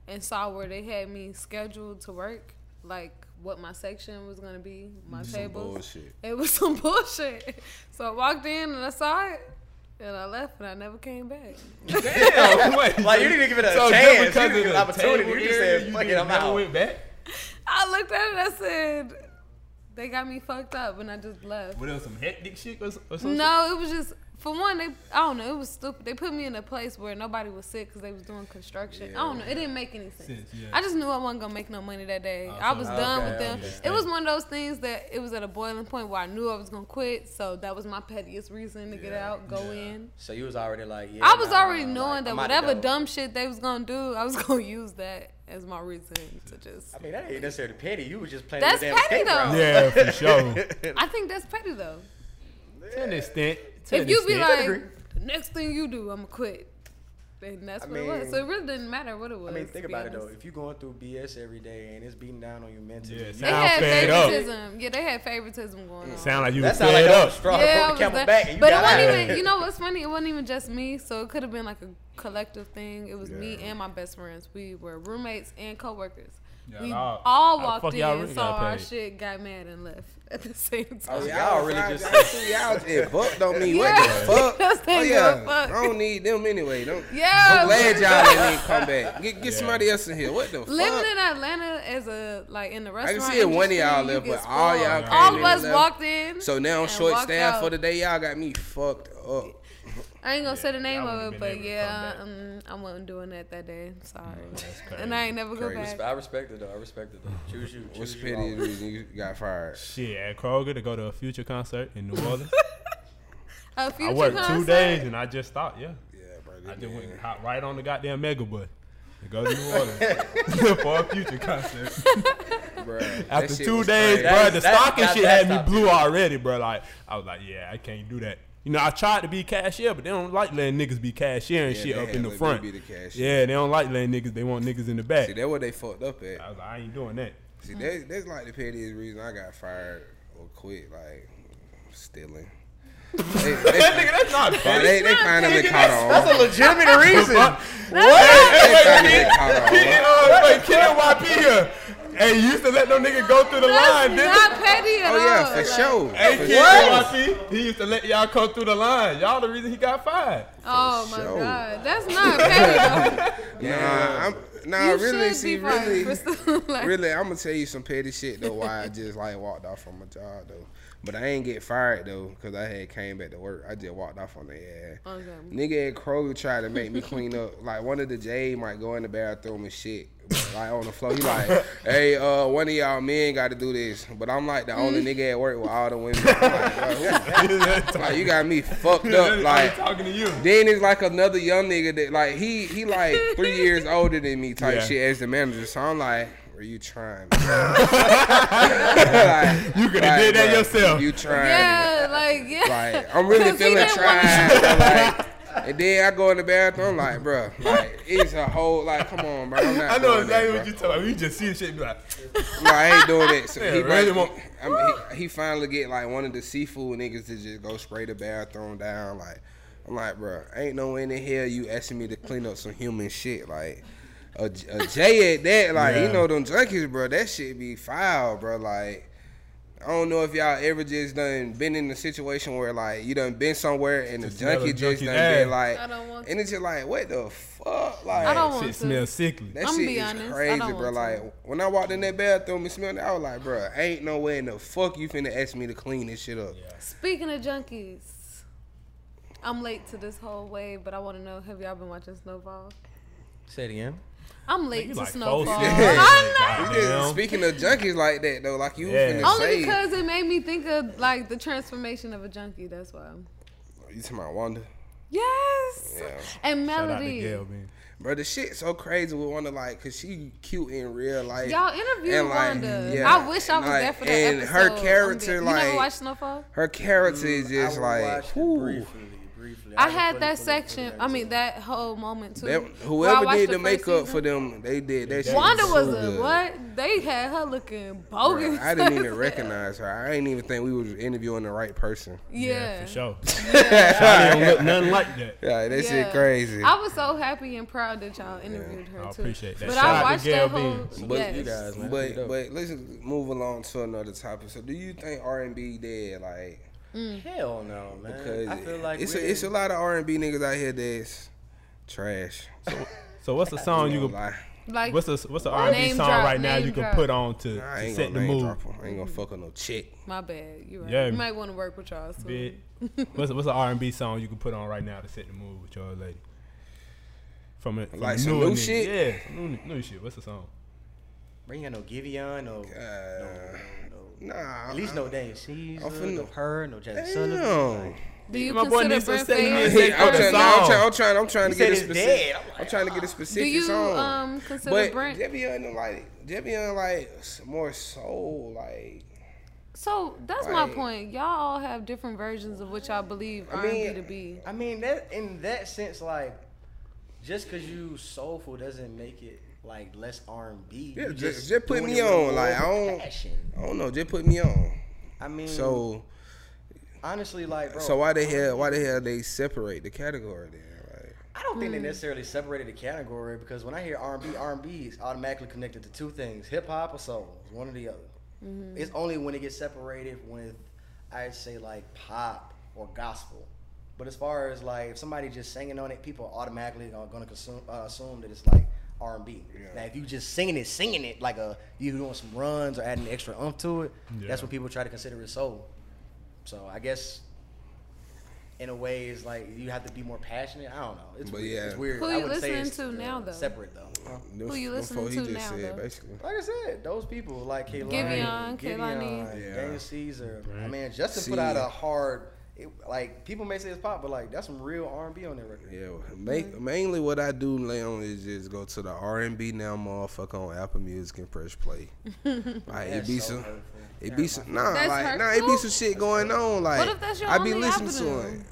[SPEAKER 3] and saw where they had me scheduled to work, like what my section was gonna be, my tables.
[SPEAKER 2] bullshit.
[SPEAKER 3] It was some bullshit. So I walked in and I saw it, and I left, and I never came back.
[SPEAKER 1] Damn, wait.
[SPEAKER 6] Like, you didn't give it a
[SPEAKER 1] so
[SPEAKER 6] chance.
[SPEAKER 1] just
[SPEAKER 6] You
[SPEAKER 1] Because
[SPEAKER 6] didn't
[SPEAKER 1] of
[SPEAKER 6] give it
[SPEAKER 1] the
[SPEAKER 6] an opportunity.
[SPEAKER 1] table
[SPEAKER 6] You just
[SPEAKER 1] area,
[SPEAKER 6] said,
[SPEAKER 1] you
[SPEAKER 6] "Fuck it,
[SPEAKER 1] just
[SPEAKER 6] I'm
[SPEAKER 1] never
[SPEAKER 6] out."
[SPEAKER 1] Went back.
[SPEAKER 3] I looked at it, I said, "They got me fucked up," and I just left.
[SPEAKER 1] What else? Some hectic shit or, s- or something?
[SPEAKER 3] No, it was just for one. They I don't know. It was stupid. They put me in a place where nobody was sick because they was doing construction. I don't know. It didn't make any sense.
[SPEAKER 1] Sense, yeah.
[SPEAKER 3] I just knew I wasn't gonna make no money that day.
[SPEAKER 6] Oh,
[SPEAKER 3] I was done
[SPEAKER 6] okay,
[SPEAKER 3] with them.
[SPEAKER 1] okay.
[SPEAKER 3] It was one of those things that it was at a boiling point where I knew I was gonna quit. So that was my pettiest reason to get out, go in.
[SPEAKER 6] So you was already like, yeah.
[SPEAKER 3] I was
[SPEAKER 6] nah,
[SPEAKER 3] already
[SPEAKER 6] like,
[SPEAKER 3] knowing that
[SPEAKER 6] I'm outta
[SPEAKER 3] whatever
[SPEAKER 6] dough.
[SPEAKER 3] dumb shit they was gonna do, I was gonna use that as my reason to just.
[SPEAKER 6] I mean, that ain't necessarily petty. You was just playing.
[SPEAKER 3] That's
[SPEAKER 6] the damn
[SPEAKER 3] petty,
[SPEAKER 6] escape
[SPEAKER 3] though.
[SPEAKER 6] route.
[SPEAKER 1] Yeah, for sure.
[SPEAKER 3] I think that's petty though.
[SPEAKER 1] to an extent. To
[SPEAKER 3] If
[SPEAKER 1] an
[SPEAKER 3] you be
[SPEAKER 1] extent.
[SPEAKER 3] like, the next thing you do, I'm gonna quit. Then that's
[SPEAKER 6] I
[SPEAKER 3] what it was.
[SPEAKER 6] mean-
[SPEAKER 3] So it really didn't matter what it was.
[SPEAKER 6] I mean, think
[SPEAKER 3] to be
[SPEAKER 6] about it though.
[SPEAKER 3] honest.
[SPEAKER 6] If you going through BS every day and it's beating down on you mentally,
[SPEAKER 1] Yeah,
[SPEAKER 6] you-
[SPEAKER 3] They
[SPEAKER 1] Now I'm
[SPEAKER 3] had
[SPEAKER 1] fed up.
[SPEAKER 3] favoritism. Yeah, they had favoritism going on.
[SPEAKER 1] sound like you
[SPEAKER 6] that
[SPEAKER 1] was
[SPEAKER 6] Mm. sound like
[SPEAKER 1] fed
[SPEAKER 6] that was
[SPEAKER 1] up.
[SPEAKER 6] a straw
[SPEAKER 3] yeah, I
[SPEAKER 6] to
[SPEAKER 3] was
[SPEAKER 6] broke the camel
[SPEAKER 3] there.
[SPEAKER 6] back, and you
[SPEAKER 3] but it
[SPEAKER 6] got out.
[SPEAKER 3] wasn't even. You know what's funny? It wasn't even just me. So it could have been like a collective thing. It was me and my best friends. We were roommates and coworkers.
[SPEAKER 1] Yeah,
[SPEAKER 3] we
[SPEAKER 1] nah. How
[SPEAKER 3] all
[SPEAKER 1] the
[SPEAKER 3] walked
[SPEAKER 1] fuck
[SPEAKER 3] in,
[SPEAKER 1] y'all really
[SPEAKER 3] saw
[SPEAKER 1] got
[SPEAKER 3] our
[SPEAKER 1] paid?
[SPEAKER 3] shit, got mad and left at the same time.
[SPEAKER 6] Oh,
[SPEAKER 2] Y'all
[SPEAKER 6] Y'all really
[SPEAKER 2] really
[SPEAKER 6] just-
[SPEAKER 2] just y'all and fuck don't mean what the
[SPEAKER 3] Yeah.
[SPEAKER 2] fuck.
[SPEAKER 3] They
[SPEAKER 2] Oh
[SPEAKER 3] give a
[SPEAKER 2] yeah,
[SPEAKER 3] fuck.
[SPEAKER 2] I don't need them anyway. Don't.
[SPEAKER 3] Yeah,
[SPEAKER 2] I'm glad
[SPEAKER 3] but-
[SPEAKER 2] y'all didn't even come back. Get, get somebody else in here. What the
[SPEAKER 3] Living
[SPEAKER 2] fuck?
[SPEAKER 3] in Atlanta as a like in the
[SPEAKER 2] can
[SPEAKER 3] restaurant.
[SPEAKER 2] see it one of y'all
[SPEAKER 3] industry,
[SPEAKER 2] left,
[SPEAKER 3] you
[SPEAKER 2] but
[SPEAKER 3] get
[SPEAKER 2] all y'all
[SPEAKER 3] spoiled.
[SPEAKER 2] came
[SPEAKER 3] all
[SPEAKER 2] in
[SPEAKER 3] of
[SPEAKER 2] and
[SPEAKER 3] us
[SPEAKER 2] left.
[SPEAKER 3] walked in.
[SPEAKER 2] so now I'm
[SPEAKER 3] and
[SPEAKER 2] short
[SPEAKER 3] walked
[SPEAKER 2] staff
[SPEAKER 3] out.
[SPEAKER 2] for the day. Y'all got me fucked up.
[SPEAKER 3] I ain't gonna say the name
[SPEAKER 1] y'all
[SPEAKER 3] of
[SPEAKER 1] wouldn't been
[SPEAKER 3] it, but
[SPEAKER 1] able to
[SPEAKER 3] yeah,
[SPEAKER 1] come
[SPEAKER 3] um, I wasn't doing that that day. Sorry,
[SPEAKER 1] That's crazy.
[SPEAKER 3] and I ain't never go
[SPEAKER 6] Crazy.
[SPEAKER 3] back.
[SPEAKER 6] I respect it though. I respect it though. Choose you.
[SPEAKER 2] What's
[SPEAKER 6] Choose
[SPEAKER 2] the
[SPEAKER 6] you.
[SPEAKER 2] pity
[SPEAKER 6] always.
[SPEAKER 2] reason you got fired?
[SPEAKER 1] Shit, at Kroger to go to a Future concert in New Orleans.
[SPEAKER 3] A
[SPEAKER 1] I
[SPEAKER 3] future
[SPEAKER 1] worked two
[SPEAKER 3] concert?
[SPEAKER 1] days and I just stopped. Yeah,
[SPEAKER 2] Yeah, bro.
[SPEAKER 1] I
[SPEAKER 2] this
[SPEAKER 1] just went
[SPEAKER 2] man-
[SPEAKER 1] and hopped right on the goddamn Mega Bus. to Go to New Orleans for a future concert.
[SPEAKER 2] Bruh, that
[SPEAKER 1] After
[SPEAKER 2] shit
[SPEAKER 1] two
[SPEAKER 2] was
[SPEAKER 1] days,
[SPEAKER 2] crazy.
[SPEAKER 1] bro, the
[SPEAKER 6] That's-
[SPEAKER 1] stock and
[SPEAKER 6] that's-
[SPEAKER 1] shit
[SPEAKER 6] that's
[SPEAKER 1] had me
[SPEAKER 6] top
[SPEAKER 1] blue already, bro. Like I was like, yeah, I can't do that. You know, I tried to be cashier, but they don't like letting niggas be cashier and
[SPEAKER 2] Yeah,
[SPEAKER 1] shit
[SPEAKER 2] they
[SPEAKER 1] up
[SPEAKER 2] had
[SPEAKER 1] in the
[SPEAKER 2] let me
[SPEAKER 1] front.
[SPEAKER 2] be the
[SPEAKER 1] yeah,
[SPEAKER 2] cashier.
[SPEAKER 1] they don't like letting niggas. They want niggas in the back.
[SPEAKER 2] See, that's what they fucked up at.
[SPEAKER 1] I was like, I ain't doing that.
[SPEAKER 3] Hmm.
[SPEAKER 2] See, that, that's like the pettiest reason I got fired or quit, like stealing. they, they,
[SPEAKER 1] That's not
[SPEAKER 2] they, they, they finally caught on.
[SPEAKER 6] That's a legitimate reason.
[SPEAKER 2] they finally caught on.
[SPEAKER 1] Wait, Kid YP here. Hey, you used to let no nigga go through the
[SPEAKER 3] That's
[SPEAKER 1] line, didn't you?
[SPEAKER 3] not petty at
[SPEAKER 2] Oh
[SPEAKER 3] all.
[SPEAKER 2] yeah,
[SPEAKER 3] like-
[SPEAKER 2] for sure.
[SPEAKER 1] Hey,
[SPEAKER 2] For
[SPEAKER 1] Kid
[SPEAKER 2] sure.
[SPEAKER 1] YP, he used to let y'all come through the line. Y'all the reason he got fired.
[SPEAKER 3] Oh my
[SPEAKER 2] sure.
[SPEAKER 3] god, that's not petty. though.
[SPEAKER 2] Nah, I'm, nah,
[SPEAKER 3] you
[SPEAKER 2] really,
[SPEAKER 3] should
[SPEAKER 2] see,
[SPEAKER 3] be fired
[SPEAKER 2] really,
[SPEAKER 3] for stuff like-
[SPEAKER 2] really, I'm gonna tell you some petty shit though. Why I just like walked off from my job though, but I ain't get fired though because I had came back to work. I just walked off on the ass.
[SPEAKER 3] Okay.
[SPEAKER 2] Nigga at Kroger tried to make me clean up. Like one of the J might go in the bathroom and shit. but, Like on the floor, he like, hey, uh, one of y'all men got to do this, but I'm like the only nigga at work with all the women. I'm like, bro, who- like, you got me fucked up. Like,
[SPEAKER 1] talking to you.
[SPEAKER 2] then it's like another young nigga that like he he like three years older than me type
[SPEAKER 1] Yeah.
[SPEAKER 2] shit as the manager. So I'm like, are you trying? to-" Like,
[SPEAKER 1] You coulda did that
[SPEAKER 2] bruh,
[SPEAKER 1] yourself.
[SPEAKER 2] You trying?
[SPEAKER 3] Yeah, like yeah.
[SPEAKER 2] Like I'm really
[SPEAKER 3] 'Cause he
[SPEAKER 2] feeling
[SPEAKER 3] didn't want-
[SPEAKER 2] tried. so, like, and then I go in the bathroom like, bro, like it's a whole like, come on, bro. I'm not
[SPEAKER 1] I know
[SPEAKER 2] doing that,
[SPEAKER 1] exactly
[SPEAKER 2] bruh.
[SPEAKER 1] what you're talking about. You just see the shit and be like,
[SPEAKER 2] No, I ain't doing that. So
[SPEAKER 1] Yeah,
[SPEAKER 2] he
[SPEAKER 1] really
[SPEAKER 2] might-
[SPEAKER 1] won't-
[SPEAKER 2] I mean, he, he finally get like one of the seafood niggas to just go spray the bathroom down. Like, I'm like, bro, ain't no way in the hell you asking me to clean up some human shit. Like, a, a J at that, like,
[SPEAKER 1] Yeah.
[SPEAKER 2] you know, them junkies, bro, that shit be foul, bro. Like, I don't know if y'all ever just done been in a situation where like you done been somewhere and the
[SPEAKER 1] Just smell
[SPEAKER 2] junkie
[SPEAKER 1] the
[SPEAKER 2] just
[SPEAKER 1] junkie's
[SPEAKER 2] done
[SPEAKER 1] ass.
[SPEAKER 2] been like,
[SPEAKER 3] I don't want
[SPEAKER 2] and it's just like, what the fuck, like,
[SPEAKER 3] I don't want
[SPEAKER 1] shit
[SPEAKER 3] to.
[SPEAKER 1] smells sickly.
[SPEAKER 2] that
[SPEAKER 3] I'ma
[SPEAKER 2] shit
[SPEAKER 3] be
[SPEAKER 2] is
[SPEAKER 3] honest, I
[SPEAKER 2] crazy,
[SPEAKER 3] don't
[SPEAKER 2] bro.
[SPEAKER 3] want to.
[SPEAKER 2] Like when I walked in that bathroom and smelled it, I was like, bro, ain't no way in the fuck you finna ask me to clean this shit up.
[SPEAKER 3] Speaking of junkies, I'm late to this whole wave, but I want to know: Have y'all been watching Snowfall?
[SPEAKER 6] Say it again.
[SPEAKER 3] I'm late
[SPEAKER 1] You
[SPEAKER 3] to
[SPEAKER 1] like
[SPEAKER 3] Snowfall.
[SPEAKER 1] folks.
[SPEAKER 3] I'm not.
[SPEAKER 2] You just- speaking of junkies like that though, like you
[SPEAKER 1] Yeah.
[SPEAKER 2] finna
[SPEAKER 3] Only
[SPEAKER 2] say,
[SPEAKER 3] because it made me think of like the transformation of a junkie. That's why.
[SPEAKER 2] you talking about Wanda,
[SPEAKER 3] Yes.
[SPEAKER 2] Yeah.
[SPEAKER 3] And
[SPEAKER 1] Shout out to
[SPEAKER 3] Melody.
[SPEAKER 1] Gail, man.
[SPEAKER 2] bro. The shit so crazy with Wanda, like, cause she cute in real life.
[SPEAKER 3] Y'all interviewed
[SPEAKER 2] And, like,
[SPEAKER 3] Wanda.
[SPEAKER 2] yeah,
[SPEAKER 3] I wish I was
[SPEAKER 2] like,
[SPEAKER 3] there for that
[SPEAKER 2] and
[SPEAKER 3] episode.
[SPEAKER 2] her
[SPEAKER 3] I'm
[SPEAKER 2] character,
[SPEAKER 3] dead. you
[SPEAKER 2] like-
[SPEAKER 3] never watched Snowfall?
[SPEAKER 2] Her character is just
[SPEAKER 6] Mm, I
[SPEAKER 2] like,
[SPEAKER 6] watched it
[SPEAKER 2] whew.
[SPEAKER 6] briefly, briefly.
[SPEAKER 3] I
[SPEAKER 6] was
[SPEAKER 3] had
[SPEAKER 6] fully
[SPEAKER 3] that
[SPEAKER 6] fully
[SPEAKER 3] section.
[SPEAKER 6] fully
[SPEAKER 3] I mean,
[SPEAKER 6] fully-
[SPEAKER 3] that whole moment too.
[SPEAKER 2] That-
[SPEAKER 3] where I
[SPEAKER 2] whoever
[SPEAKER 3] watched
[SPEAKER 2] did
[SPEAKER 3] the
[SPEAKER 2] the
[SPEAKER 3] first
[SPEAKER 2] makeup for
[SPEAKER 3] season.
[SPEAKER 2] them, they did that. shit
[SPEAKER 3] Wanda was
[SPEAKER 2] so
[SPEAKER 3] a
[SPEAKER 2] good.
[SPEAKER 3] what? They had her looking bogus.
[SPEAKER 2] Bro, I didn't
[SPEAKER 3] as
[SPEAKER 2] even
[SPEAKER 3] hell.
[SPEAKER 2] recognize her. I didn't even think we was interviewing the right person.
[SPEAKER 3] Yeah.
[SPEAKER 1] For sure. I don't look nothing like that.
[SPEAKER 2] Yeah, that
[SPEAKER 3] Yeah.
[SPEAKER 2] shit crazy.
[SPEAKER 3] I was so happy and proud that y'all interviewed her
[SPEAKER 1] I
[SPEAKER 3] too.
[SPEAKER 1] appreciate that.
[SPEAKER 3] But
[SPEAKER 1] Shout out
[SPEAKER 3] I
[SPEAKER 1] to
[SPEAKER 3] watched
[SPEAKER 1] Gayle
[SPEAKER 3] that whole.
[SPEAKER 1] Bean.
[SPEAKER 2] But
[SPEAKER 3] yes.
[SPEAKER 6] you guys, man.
[SPEAKER 2] But
[SPEAKER 6] Pretty dope.
[SPEAKER 2] but let's move along to another topic. So do you think R and B dead? Like
[SPEAKER 6] Hell no, man.
[SPEAKER 2] because
[SPEAKER 6] I feel like
[SPEAKER 2] it's
[SPEAKER 6] we're-
[SPEAKER 2] a, it's a lot of R and B niggas out here that's trash. So
[SPEAKER 1] So what's a
[SPEAKER 6] Oh,
[SPEAKER 1] song you
[SPEAKER 2] you
[SPEAKER 1] can?
[SPEAKER 2] lie.
[SPEAKER 3] Like
[SPEAKER 1] What's a what's a R&B
[SPEAKER 3] Name
[SPEAKER 1] song
[SPEAKER 3] drop,
[SPEAKER 1] right now
[SPEAKER 3] name
[SPEAKER 1] you can
[SPEAKER 3] drop.
[SPEAKER 1] put on to,
[SPEAKER 2] I
[SPEAKER 1] to
[SPEAKER 2] ain't
[SPEAKER 1] set
[SPEAKER 2] gonna
[SPEAKER 1] the
[SPEAKER 2] name
[SPEAKER 1] mood?
[SPEAKER 2] drop 'em. I ain't gonna fuck on no chick.
[SPEAKER 3] my bad. You right.
[SPEAKER 1] Yeah.
[SPEAKER 3] You might want to work with y'all soon.
[SPEAKER 1] Bit. What's what's an R&B song you can put on right now to set the mood with your lady? From it, from
[SPEAKER 2] Like
[SPEAKER 1] a
[SPEAKER 2] some
[SPEAKER 1] newer
[SPEAKER 2] new
[SPEAKER 1] nigga.
[SPEAKER 2] shit?
[SPEAKER 1] Yeah, some new, new shit. What's the song?
[SPEAKER 6] Bring no Giveon, no,
[SPEAKER 2] Uh,
[SPEAKER 6] no, no,
[SPEAKER 2] nah,
[SPEAKER 6] at least no Daniel Caesar,
[SPEAKER 2] I'm finna-
[SPEAKER 6] no her, no Jason Sullivan.
[SPEAKER 2] Damn.
[SPEAKER 6] Like,
[SPEAKER 3] Do you
[SPEAKER 1] My boy
[SPEAKER 3] consider
[SPEAKER 1] needs some
[SPEAKER 3] Brent
[SPEAKER 1] seven
[SPEAKER 2] I'm
[SPEAKER 1] years
[SPEAKER 3] Faiyaz?
[SPEAKER 1] Say for the
[SPEAKER 2] trying, I'm
[SPEAKER 1] song.
[SPEAKER 2] trying, I'm trying, I'm trying to
[SPEAKER 6] said
[SPEAKER 2] get a
[SPEAKER 6] it's
[SPEAKER 2] specific.
[SPEAKER 6] dead. I'm like, "Ah."
[SPEAKER 2] I'm trying to get a
[SPEAKER 3] Do
[SPEAKER 2] specific
[SPEAKER 3] you
[SPEAKER 2] song.
[SPEAKER 3] um consider
[SPEAKER 2] but
[SPEAKER 3] Brent?
[SPEAKER 2] Jevion like Jevion like s- more soul like.
[SPEAKER 3] So that's my
[SPEAKER 2] Right.
[SPEAKER 3] point. Y'all all have different versions of what y'all believe
[SPEAKER 2] I
[SPEAKER 3] R&B
[SPEAKER 2] mean-
[SPEAKER 3] to be.
[SPEAKER 6] I mean that in that sense, like just because you soulful doesn't make it like less R and B.
[SPEAKER 2] Yeah, just- just put me on, like, I don't- I don't know. Just put me on.
[SPEAKER 6] I mean,
[SPEAKER 2] So
[SPEAKER 6] honestly, like Mm. bro,
[SPEAKER 2] so why the hell why the hell they separate the category then? Like,
[SPEAKER 6] I don't think they necessarily separated the category because when I hear R&B, R&B is automatically connected to two things: hip hop or soul. It's one or the other. It's only when it gets separated with, I'd say like pop or gospel. But as far as like if somebody just singing on it, people automatically are going to consume, uh, assume that it's like R&B. Now, if you just singing it, singing it like a you doing some runs or adding extra umph to it, that's
[SPEAKER 1] Yeah.
[SPEAKER 6] what people try to consider it soul. So I guess in a way it's like you have to be more passionate. I don't know. It's
[SPEAKER 2] But
[SPEAKER 6] weird.
[SPEAKER 2] yeah.
[SPEAKER 6] It's weird.
[SPEAKER 3] Who
[SPEAKER 6] I
[SPEAKER 3] you
[SPEAKER 6] wouldn't say
[SPEAKER 3] listening
[SPEAKER 6] it's,
[SPEAKER 3] to
[SPEAKER 6] uh,
[SPEAKER 3] now, though?
[SPEAKER 6] Separate though.
[SPEAKER 3] Who you listening to now, though?
[SPEAKER 2] Basically,
[SPEAKER 6] Like I said, those people like Kaylani,
[SPEAKER 3] Giveon,
[SPEAKER 6] Giveon,
[SPEAKER 3] Kehlani.
[SPEAKER 2] Yeah.
[SPEAKER 6] Daniel Caesar. I mean, Justin put out a
[SPEAKER 2] Caesar.
[SPEAKER 6] hard. It, like people may say it's pop, but like that's some real R and B on that record.
[SPEAKER 2] yeah. Make, mainly what I do, Leon, is just go to the R and B now, motherfucker, on Apple Music and press play. like it
[SPEAKER 6] That's
[SPEAKER 2] be
[SPEAKER 6] so
[SPEAKER 2] some,
[SPEAKER 6] hurtful.
[SPEAKER 2] it be some, nah,
[SPEAKER 3] That's
[SPEAKER 2] like nah, it be
[SPEAKER 3] hurtful?
[SPEAKER 2] some shit going on. Like
[SPEAKER 3] if that's your
[SPEAKER 2] I be
[SPEAKER 3] only
[SPEAKER 2] listening
[SPEAKER 3] avenue?
[SPEAKER 2] to it.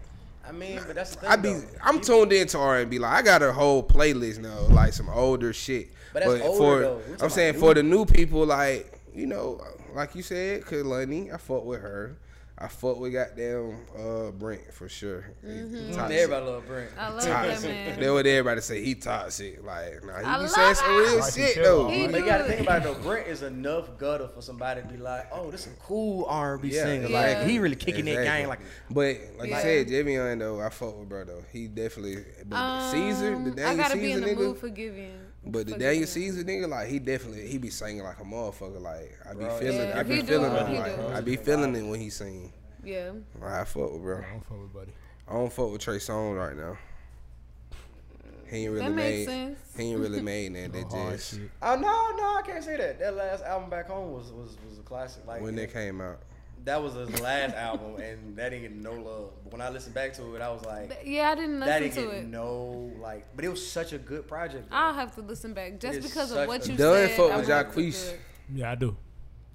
[SPEAKER 6] I mean, but that's the thing.
[SPEAKER 2] I be
[SPEAKER 6] though.
[SPEAKER 2] I'm tuned into R and B. Like I got a whole playlist now, like some older shit.
[SPEAKER 6] But that's older,
[SPEAKER 2] for
[SPEAKER 6] though. We talking
[SPEAKER 2] I'm saying
[SPEAKER 6] about
[SPEAKER 2] for the new people, like you know, like you said, Kalani, I fuck with her. I fuck with goddamn uh, Brent for sure. He toxic.
[SPEAKER 6] Everybody love Brent.
[SPEAKER 3] I Mm-hmm. love that
[SPEAKER 2] Toxic.
[SPEAKER 3] man.
[SPEAKER 2] That's what everybody say. He toxic. Like nah, he
[SPEAKER 3] I
[SPEAKER 2] be
[SPEAKER 3] love
[SPEAKER 2] saying some
[SPEAKER 3] that.
[SPEAKER 2] real
[SPEAKER 1] Like he
[SPEAKER 2] shit
[SPEAKER 1] tell
[SPEAKER 2] though.
[SPEAKER 1] all
[SPEAKER 3] He
[SPEAKER 6] But you
[SPEAKER 3] do
[SPEAKER 6] gotta
[SPEAKER 3] it.
[SPEAKER 6] think about it though. Brent is enough gutter for somebody to be like, "Oh, this is a cool R and B
[SPEAKER 2] Yeah.
[SPEAKER 6] singer.
[SPEAKER 3] Yeah.
[SPEAKER 6] Like he really kicking that
[SPEAKER 2] Exactly.
[SPEAKER 6] game. Like
[SPEAKER 2] But like
[SPEAKER 3] Yeah.
[SPEAKER 2] you said, Javion though, I fuck with bro though. He definitely but Caesar, the
[SPEAKER 3] Um,
[SPEAKER 2] Daniel
[SPEAKER 3] I gotta
[SPEAKER 2] Caesar
[SPEAKER 3] be in the
[SPEAKER 2] nigga.
[SPEAKER 3] mood for giving.
[SPEAKER 2] But the
[SPEAKER 3] for
[SPEAKER 2] Daniel
[SPEAKER 3] giving.
[SPEAKER 2] Caesar nigga, like he definitely he be singing like a motherfucker. Like I be
[SPEAKER 6] Bro,
[SPEAKER 2] feeling,
[SPEAKER 3] yeah.
[SPEAKER 2] I
[SPEAKER 3] If
[SPEAKER 2] be
[SPEAKER 3] he do
[SPEAKER 2] feeling
[SPEAKER 3] it,
[SPEAKER 2] him.
[SPEAKER 3] he
[SPEAKER 2] Like
[SPEAKER 3] do it.
[SPEAKER 2] I be feeling it when he sing.
[SPEAKER 3] Yeah.
[SPEAKER 2] Like, I fuck with bro.
[SPEAKER 1] I don't fuck with buddy.
[SPEAKER 2] I don't fuck with Trey Songz right now. He ain't really
[SPEAKER 3] That makes
[SPEAKER 2] made.
[SPEAKER 3] sense.
[SPEAKER 2] He ain't really made that. That
[SPEAKER 1] Hard
[SPEAKER 2] just
[SPEAKER 1] shit.
[SPEAKER 6] Oh no, no, I can't say that. That last album back home was was, was a classic. Like
[SPEAKER 2] when that came out.
[SPEAKER 6] that was his last album, and that didn't get no love. But when I listened back to it, I was like,
[SPEAKER 3] But yeah, I didn't
[SPEAKER 6] that
[SPEAKER 3] listen
[SPEAKER 6] didn't
[SPEAKER 3] to
[SPEAKER 6] get
[SPEAKER 3] it.
[SPEAKER 6] no like. But it was such a good project. though.
[SPEAKER 3] I'll have to listen back just
[SPEAKER 6] It's
[SPEAKER 3] because of
[SPEAKER 6] such
[SPEAKER 3] what
[SPEAKER 6] a-
[SPEAKER 3] you
[SPEAKER 2] Done
[SPEAKER 3] said.
[SPEAKER 2] fuck
[SPEAKER 3] I
[SPEAKER 2] with
[SPEAKER 3] wanted to
[SPEAKER 2] Jacquees.
[SPEAKER 3] do it.
[SPEAKER 1] Yeah, I do.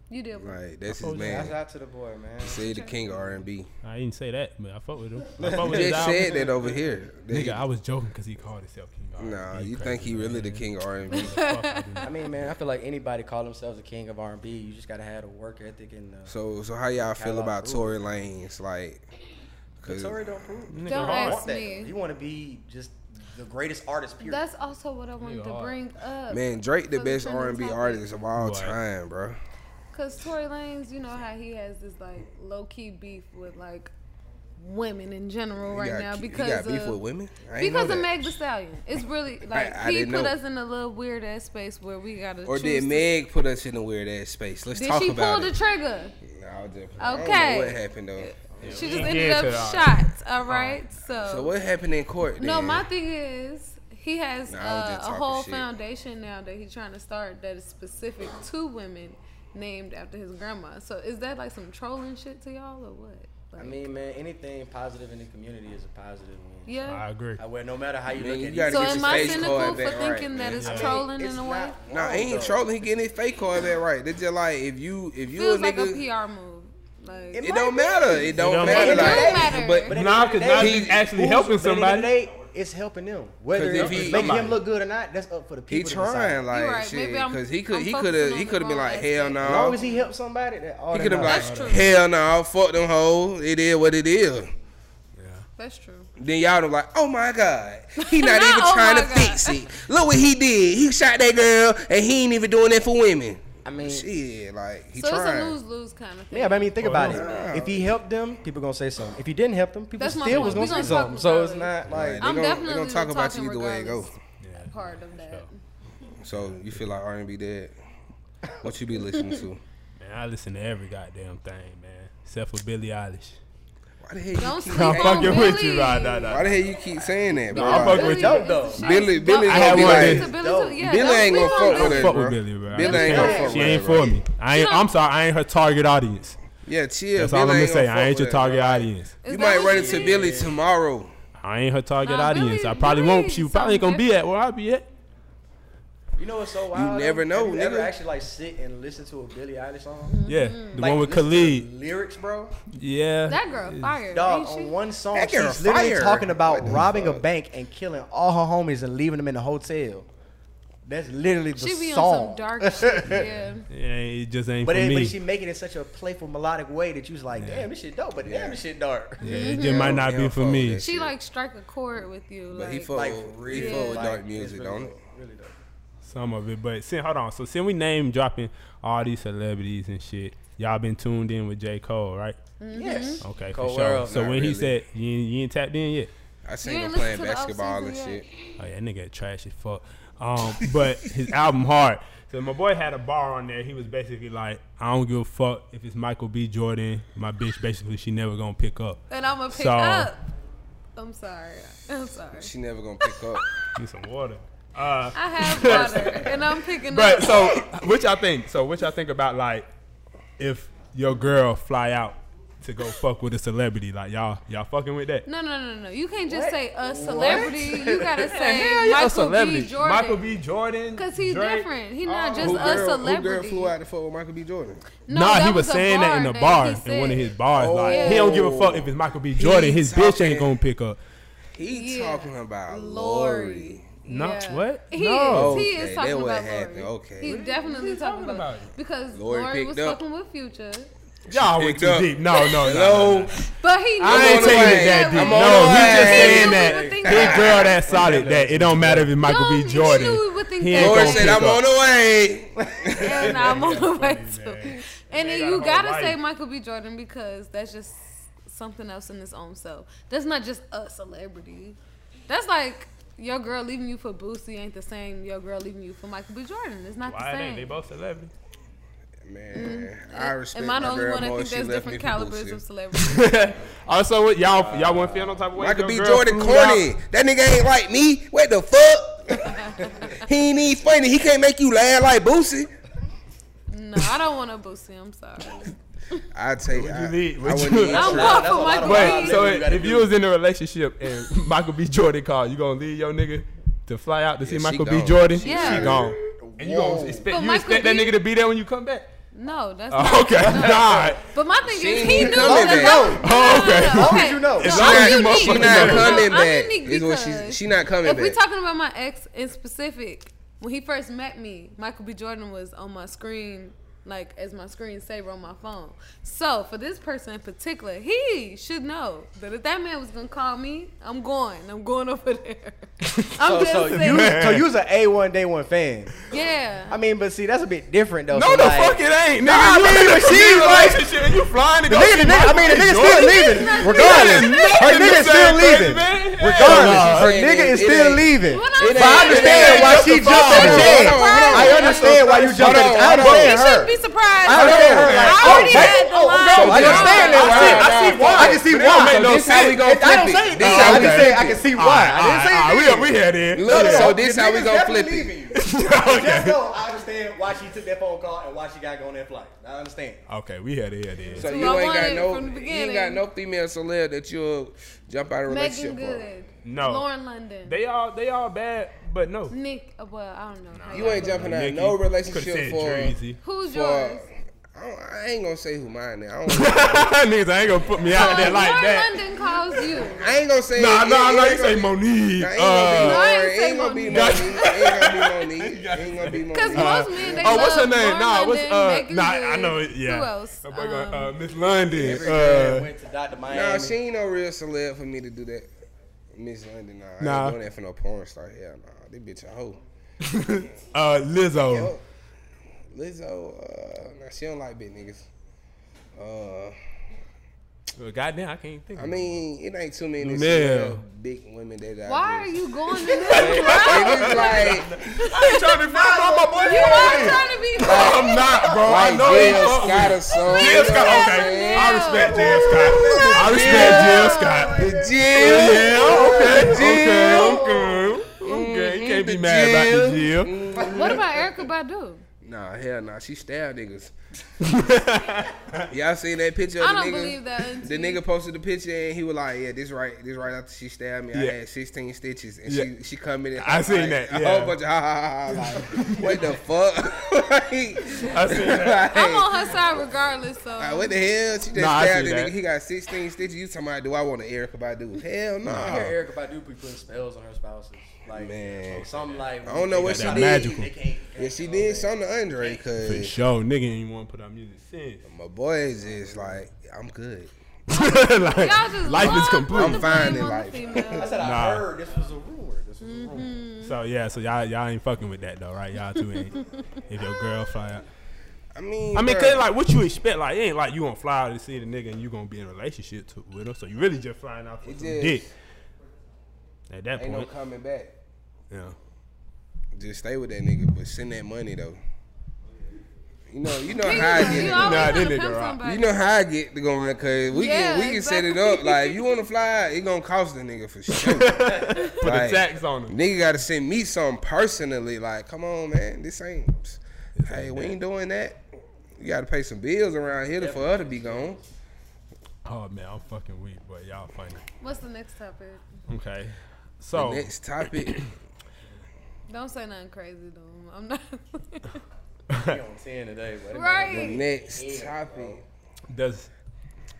[SPEAKER 3] You did.
[SPEAKER 2] Like that's his
[SPEAKER 1] Oh, yeah.
[SPEAKER 6] Shout
[SPEAKER 2] man.
[SPEAKER 6] out to the boy, man.
[SPEAKER 2] Say the king of R and B.
[SPEAKER 1] I didn't say that, but I fuck with him. I fuck with his
[SPEAKER 2] Just
[SPEAKER 1] album.
[SPEAKER 2] said that over here. That
[SPEAKER 1] Nigga, I was joking because he called himself King.
[SPEAKER 2] he-
[SPEAKER 1] R&B.
[SPEAKER 2] nah, you
[SPEAKER 1] crazy,
[SPEAKER 2] think he really the
[SPEAKER 1] man.
[SPEAKER 2] king of R and B?
[SPEAKER 1] Fuck, I do
[SPEAKER 6] I mean, man, I feel like anybody call themselves the king of R and B. You just gotta have the work ethic and the.
[SPEAKER 2] So so how y'all feel
[SPEAKER 6] How
[SPEAKER 2] about
[SPEAKER 6] about
[SPEAKER 2] Tory Lanez? Like,
[SPEAKER 6] But
[SPEAKER 2] cause
[SPEAKER 6] Tory don't prove.
[SPEAKER 1] Nigga
[SPEAKER 3] Don't
[SPEAKER 1] hard.
[SPEAKER 3] ask me.
[SPEAKER 6] You want to be just the greatest artist. Period.
[SPEAKER 3] That's also what I wanted to
[SPEAKER 1] hard.
[SPEAKER 3] bring up.
[SPEAKER 2] man, Drake the
[SPEAKER 3] For Uh, the
[SPEAKER 2] best
[SPEAKER 3] trending
[SPEAKER 2] R and B
[SPEAKER 3] topic.
[SPEAKER 2] artist of all
[SPEAKER 1] What?
[SPEAKER 2] time, bro.
[SPEAKER 3] Cause Tory Lanez, you know how he has this like low key beef with like women in general
[SPEAKER 2] You
[SPEAKER 3] right
[SPEAKER 2] got-
[SPEAKER 3] now
[SPEAKER 2] you
[SPEAKER 3] because
[SPEAKER 2] got beef
[SPEAKER 3] of
[SPEAKER 2] with women. I ain't know
[SPEAKER 3] because of
[SPEAKER 2] that.
[SPEAKER 3] Meg The Stallion. It's really like
[SPEAKER 2] I
[SPEAKER 3] he
[SPEAKER 2] didn't
[SPEAKER 3] put
[SPEAKER 2] know.
[SPEAKER 3] us in a little weird ass space where we gotta.
[SPEAKER 2] Or
[SPEAKER 3] choose
[SPEAKER 2] did
[SPEAKER 3] to-
[SPEAKER 2] Meg put us in a weird ass space? Let's
[SPEAKER 3] Did
[SPEAKER 2] talk
[SPEAKER 3] she pull
[SPEAKER 2] about
[SPEAKER 3] the
[SPEAKER 2] it.
[SPEAKER 3] trigger?
[SPEAKER 2] Nah, I was just playing. I
[SPEAKER 3] Okay.
[SPEAKER 2] don't know what happened though.
[SPEAKER 3] She just
[SPEAKER 1] Yeah,
[SPEAKER 3] ended
[SPEAKER 1] to
[SPEAKER 3] up
[SPEAKER 1] the-
[SPEAKER 3] shot. All right, so.
[SPEAKER 2] So what happened in court? Then?
[SPEAKER 3] No, my thing is he has
[SPEAKER 2] Nah, I was
[SPEAKER 3] uh,
[SPEAKER 2] just
[SPEAKER 3] a
[SPEAKER 2] talking
[SPEAKER 3] whole
[SPEAKER 2] shit.
[SPEAKER 3] foundation now that he's trying to start that is specific to women named after his grandma. So is that like some trolling shit to y'all or what? Like,
[SPEAKER 6] I mean, man, anything positive in the community is a positive win.
[SPEAKER 1] I
[SPEAKER 3] yeah.
[SPEAKER 1] agree.
[SPEAKER 6] I well, no matter how you
[SPEAKER 2] Man,
[SPEAKER 6] look
[SPEAKER 2] you
[SPEAKER 6] at
[SPEAKER 2] gotta
[SPEAKER 6] it.
[SPEAKER 3] So
[SPEAKER 2] get
[SPEAKER 3] am
[SPEAKER 2] your
[SPEAKER 3] I
[SPEAKER 2] face
[SPEAKER 3] cynical
[SPEAKER 2] card
[SPEAKER 3] for
[SPEAKER 2] back right,
[SPEAKER 3] thinking that
[SPEAKER 2] man.
[SPEAKER 3] it's
[SPEAKER 2] I mean,
[SPEAKER 3] trolling
[SPEAKER 6] it's
[SPEAKER 3] in a way?
[SPEAKER 6] not
[SPEAKER 2] No,
[SPEAKER 6] wrong,
[SPEAKER 2] he ain't
[SPEAKER 6] though.
[SPEAKER 2] trolling. He getting his fake card back right. That's just like if you if you
[SPEAKER 3] Feels
[SPEAKER 2] a
[SPEAKER 3] like
[SPEAKER 2] nigga,
[SPEAKER 3] a PR move. Like
[SPEAKER 6] It
[SPEAKER 2] it don't matter. It don't,
[SPEAKER 1] don't
[SPEAKER 2] matter.
[SPEAKER 1] matter.
[SPEAKER 2] Like,
[SPEAKER 3] It don't matter.
[SPEAKER 2] But
[SPEAKER 6] at
[SPEAKER 1] Nah,
[SPEAKER 6] the end of
[SPEAKER 1] 'cause
[SPEAKER 6] the
[SPEAKER 1] now
[SPEAKER 6] day,
[SPEAKER 1] he's actually
[SPEAKER 6] who's-
[SPEAKER 1] helping
[SPEAKER 6] but at the end of
[SPEAKER 1] somebody.
[SPEAKER 6] the day, it's helping them. Whether
[SPEAKER 2] 'Cause
[SPEAKER 6] it's
[SPEAKER 2] if he-
[SPEAKER 6] making him
[SPEAKER 1] somebody.
[SPEAKER 6] look good or not, that's up for the people.
[SPEAKER 2] he
[SPEAKER 6] to
[SPEAKER 2] trying
[SPEAKER 6] decide.
[SPEAKER 2] like
[SPEAKER 3] You're right.
[SPEAKER 2] shit
[SPEAKER 3] Maybe I'm-
[SPEAKER 2] because he could
[SPEAKER 3] I'm
[SPEAKER 2] he could
[SPEAKER 3] focusing
[SPEAKER 2] have
[SPEAKER 3] on
[SPEAKER 2] he
[SPEAKER 3] the
[SPEAKER 2] could have been
[SPEAKER 3] wrong
[SPEAKER 2] like hell
[SPEAKER 3] aspect.
[SPEAKER 2] no.
[SPEAKER 6] As long as he helps somebody, that all
[SPEAKER 2] He could have
[SPEAKER 3] That's
[SPEAKER 2] been
[SPEAKER 3] true.
[SPEAKER 2] like, hell no, fuck them hoes. It is what it is.
[SPEAKER 3] That's true.
[SPEAKER 2] Then y'all done like, oh my god, he not,
[SPEAKER 3] Not
[SPEAKER 2] even
[SPEAKER 3] oh
[SPEAKER 2] trying
[SPEAKER 3] my
[SPEAKER 2] to
[SPEAKER 3] God.
[SPEAKER 2] fix it. Look what he did. He shot that girl, and he ain't even doing that for women.
[SPEAKER 6] I mean,
[SPEAKER 2] Shit, like he
[SPEAKER 3] so
[SPEAKER 2] trying.
[SPEAKER 3] it's a lose lose kind of thing.
[SPEAKER 6] Yeah, but I mean, think
[SPEAKER 1] Oh,
[SPEAKER 6] about
[SPEAKER 1] no.
[SPEAKER 6] it. If he helped them, people gonna say something. If he didn't help them, people
[SPEAKER 3] That's my
[SPEAKER 6] still
[SPEAKER 3] point.
[SPEAKER 6] was gonna
[SPEAKER 3] We gonna
[SPEAKER 6] say something.
[SPEAKER 3] talk
[SPEAKER 6] So it's
[SPEAKER 3] about
[SPEAKER 6] not like
[SPEAKER 2] They
[SPEAKER 3] I'm
[SPEAKER 2] gon- they
[SPEAKER 3] definitely
[SPEAKER 2] gon' talk about you
[SPEAKER 3] talking
[SPEAKER 2] either way it go.
[SPEAKER 3] regardless Part of that.
[SPEAKER 2] So you feel like R and B dead? What you be listening to?
[SPEAKER 1] Man, I listen to every goddamn thing, man, except for Billie Eilish.
[SPEAKER 2] Why the hell?
[SPEAKER 3] Don't
[SPEAKER 2] You
[SPEAKER 3] sleep
[SPEAKER 2] keep,
[SPEAKER 3] on
[SPEAKER 1] I'm fucking
[SPEAKER 3] Billy.
[SPEAKER 1] with you, right? Nah, nah.
[SPEAKER 2] why the hell you keep saying that, bro?
[SPEAKER 1] I'm
[SPEAKER 2] Like,
[SPEAKER 1] fucking with
[SPEAKER 3] Billy
[SPEAKER 1] you.
[SPEAKER 3] is the shit.
[SPEAKER 2] Billy-
[SPEAKER 3] Don't-
[SPEAKER 2] Billy
[SPEAKER 3] I
[SPEAKER 1] gonna
[SPEAKER 3] have
[SPEAKER 1] be
[SPEAKER 3] one
[SPEAKER 1] like-
[SPEAKER 3] of these. Billy too. Yeah,
[SPEAKER 2] Billy
[SPEAKER 3] don't
[SPEAKER 2] ain't
[SPEAKER 3] sleep
[SPEAKER 2] gonna fuck
[SPEAKER 3] on Billy.
[SPEAKER 2] with
[SPEAKER 1] Fuck with
[SPEAKER 2] bro.
[SPEAKER 1] Billy, bro. I
[SPEAKER 2] Billie
[SPEAKER 1] just
[SPEAKER 2] ain't
[SPEAKER 1] can't-
[SPEAKER 2] gonna fuck
[SPEAKER 1] She
[SPEAKER 2] with
[SPEAKER 1] ain't
[SPEAKER 2] her,
[SPEAKER 1] for
[SPEAKER 2] bro.
[SPEAKER 1] me. I ain't. I'm sorry. I ain't her target audience.
[SPEAKER 2] yeah, chill.
[SPEAKER 1] That's all I'm
[SPEAKER 2] Billy
[SPEAKER 1] gonna
[SPEAKER 2] ain't
[SPEAKER 1] say.
[SPEAKER 2] fuck
[SPEAKER 1] I ain't
[SPEAKER 2] with
[SPEAKER 1] your
[SPEAKER 2] it,
[SPEAKER 1] target
[SPEAKER 2] bro.
[SPEAKER 1] audience.
[SPEAKER 3] Is
[SPEAKER 2] You
[SPEAKER 3] that
[SPEAKER 2] might
[SPEAKER 3] what
[SPEAKER 2] run
[SPEAKER 3] you
[SPEAKER 2] into
[SPEAKER 3] did?
[SPEAKER 2] Billy tomorrow.
[SPEAKER 1] I ain't her target
[SPEAKER 3] Nah,
[SPEAKER 1] audience.
[SPEAKER 3] Billie-
[SPEAKER 1] I probably won't.
[SPEAKER 3] Billie
[SPEAKER 1] She probably ain't gonna be
[SPEAKER 3] something
[SPEAKER 1] at where I be at.
[SPEAKER 6] you know what's so wild. though?
[SPEAKER 2] never know,
[SPEAKER 6] Have you ever
[SPEAKER 2] nigga.
[SPEAKER 6] actually like sit and listen to a Billie Eilish song?
[SPEAKER 1] Yeah, the
[SPEAKER 6] Like,
[SPEAKER 1] one with
[SPEAKER 6] listen to the
[SPEAKER 1] Khalid.
[SPEAKER 6] Lyrics, bro.
[SPEAKER 1] Yeah.
[SPEAKER 3] Mm-hmm. That girl fire.
[SPEAKER 6] Dog,
[SPEAKER 3] ain't she?
[SPEAKER 6] on one song,
[SPEAKER 2] That
[SPEAKER 6] she's
[SPEAKER 2] girl
[SPEAKER 6] literally
[SPEAKER 2] fire.
[SPEAKER 6] talking
[SPEAKER 2] What
[SPEAKER 6] about
[SPEAKER 2] the
[SPEAKER 6] robbing a
[SPEAKER 2] fuck?
[SPEAKER 6] bank and killing all her homies and leaving them in the hotel. That's literally the
[SPEAKER 3] She be on
[SPEAKER 6] song.
[SPEAKER 3] some dark shit. Yeah.
[SPEAKER 1] Yeah, it just ain't
[SPEAKER 6] but,
[SPEAKER 1] for
[SPEAKER 6] it,
[SPEAKER 1] me.
[SPEAKER 6] but she make it in such a playful, melodic way that you was like, damn, this shit dope, but damn, this shit dark.
[SPEAKER 1] yeah, it
[SPEAKER 3] Mm-hmm.
[SPEAKER 1] just might not be for me.
[SPEAKER 3] She like strike a chord with you.
[SPEAKER 2] But
[SPEAKER 3] Like,
[SPEAKER 2] he fuck
[SPEAKER 6] like,
[SPEAKER 2] with, he
[SPEAKER 6] really,
[SPEAKER 2] fuck with
[SPEAKER 6] like,
[SPEAKER 2] dark
[SPEAKER 6] it's
[SPEAKER 2] music,
[SPEAKER 6] really
[SPEAKER 2] don't
[SPEAKER 6] dope,
[SPEAKER 2] it?
[SPEAKER 6] Really dope.
[SPEAKER 1] Some of it, but see, hold on. So since we name dropping all these celebrities and shit, y'all been tuned in with J Cole, right?
[SPEAKER 3] Mm-hmm.
[SPEAKER 6] Yes.
[SPEAKER 1] Okay,
[SPEAKER 6] Cole
[SPEAKER 1] for sure.
[SPEAKER 6] World.
[SPEAKER 1] so
[SPEAKER 2] Not
[SPEAKER 1] when he
[SPEAKER 2] really.
[SPEAKER 1] said you, ain't- you ain't tapped in yet,
[SPEAKER 2] I seen him
[SPEAKER 3] ain't
[SPEAKER 2] playing
[SPEAKER 3] listen to the
[SPEAKER 2] basketball and
[SPEAKER 3] offseason
[SPEAKER 2] shit.
[SPEAKER 3] yet?
[SPEAKER 1] oh yeah, nigga trash as fuck. Um, but his album hard. So my boy had a bar on there. He was basically like, I don't give a fuck if it's Michael B. Jordan. My bitch, basically, she never gonna pick up.
[SPEAKER 3] and I'm gonna pick
[SPEAKER 1] So-
[SPEAKER 3] up. I'm sorry. I'm sorry.
[SPEAKER 2] She never gonna pick up.
[SPEAKER 1] Need some water. Uh,
[SPEAKER 3] I have water, and I'm picking
[SPEAKER 1] But
[SPEAKER 3] up.
[SPEAKER 1] so, which I think, so which I think about like, if your girl fly out to go fuck with a celebrity, like y'all, y'all fucking with that?
[SPEAKER 3] no, no, no, no. You can't just say a celebrity. You gotta say
[SPEAKER 1] a
[SPEAKER 3] Michael
[SPEAKER 1] celebrity,
[SPEAKER 3] B. Jordan.
[SPEAKER 1] Michael B. Jordan,
[SPEAKER 3] Cause he's
[SPEAKER 1] Drake.
[SPEAKER 3] different. He not just
[SPEAKER 2] Oh. who,
[SPEAKER 3] a
[SPEAKER 2] girl, who girl
[SPEAKER 3] celebrity.
[SPEAKER 2] flew out to fuck with Michael B. Jordan?
[SPEAKER 3] No,
[SPEAKER 1] nah, he
[SPEAKER 3] that
[SPEAKER 1] was
[SPEAKER 3] a
[SPEAKER 1] saying that in a
[SPEAKER 3] he
[SPEAKER 1] bar in
[SPEAKER 3] said.
[SPEAKER 1] one of his bars. like
[SPEAKER 3] yeah.
[SPEAKER 1] he don't give a fuck if it's Michael B. Jordan. His bitch ain't
[SPEAKER 2] talking-
[SPEAKER 1] gonna pick Oh. up.
[SPEAKER 2] He
[SPEAKER 3] Yeah.
[SPEAKER 2] talking about Lori.
[SPEAKER 3] Lori.
[SPEAKER 1] No,
[SPEAKER 3] Yeah.
[SPEAKER 1] what?
[SPEAKER 3] He
[SPEAKER 1] No.
[SPEAKER 3] is. He
[SPEAKER 2] Okay,
[SPEAKER 3] is
[SPEAKER 2] that
[SPEAKER 3] talking
[SPEAKER 2] what
[SPEAKER 3] about
[SPEAKER 2] happened.
[SPEAKER 3] Lori.
[SPEAKER 2] Okay.
[SPEAKER 3] He definitely talking,
[SPEAKER 1] talking
[SPEAKER 3] about
[SPEAKER 1] about it?
[SPEAKER 3] because
[SPEAKER 2] Lori
[SPEAKER 3] Lori, was
[SPEAKER 2] picked up.
[SPEAKER 3] fucking with Future,
[SPEAKER 1] Y'all went
[SPEAKER 2] picked
[SPEAKER 1] too
[SPEAKER 2] up.
[SPEAKER 1] deep. No, no, no. no,
[SPEAKER 2] Hello,
[SPEAKER 1] no.
[SPEAKER 3] but he.
[SPEAKER 1] I ain't taking
[SPEAKER 2] on the
[SPEAKER 1] it
[SPEAKER 2] way.
[SPEAKER 1] that deep.
[SPEAKER 2] I'm
[SPEAKER 1] no,
[SPEAKER 2] on the
[SPEAKER 1] he's just
[SPEAKER 2] way.
[SPEAKER 1] saying
[SPEAKER 3] He knew
[SPEAKER 1] that.
[SPEAKER 3] we
[SPEAKER 1] Big
[SPEAKER 3] were thinking
[SPEAKER 1] girl that solid that it don't matter if it's Michael
[SPEAKER 3] No,
[SPEAKER 1] B.
[SPEAKER 3] he
[SPEAKER 1] Jordan.
[SPEAKER 3] knew we would think
[SPEAKER 1] He
[SPEAKER 3] that.
[SPEAKER 1] ain't
[SPEAKER 2] Lori
[SPEAKER 1] gonna
[SPEAKER 2] said
[SPEAKER 1] pick
[SPEAKER 2] I'm
[SPEAKER 1] up.
[SPEAKER 2] on the way.
[SPEAKER 3] and I'm on the way too.
[SPEAKER 1] man.
[SPEAKER 3] And
[SPEAKER 1] They got
[SPEAKER 3] then
[SPEAKER 1] a
[SPEAKER 3] you
[SPEAKER 1] whole
[SPEAKER 3] gotta
[SPEAKER 1] life.
[SPEAKER 3] say Michael B. Jordan because that's just something else in its own self. That's not just a celebrity. That's like your girl leaving you for Boosie ain't the same. Your girl leaving you for Michael B. Jordan. It's not
[SPEAKER 1] Why
[SPEAKER 3] the
[SPEAKER 1] it
[SPEAKER 3] same.
[SPEAKER 1] ain't? They both celebrities.
[SPEAKER 2] Man, I respect
[SPEAKER 3] Mm-hmm. Am I the
[SPEAKER 2] my
[SPEAKER 3] only
[SPEAKER 2] girl
[SPEAKER 3] one that
[SPEAKER 2] more.
[SPEAKER 3] think
[SPEAKER 2] She
[SPEAKER 3] there's
[SPEAKER 2] left me
[SPEAKER 3] different
[SPEAKER 2] for
[SPEAKER 3] calibers
[SPEAKER 2] Boosie.
[SPEAKER 3] of celebrities?
[SPEAKER 1] Also, what y'all y'all wouldn't feel no type of way.
[SPEAKER 2] I
[SPEAKER 1] if
[SPEAKER 2] could be
[SPEAKER 1] your girl
[SPEAKER 2] Jordan
[SPEAKER 1] flew out?
[SPEAKER 2] corny. That nigga ain't like me. What the fuck? he ain't even funny. He can't make you laugh like Boosie.
[SPEAKER 3] No, I don't want a Boosie. I'm sorry.
[SPEAKER 2] I take.
[SPEAKER 1] you
[SPEAKER 2] I,
[SPEAKER 1] need?
[SPEAKER 2] I
[SPEAKER 1] What
[SPEAKER 2] wouldn't
[SPEAKER 1] you-
[SPEAKER 2] even try.
[SPEAKER 3] I'm going
[SPEAKER 6] that's a
[SPEAKER 3] for
[SPEAKER 6] lot of
[SPEAKER 3] Michael
[SPEAKER 6] money.
[SPEAKER 3] B.
[SPEAKER 1] Wait, so
[SPEAKER 6] That's what you gotta
[SPEAKER 1] if you
[SPEAKER 6] do.
[SPEAKER 1] was in a relationship and Michael B. Jordan called, you gonna leave your nigga to fly out to see
[SPEAKER 2] she
[SPEAKER 1] Michael B.
[SPEAKER 2] gone.
[SPEAKER 1] Jordan?
[SPEAKER 3] Yeah.
[SPEAKER 1] She gone. And you
[SPEAKER 6] Whoa.
[SPEAKER 1] gonna expect
[SPEAKER 3] But
[SPEAKER 1] you
[SPEAKER 3] Michael
[SPEAKER 1] expect that
[SPEAKER 3] B-
[SPEAKER 1] nigga to be there when you come back?
[SPEAKER 3] No, that's
[SPEAKER 1] Oh,
[SPEAKER 3] not.
[SPEAKER 1] okay. God.
[SPEAKER 3] But my thing is,
[SPEAKER 2] ain't
[SPEAKER 3] he
[SPEAKER 2] even
[SPEAKER 3] knew
[SPEAKER 2] coming
[SPEAKER 3] that.
[SPEAKER 2] back.
[SPEAKER 3] No, no, no, no,
[SPEAKER 1] Okay.
[SPEAKER 3] no,
[SPEAKER 6] How would
[SPEAKER 3] okay.
[SPEAKER 6] you know?
[SPEAKER 3] No,
[SPEAKER 1] As long as
[SPEAKER 3] I'm
[SPEAKER 1] you
[SPEAKER 3] unique.
[SPEAKER 2] She
[SPEAKER 1] motherfucking
[SPEAKER 2] not
[SPEAKER 1] know.
[SPEAKER 2] coming
[SPEAKER 3] No, I'm
[SPEAKER 2] back.
[SPEAKER 3] unique
[SPEAKER 2] Is what
[SPEAKER 3] because
[SPEAKER 2] she's. She not coming
[SPEAKER 3] If
[SPEAKER 2] back.
[SPEAKER 3] we talking about my ex in specific, when he first met me, Michael B. Jordan was on my screen, like as my screensaver on my phone. So for this person in particular, he should know that if that man was gonna call me, I'm going. I'm going over there. I'm
[SPEAKER 6] So,
[SPEAKER 3] just
[SPEAKER 6] so, you,
[SPEAKER 3] saying.
[SPEAKER 6] so you was an A1 Day 1 fan.
[SPEAKER 3] yeah.
[SPEAKER 6] I mean, but see, that's a bit different though.
[SPEAKER 1] No,
[SPEAKER 6] so
[SPEAKER 1] the
[SPEAKER 6] like,
[SPEAKER 1] fuck it ain't, nigga. you
[SPEAKER 6] Nah, I mean,
[SPEAKER 1] in a
[SPEAKER 6] but she's
[SPEAKER 1] committed
[SPEAKER 6] like-
[SPEAKER 1] relationship and you flying to
[SPEAKER 6] The
[SPEAKER 1] go
[SPEAKER 6] nigga, the
[SPEAKER 1] see
[SPEAKER 6] nigga, I
[SPEAKER 1] Michael
[SPEAKER 6] mean, the
[SPEAKER 1] B.
[SPEAKER 6] nigga
[SPEAKER 1] Jordan?
[SPEAKER 6] still leaving. Regardless,
[SPEAKER 1] Ain't nothing
[SPEAKER 6] her nigga
[SPEAKER 1] to say,
[SPEAKER 6] still
[SPEAKER 1] crazy
[SPEAKER 6] leaving.
[SPEAKER 1] man. Yeah.
[SPEAKER 6] Regardless, her
[SPEAKER 2] It
[SPEAKER 6] nigga is
[SPEAKER 2] ain't-
[SPEAKER 6] still
[SPEAKER 2] it
[SPEAKER 6] leaving.
[SPEAKER 3] But I'm
[SPEAKER 6] But I
[SPEAKER 3] saying-
[SPEAKER 6] understand why she jumped
[SPEAKER 1] justified.
[SPEAKER 6] at the chance.
[SPEAKER 2] Hold on, hold on.
[SPEAKER 6] I understand why you jumped at the
[SPEAKER 2] Hold on,
[SPEAKER 6] chance.
[SPEAKER 2] hold on.
[SPEAKER 3] He shouldn't be
[SPEAKER 6] I understand her.
[SPEAKER 3] surprised.
[SPEAKER 6] I understand her. Like,
[SPEAKER 3] I already
[SPEAKER 6] oh,
[SPEAKER 3] had the
[SPEAKER 6] oh,
[SPEAKER 3] line.
[SPEAKER 6] no, I understand that.
[SPEAKER 2] Wow, wow,
[SPEAKER 6] I see, I see
[SPEAKER 2] wow.
[SPEAKER 6] why. I can see
[SPEAKER 1] But it don't
[SPEAKER 6] why.
[SPEAKER 1] make no
[SPEAKER 6] This
[SPEAKER 1] sense.
[SPEAKER 6] how we gonna
[SPEAKER 2] This how
[SPEAKER 6] flip
[SPEAKER 2] we
[SPEAKER 6] it.
[SPEAKER 2] gonna flip
[SPEAKER 6] This how
[SPEAKER 2] it.
[SPEAKER 6] we
[SPEAKER 2] Okay.
[SPEAKER 6] say I can see why. I
[SPEAKER 1] Ah,
[SPEAKER 6] didn't say
[SPEAKER 1] ah,
[SPEAKER 6] anything.
[SPEAKER 1] we, we had it.
[SPEAKER 2] Look,
[SPEAKER 6] No, no,
[SPEAKER 2] so
[SPEAKER 6] no.
[SPEAKER 2] this
[SPEAKER 6] The
[SPEAKER 2] how we
[SPEAKER 6] nigga's
[SPEAKER 2] gonna
[SPEAKER 6] definitely
[SPEAKER 2] flip it.
[SPEAKER 6] leaving you. Just
[SPEAKER 1] okay.
[SPEAKER 6] know I understand why she took that phone call and why she got going that flight. I understand.
[SPEAKER 1] okay, we had it. Had it.
[SPEAKER 2] So
[SPEAKER 3] That's
[SPEAKER 2] you
[SPEAKER 3] what I
[SPEAKER 2] ain't got
[SPEAKER 3] wanted
[SPEAKER 2] no,
[SPEAKER 3] from the
[SPEAKER 2] you ain't got
[SPEAKER 3] beginning.
[SPEAKER 2] no female celeb that you'll jump out of a
[SPEAKER 3] Megan
[SPEAKER 2] relationship
[SPEAKER 3] Good.
[SPEAKER 1] No.
[SPEAKER 3] Lauren London.
[SPEAKER 1] They all they all bad, but no.
[SPEAKER 3] Nick. uh, Well, I don't know. how
[SPEAKER 2] for.
[SPEAKER 3] y'all
[SPEAKER 2] You ain't
[SPEAKER 3] do it.
[SPEAKER 2] jumping out of
[SPEAKER 1] Nicki.
[SPEAKER 2] no
[SPEAKER 1] Could've
[SPEAKER 2] relationship
[SPEAKER 1] said
[SPEAKER 2] for.
[SPEAKER 1] Dreezy.
[SPEAKER 3] Who's
[SPEAKER 2] for
[SPEAKER 3] yours?
[SPEAKER 2] I, don't, I ain't gonna say who mine is. I, don't,
[SPEAKER 1] Niggas, I ain't gonna put me out there
[SPEAKER 3] Uh,
[SPEAKER 1] like
[SPEAKER 3] Lauren
[SPEAKER 1] that.
[SPEAKER 3] London calls you.
[SPEAKER 2] I ain't gonna say.
[SPEAKER 1] Nah, nah,
[SPEAKER 2] it- it
[SPEAKER 1] nah.
[SPEAKER 2] ain't
[SPEAKER 1] You
[SPEAKER 2] gonna
[SPEAKER 1] say
[SPEAKER 2] be-
[SPEAKER 1] Monique.
[SPEAKER 2] Nah,
[SPEAKER 1] Uh,
[SPEAKER 3] Lauren.
[SPEAKER 2] Ain't gonna be
[SPEAKER 3] Ain't
[SPEAKER 2] no.
[SPEAKER 1] gonna
[SPEAKER 2] Ain't gonna be no. Ain't gonna be no.
[SPEAKER 3] Because most men, they
[SPEAKER 1] oh,
[SPEAKER 3] love
[SPEAKER 1] what's her name?
[SPEAKER 3] Lauren
[SPEAKER 1] nah, what's
[SPEAKER 3] London,
[SPEAKER 1] uh?
[SPEAKER 3] Megan
[SPEAKER 1] Nah,
[SPEAKER 3] Good.
[SPEAKER 1] I know. it, Yeah.
[SPEAKER 3] Who else?
[SPEAKER 1] That boy got,
[SPEAKER 3] Um,
[SPEAKER 1] uh, Miss London.
[SPEAKER 6] Every
[SPEAKER 1] Uh,
[SPEAKER 6] went to Dr.
[SPEAKER 2] Nah,
[SPEAKER 6] Miami.
[SPEAKER 2] she ain't no real celeb for me to do that. Miss London, nah. I
[SPEAKER 1] Nah.
[SPEAKER 2] ain't doing that for no porn star. Hell nah. This bitch a hoe.
[SPEAKER 1] uh, Lizzo.
[SPEAKER 2] Yo, Lizzo, uh, nah, she don't like big niggas. Uh,
[SPEAKER 1] Goddamn, I can't think.
[SPEAKER 2] I mean, it ain't too
[SPEAKER 1] Mel.
[SPEAKER 2] many celeb big women that I
[SPEAKER 3] Why are
[SPEAKER 2] just-
[SPEAKER 3] you going to this?
[SPEAKER 2] It is like
[SPEAKER 1] I ain't trying to find out my boy.
[SPEAKER 3] You are trying to
[SPEAKER 1] Um,
[SPEAKER 3] be hot.
[SPEAKER 1] I'm not, bro. Oh, I
[SPEAKER 2] like
[SPEAKER 1] know he
[SPEAKER 2] Jill
[SPEAKER 1] fuck with
[SPEAKER 2] Scott or something.
[SPEAKER 1] Jill Scott. Okay, I respect Jill Scott. I respect Jill Scott.
[SPEAKER 2] The Jill.
[SPEAKER 1] Yeah, okay, okay,
[SPEAKER 2] Jill.
[SPEAKER 1] okay, okay. You can't be
[SPEAKER 2] the
[SPEAKER 1] mad about the
[SPEAKER 2] Jill.
[SPEAKER 1] Jill.
[SPEAKER 3] What about Erica Badu?
[SPEAKER 2] Nah, hell nah. She stabbed niggas. Y'all seen that picture of
[SPEAKER 3] I
[SPEAKER 2] the
[SPEAKER 3] don't
[SPEAKER 2] nigga?
[SPEAKER 3] believe that.
[SPEAKER 2] The
[SPEAKER 3] auntie.
[SPEAKER 2] nigga posted the picture and he was like, "Yeah, this right, this right after she stabbed me. I
[SPEAKER 1] Yeah.
[SPEAKER 2] had 16 stitches, and
[SPEAKER 1] Yeah.
[SPEAKER 2] she she come in. And
[SPEAKER 1] I seen
[SPEAKER 2] like,
[SPEAKER 1] that,
[SPEAKER 2] A
[SPEAKER 1] yeah.
[SPEAKER 2] whole bunch of ha ha ha. ha, Like, what the fuck? like,
[SPEAKER 1] I seen that.
[SPEAKER 3] I'm on her side regardless. So
[SPEAKER 2] like, what the hell? She just
[SPEAKER 1] Nah, I
[SPEAKER 2] stabbed
[SPEAKER 1] see
[SPEAKER 2] the nigga.
[SPEAKER 1] that.
[SPEAKER 2] He got 16 stitches. You talking about? Do I want an Erica Badu? Hell no.
[SPEAKER 6] I hear Erica Badu be putting spells on her spouses. Like,
[SPEAKER 2] Man.
[SPEAKER 6] Something like.
[SPEAKER 2] I don't know what she
[SPEAKER 1] that
[SPEAKER 2] did.
[SPEAKER 1] magical.
[SPEAKER 6] They can't.
[SPEAKER 2] Yeah, she did something to Andre
[SPEAKER 1] For
[SPEAKER 2] because
[SPEAKER 1] sure, nigga ain't want to put out music since.
[SPEAKER 2] my boy is just like, I'm good.
[SPEAKER 1] like,
[SPEAKER 3] y'all just
[SPEAKER 1] life
[SPEAKER 3] love
[SPEAKER 1] is complete.
[SPEAKER 3] putting
[SPEAKER 2] I'm
[SPEAKER 3] the
[SPEAKER 2] fine in
[SPEAKER 3] blame on the
[SPEAKER 2] life.
[SPEAKER 6] I
[SPEAKER 3] females.
[SPEAKER 6] said, I
[SPEAKER 1] Nah.
[SPEAKER 6] heard this was a rumor. This was
[SPEAKER 3] Mm-hmm.
[SPEAKER 6] a rumor.
[SPEAKER 1] So yeah, so y'all y'all ain't fucking with that though, right? Y'all too ain't. if your girl fly out,
[SPEAKER 2] I mean,
[SPEAKER 1] I mean,
[SPEAKER 2] bruh,
[SPEAKER 1] cause like what you expect, like it ain't like you gonna fly out and see the nigga and you gonna be in a relationship to, with him. So you really just flying out for
[SPEAKER 2] It
[SPEAKER 1] some
[SPEAKER 2] just-
[SPEAKER 1] dick. At that
[SPEAKER 2] ain't no
[SPEAKER 1] point,
[SPEAKER 2] coming back.
[SPEAKER 1] yeah.
[SPEAKER 2] Just stay with that nigga, but send that money though. You know, you know
[SPEAKER 3] You
[SPEAKER 2] how I get.
[SPEAKER 3] you
[SPEAKER 2] it.
[SPEAKER 3] always
[SPEAKER 1] that
[SPEAKER 3] trying to
[SPEAKER 1] nigga
[SPEAKER 3] pimp
[SPEAKER 1] rock.
[SPEAKER 3] somebody.
[SPEAKER 2] You know how I get to going because we
[SPEAKER 3] Yeah,
[SPEAKER 2] can we can set it
[SPEAKER 3] exactly.
[SPEAKER 2] up like if you want to fly, it gonna cost the nigga for sure.
[SPEAKER 1] Put
[SPEAKER 2] Like,
[SPEAKER 1] a tax on him.
[SPEAKER 2] Nigga gotta send me something personally. Like, come on, man, this ain't. Hey, we ain't doing that. You gotta pay some bills around here for her to be gone.
[SPEAKER 1] Oh man, I'm fucking weak, but y'all funny.
[SPEAKER 3] What's the next topic?
[SPEAKER 1] Okay, so
[SPEAKER 2] Next topic.
[SPEAKER 3] Don't say nothing crazy though. I'm not
[SPEAKER 6] We on 10 today, but
[SPEAKER 2] the
[SPEAKER 3] right.
[SPEAKER 2] next topic.
[SPEAKER 1] does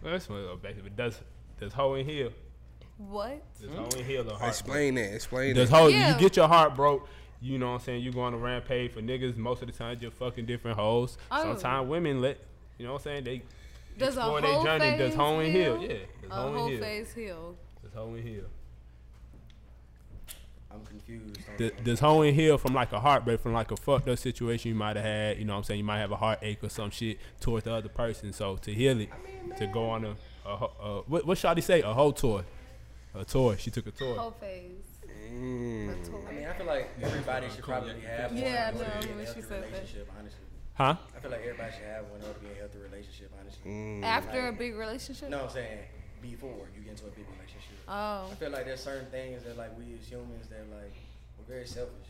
[SPEAKER 1] well, this one go back to, but does does hoe in heel?
[SPEAKER 3] What?
[SPEAKER 1] Does hoe in heel or heart?
[SPEAKER 2] Explain that. Explain
[SPEAKER 1] Does
[SPEAKER 2] that.
[SPEAKER 1] hoe?
[SPEAKER 3] Yeah.
[SPEAKER 1] You get your heart broke. You know what I'm saying? You go on a rampage for niggas. Most of the time, you're fucking different hoes.
[SPEAKER 3] Oh.
[SPEAKER 1] Sometimes women let. You know what I'm saying? They
[SPEAKER 3] Does a
[SPEAKER 1] Boy,
[SPEAKER 3] whole
[SPEAKER 1] they Johnny
[SPEAKER 3] phase
[SPEAKER 1] does home and heel.
[SPEAKER 3] heal?
[SPEAKER 1] Yeah, does
[SPEAKER 3] A
[SPEAKER 1] home and
[SPEAKER 3] whole
[SPEAKER 1] heel.
[SPEAKER 3] phase heal.
[SPEAKER 1] Does home and heel.
[SPEAKER 6] I'm confused. on
[SPEAKER 1] Th- Does home and heel from like a heartbreak, from like a fucked up situation you might have had. You know what I'm saying? You might have a heartache or some shit towards the other person. So to heal it, to go on a, a, ho- a what, what Shawty say? A whole tour. A tour. She took a tour.
[SPEAKER 3] Whole phase.
[SPEAKER 2] Mm.
[SPEAKER 3] That's
[SPEAKER 6] I mean, I feel like everybody should probably have one.
[SPEAKER 3] Yeah, I
[SPEAKER 6] in order
[SPEAKER 3] know,
[SPEAKER 6] to be in a
[SPEAKER 3] when she
[SPEAKER 6] healthy
[SPEAKER 3] said that.
[SPEAKER 6] relationship, honestly.
[SPEAKER 1] Huh?
[SPEAKER 6] I feel like everybody should have one in order to be in a healthy relationship, honestly.
[SPEAKER 2] Mm.
[SPEAKER 3] all. After a big relationship?
[SPEAKER 6] No, I'm saying before you get into a big relationship.
[SPEAKER 3] Oh.
[SPEAKER 6] I feel like there's certain things that like we as humans that like we're very selfish.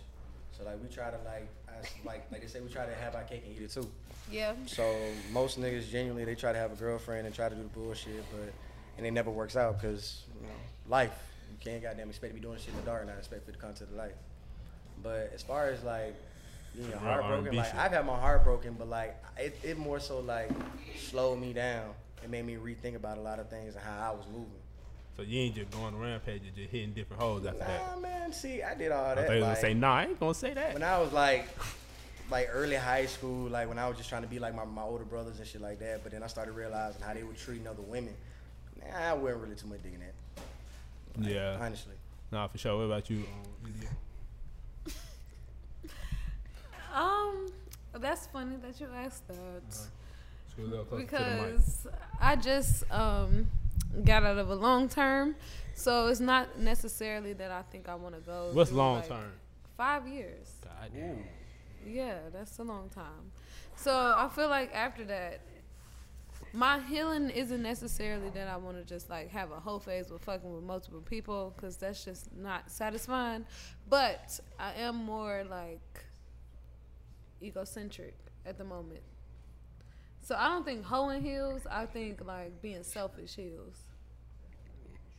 [SPEAKER 6] So like we try to like I, s- like like they say we try to have our cake and eat it too.
[SPEAKER 3] Yeah.
[SPEAKER 6] So most niggas genuinely they try to have a girlfriend and try to do the bullshit, but and it never works out because you know life. You can't goddamn expect to be doing shit in the dark and not expect it to come to the light. But as far as like being heartbroken,
[SPEAKER 1] R&B
[SPEAKER 6] like
[SPEAKER 1] shit.
[SPEAKER 6] I've had my heart broken, but like it, it more so like slowed me down. It made me rethink about a lot of things and how I was moving.
[SPEAKER 1] So you ain't just going on a rampage. You're just hitting different hoes after that.
[SPEAKER 6] Nah, man. See, I did all
[SPEAKER 1] I
[SPEAKER 6] that.
[SPEAKER 1] thought you was gonna
[SPEAKER 6] like,
[SPEAKER 1] say nah. I ain't gonna say that.
[SPEAKER 6] when I was like, like early high school, like when I was just trying to be like my, my older brothers and shit like that. But then I started realizing how they were treating other women. Nah, I wasn't really too much digging that,
[SPEAKER 1] yeah.
[SPEAKER 6] honestly.
[SPEAKER 1] Nah, for sure. What about you? um, Lydia?
[SPEAKER 3] Um, that's funny that you asked that.
[SPEAKER 1] Scoot a little closer to the mic.
[SPEAKER 3] because I just um, got out of a long term, so it's not necessarily that I think I want to go.
[SPEAKER 1] What's
[SPEAKER 3] through,
[SPEAKER 1] long
[SPEAKER 3] like,
[SPEAKER 1] term?
[SPEAKER 3] Five years.
[SPEAKER 1] God damn.
[SPEAKER 3] Yeah, that's a long time. So I feel like after that, my healing isn't necessarily that I want to just like have a whole phase with fucking with multiple people because that's just not satisfying. But I am more like egocentric at the moment. So I don't think hoeing heals. I think like being selfish heals.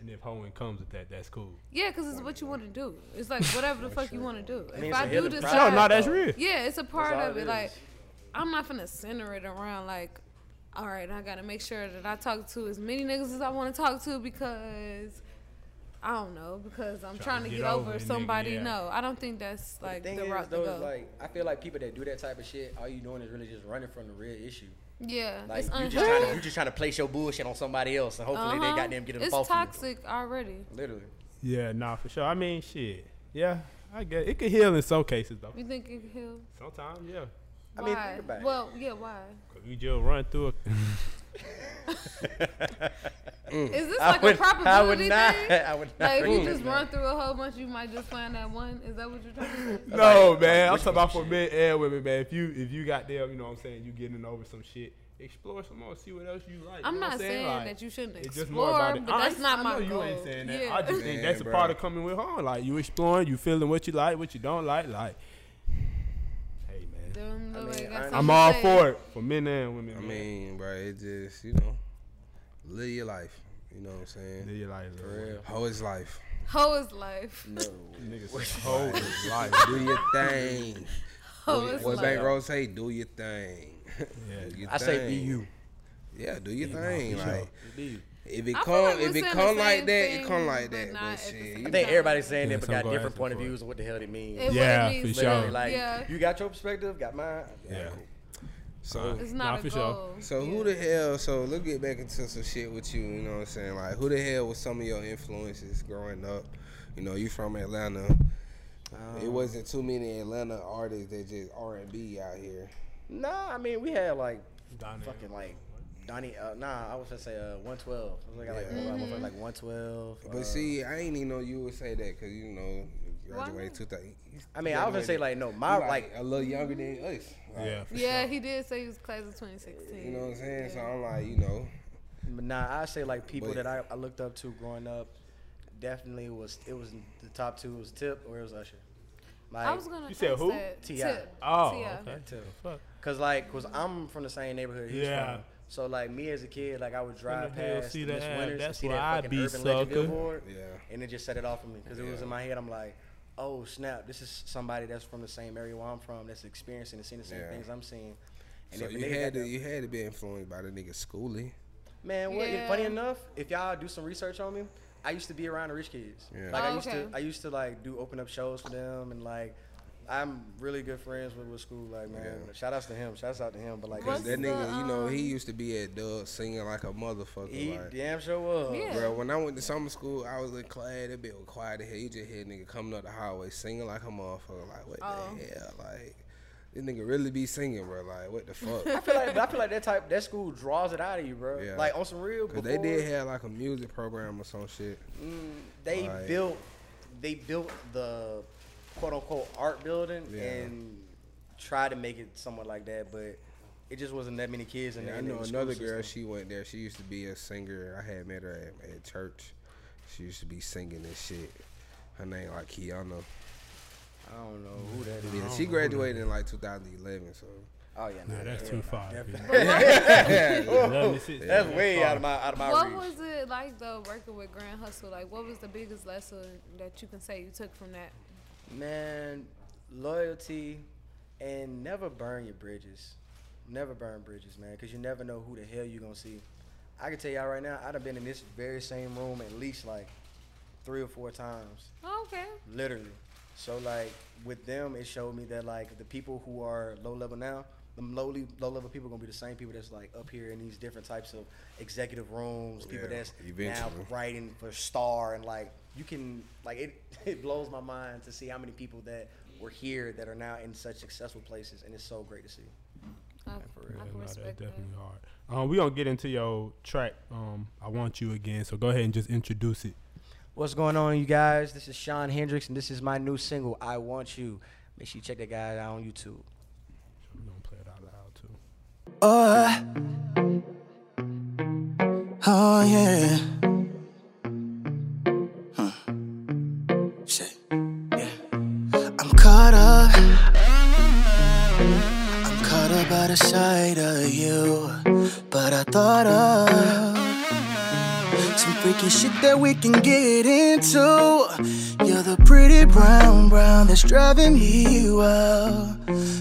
[SPEAKER 1] And if hoeing comes with that, that's cool.
[SPEAKER 3] Yeah, because it's what you want to do. It's like whatever the fuck you want to do.
[SPEAKER 6] I mean,
[SPEAKER 3] If
[SPEAKER 6] it's a
[SPEAKER 3] I do
[SPEAKER 6] healing
[SPEAKER 3] decide,
[SPEAKER 6] process,
[SPEAKER 1] No, nah, that's
[SPEAKER 6] though.
[SPEAKER 1] real.
[SPEAKER 3] yeah, it's a part
[SPEAKER 6] all
[SPEAKER 3] of
[SPEAKER 6] it
[SPEAKER 3] it.
[SPEAKER 6] is.
[SPEAKER 3] Like, I'm not finna center it around like, all right, I gotta make sure that I talk to as many niggas as I want to talk to because I don't know because I'm trying, to get, over,
[SPEAKER 1] a nigga,
[SPEAKER 3] somebody.
[SPEAKER 1] yeah.
[SPEAKER 3] No, I don't think that's
[SPEAKER 6] The
[SPEAKER 3] like the,
[SPEAKER 6] thing is,
[SPEAKER 3] route to
[SPEAKER 6] though,
[SPEAKER 3] go.
[SPEAKER 6] is like I feel like people that do that type of shit, all you doing is really just running from the real issue.
[SPEAKER 3] yeah,
[SPEAKER 6] Like
[SPEAKER 3] it's
[SPEAKER 6] you just trying to
[SPEAKER 3] unhealthy.
[SPEAKER 6] you just trying to place your bullshit on somebody else, and hopefully
[SPEAKER 3] Uh-huh.
[SPEAKER 6] they goddamn get it
[SPEAKER 3] It's
[SPEAKER 6] off
[SPEAKER 3] toxic already.
[SPEAKER 6] you. Literally.
[SPEAKER 1] Yeah, nah, for sure. I mean, shit. Yeah, I guess it could heal in some cases though.
[SPEAKER 3] You think it can heal?
[SPEAKER 1] Sometimes, yeah.
[SPEAKER 6] I
[SPEAKER 3] Why?
[SPEAKER 6] mean, think about it.
[SPEAKER 3] well, yeah, why?
[SPEAKER 1] Cause we just run through it.
[SPEAKER 3] Is this
[SPEAKER 6] Mm. I
[SPEAKER 3] like
[SPEAKER 6] would-
[SPEAKER 3] a probability
[SPEAKER 6] I would not. Mm.
[SPEAKER 3] thing?
[SPEAKER 6] I would not.
[SPEAKER 3] Like if you
[SPEAKER 6] recommend
[SPEAKER 3] just
[SPEAKER 6] that.
[SPEAKER 3] run through a whole bunch, you might just find that one. Is that what you're trying to say?
[SPEAKER 1] no,
[SPEAKER 6] like,
[SPEAKER 1] man. I'm
[SPEAKER 6] which
[SPEAKER 1] talking about for
[SPEAKER 6] one
[SPEAKER 1] men and women, man. If you if you got them, you know what I'm saying, you getting over some shit. Explore some more, see what else you like.
[SPEAKER 3] I'm
[SPEAKER 1] you know
[SPEAKER 3] not
[SPEAKER 1] what
[SPEAKER 3] saying
[SPEAKER 1] Like,
[SPEAKER 3] that you shouldn't
[SPEAKER 1] it's
[SPEAKER 3] explore,
[SPEAKER 1] just more about it.
[SPEAKER 3] but that's
[SPEAKER 1] I,
[SPEAKER 3] not
[SPEAKER 1] I
[SPEAKER 3] my
[SPEAKER 1] know
[SPEAKER 3] goal.
[SPEAKER 1] you ain't saying that.
[SPEAKER 3] Yeah.
[SPEAKER 1] I just think
[SPEAKER 2] Man,
[SPEAKER 1] that's a
[SPEAKER 2] bro.
[SPEAKER 1] part of coming with home. Like you exploring, you feeling what you like, what you don't like, like. Hey man,
[SPEAKER 3] Them little
[SPEAKER 6] mean,
[SPEAKER 3] niggas
[SPEAKER 6] I-
[SPEAKER 3] got
[SPEAKER 1] I'm
[SPEAKER 3] something
[SPEAKER 1] all
[SPEAKER 3] to say.
[SPEAKER 1] for it for men and women.
[SPEAKER 2] I
[SPEAKER 1] man.
[SPEAKER 2] mean, bro, it just you know, live your life. You know what I'm
[SPEAKER 1] Do
[SPEAKER 2] saying?
[SPEAKER 1] you like that?
[SPEAKER 2] Hoe is life.
[SPEAKER 3] Hoe is life.
[SPEAKER 1] Niggas, whole life.
[SPEAKER 2] Do your thing.
[SPEAKER 3] Hoe is
[SPEAKER 2] What Bank
[SPEAKER 3] life.
[SPEAKER 2] Rose say? Do your thing. Do your
[SPEAKER 6] I say be
[SPEAKER 2] thing.
[SPEAKER 6] you.
[SPEAKER 2] Yeah, do your thing. Like
[SPEAKER 6] Be you.
[SPEAKER 2] if it
[SPEAKER 3] I feel
[SPEAKER 2] come,
[SPEAKER 3] like
[SPEAKER 2] if
[SPEAKER 3] we're
[SPEAKER 2] it
[SPEAKER 3] saying
[SPEAKER 2] come
[SPEAKER 3] the
[SPEAKER 2] like
[SPEAKER 3] same
[SPEAKER 2] that, it
[SPEAKER 3] thing,
[SPEAKER 2] come like
[SPEAKER 3] but
[SPEAKER 2] that.
[SPEAKER 3] not
[SPEAKER 2] But
[SPEAKER 3] at the
[SPEAKER 2] shit,
[SPEAKER 3] same
[SPEAKER 2] you-
[SPEAKER 6] I think everybody's saying
[SPEAKER 1] Yeah,
[SPEAKER 6] it, but
[SPEAKER 1] some
[SPEAKER 6] got
[SPEAKER 1] go
[SPEAKER 6] different
[SPEAKER 1] asking
[SPEAKER 6] point of
[SPEAKER 1] for it.
[SPEAKER 6] views of what the hell it means.
[SPEAKER 3] It-
[SPEAKER 1] Yeah,
[SPEAKER 3] what it
[SPEAKER 1] for
[SPEAKER 3] means,
[SPEAKER 6] Literally,
[SPEAKER 1] sure.
[SPEAKER 6] Like
[SPEAKER 3] Yeah.
[SPEAKER 6] you got your perspective, got mine.
[SPEAKER 1] Yeah.
[SPEAKER 2] so.
[SPEAKER 3] It's
[SPEAKER 1] Nah,
[SPEAKER 3] not
[SPEAKER 1] for
[SPEAKER 3] a
[SPEAKER 1] sure.
[SPEAKER 3] goal.
[SPEAKER 2] So who the hell? So let's get back into some shit with you. You know what I'm saying? Like who the hell was some of your influences growing up? You know, you from Atlanta.
[SPEAKER 6] um,
[SPEAKER 2] it wasn't too many Atlanta artists that just R and B out here.
[SPEAKER 6] Nah, I mean we had like
[SPEAKER 1] Donnell.
[SPEAKER 6] fucking like Donnie. Uh, nah, I was gonna say uh, 112. I was like, like,
[SPEAKER 2] Yeah.
[SPEAKER 6] one-
[SPEAKER 3] Mm-hmm.
[SPEAKER 6] like 112.
[SPEAKER 2] But
[SPEAKER 6] uh,
[SPEAKER 2] see, I ain't even know you would say that because you know, you
[SPEAKER 3] Why
[SPEAKER 2] graduated
[SPEAKER 3] not?
[SPEAKER 2] two thousand.
[SPEAKER 6] I mean, I was gonna say like no, my like
[SPEAKER 2] a little younger than us. Like,
[SPEAKER 1] Yeah.
[SPEAKER 3] Yeah, he did say he was class of 2016.
[SPEAKER 2] You know what I'm saying? So I'm like, you know,
[SPEAKER 6] Nah, I say like people
[SPEAKER 2] But-
[SPEAKER 6] that I, I looked up to growing up. Definitely was it was the top two was Tip or it was Usher.
[SPEAKER 3] I
[SPEAKER 6] Like,
[SPEAKER 3] was gonna.
[SPEAKER 1] You said who?
[SPEAKER 3] Tip.
[SPEAKER 6] T.I..
[SPEAKER 3] Tip.
[SPEAKER 1] Oh,
[SPEAKER 3] T.I..
[SPEAKER 1] okay.
[SPEAKER 6] Too.
[SPEAKER 1] Fuck.
[SPEAKER 6] cause like, cause I'm from the same neighborhood. He's
[SPEAKER 1] Yeah.
[SPEAKER 6] From. So like me as a kid, like I would drive
[SPEAKER 1] the hell
[SPEAKER 6] past
[SPEAKER 1] see
[SPEAKER 6] Miss
[SPEAKER 1] that?
[SPEAKER 6] Winters,
[SPEAKER 1] That's
[SPEAKER 6] see
[SPEAKER 1] where
[SPEAKER 6] that
[SPEAKER 1] I
[SPEAKER 6] fucking
[SPEAKER 1] be,
[SPEAKER 6] urban legend
[SPEAKER 1] sucker.
[SPEAKER 6] billboard,
[SPEAKER 2] yeah.
[SPEAKER 6] and it just set it off for me because it was
[SPEAKER 2] Yeah.
[SPEAKER 6] in my head. I'm like, oh snap, this is somebody that's from the same area where I'm from, that's experiencing and seeing the same
[SPEAKER 2] Yeah.
[SPEAKER 6] things I'm seeing. And
[SPEAKER 2] so
[SPEAKER 6] if a
[SPEAKER 2] you
[SPEAKER 6] nigga
[SPEAKER 2] had
[SPEAKER 6] got
[SPEAKER 2] to,
[SPEAKER 6] that-
[SPEAKER 2] you had to be influenced by the nigga schooling.
[SPEAKER 6] Man, what?
[SPEAKER 3] Yeah.
[SPEAKER 6] Funny enough, if y'all do some research on me, I used to be around the rich kids.
[SPEAKER 2] Yeah.
[SPEAKER 6] Like
[SPEAKER 3] Oh,
[SPEAKER 6] I used
[SPEAKER 3] okay.
[SPEAKER 6] to, I used to like do open up shows for them, and like I'm really good friends with, with school. Like man,
[SPEAKER 2] Yeah.
[SPEAKER 6] shout outs to him, shouts out to him. But like,
[SPEAKER 3] What's
[SPEAKER 2] That
[SPEAKER 3] the,
[SPEAKER 2] nigga, you know, he
[SPEAKER 3] um,
[SPEAKER 2] used to be at Dub singing like a motherfucker.
[SPEAKER 6] he
[SPEAKER 2] like,
[SPEAKER 6] damn sure was.
[SPEAKER 3] Yeah.
[SPEAKER 2] Bro, when I went to summer school, I was in class. That bit was quiet as hell. You just hear nigga coming up the highway singing like a motherfucker. Like, what
[SPEAKER 3] Oh.
[SPEAKER 2] the hell? Like, this nigga really be singing, bro. Like, what the fuck?
[SPEAKER 6] I feel like, but I feel like that type, that school draws it out of you, bro.
[SPEAKER 2] Yeah.
[SPEAKER 6] Like on some real.
[SPEAKER 2] Cause they
[SPEAKER 6] Before,
[SPEAKER 2] did have like a music program or some shit.
[SPEAKER 6] they
[SPEAKER 2] Right.
[SPEAKER 6] built, they built the quote unquote art building
[SPEAKER 2] Yeah.
[SPEAKER 6] and tried to make it somewhat like that, but it just wasn't that many kids in
[SPEAKER 2] Yeah,
[SPEAKER 6] there.
[SPEAKER 2] I
[SPEAKER 6] in the
[SPEAKER 2] know
[SPEAKER 6] school
[SPEAKER 2] another girl.
[SPEAKER 6] system.
[SPEAKER 2] She went there. She used to be a singer. I had met her at, at church. She used to be singing and shit. Her name like Kiana.
[SPEAKER 6] I don't know who that is.
[SPEAKER 2] Yeah, she graduated in like 2011. So
[SPEAKER 6] Oh yeah, nah,
[SPEAKER 1] Yeah, that's
[SPEAKER 6] yeah,
[SPEAKER 1] too
[SPEAKER 6] nah,
[SPEAKER 1] far.
[SPEAKER 6] definitely.
[SPEAKER 1] Eleven, six,
[SPEAKER 6] That's
[SPEAKER 1] yeah.
[SPEAKER 6] way out of my out of my
[SPEAKER 3] What
[SPEAKER 6] reach.
[SPEAKER 3] was it like though working with Grand Hustle? Like, what was the biggest lesson that you can say you took from that?
[SPEAKER 6] Man, loyalty and never burn your bridges. Never burn bridges, man, because you never know who the hell you gonna see. I can tell y'all right now, I'd have been in this very same room at least like three or four times,
[SPEAKER 3] Oh, okay.
[SPEAKER 6] literally. So like with them, it showed me that like the people who are low level now, the lowly low level people gonna be the same people that's like up here in these different types of executive rooms, people
[SPEAKER 2] Oh, Yeah,
[SPEAKER 6] that's now
[SPEAKER 2] eventually.
[SPEAKER 6] writing for Star and like you can like it it blows my mind to see how many people that were here that are now in such successful places and it's so great to see.
[SPEAKER 3] I,
[SPEAKER 1] Yeah,
[SPEAKER 3] I
[SPEAKER 1] no,
[SPEAKER 3] can
[SPEAKER 1] that's
[SPEAKER 3] respect that.
[SPEAKER 1] definitely hard. Um, we gonna get into your track. Um, I want you again. So go ahead and just introduce it.
[SPEAKER 6] What's going on, you guys? This is Sean Hendricks and this is my new single, I Want You. Make sure you check that guy out on YouTube.
[SPEAKER 1] We gonna play it out loud too.
[SPEAKER 8] Uh, oh yeah. Huh. Hmm. Shit. Yeah. I'm caught up. I'm caught up by the sight of you. But I thought of some freaky shit that we can get into. You're the pretty brown, brown that's driving me wild.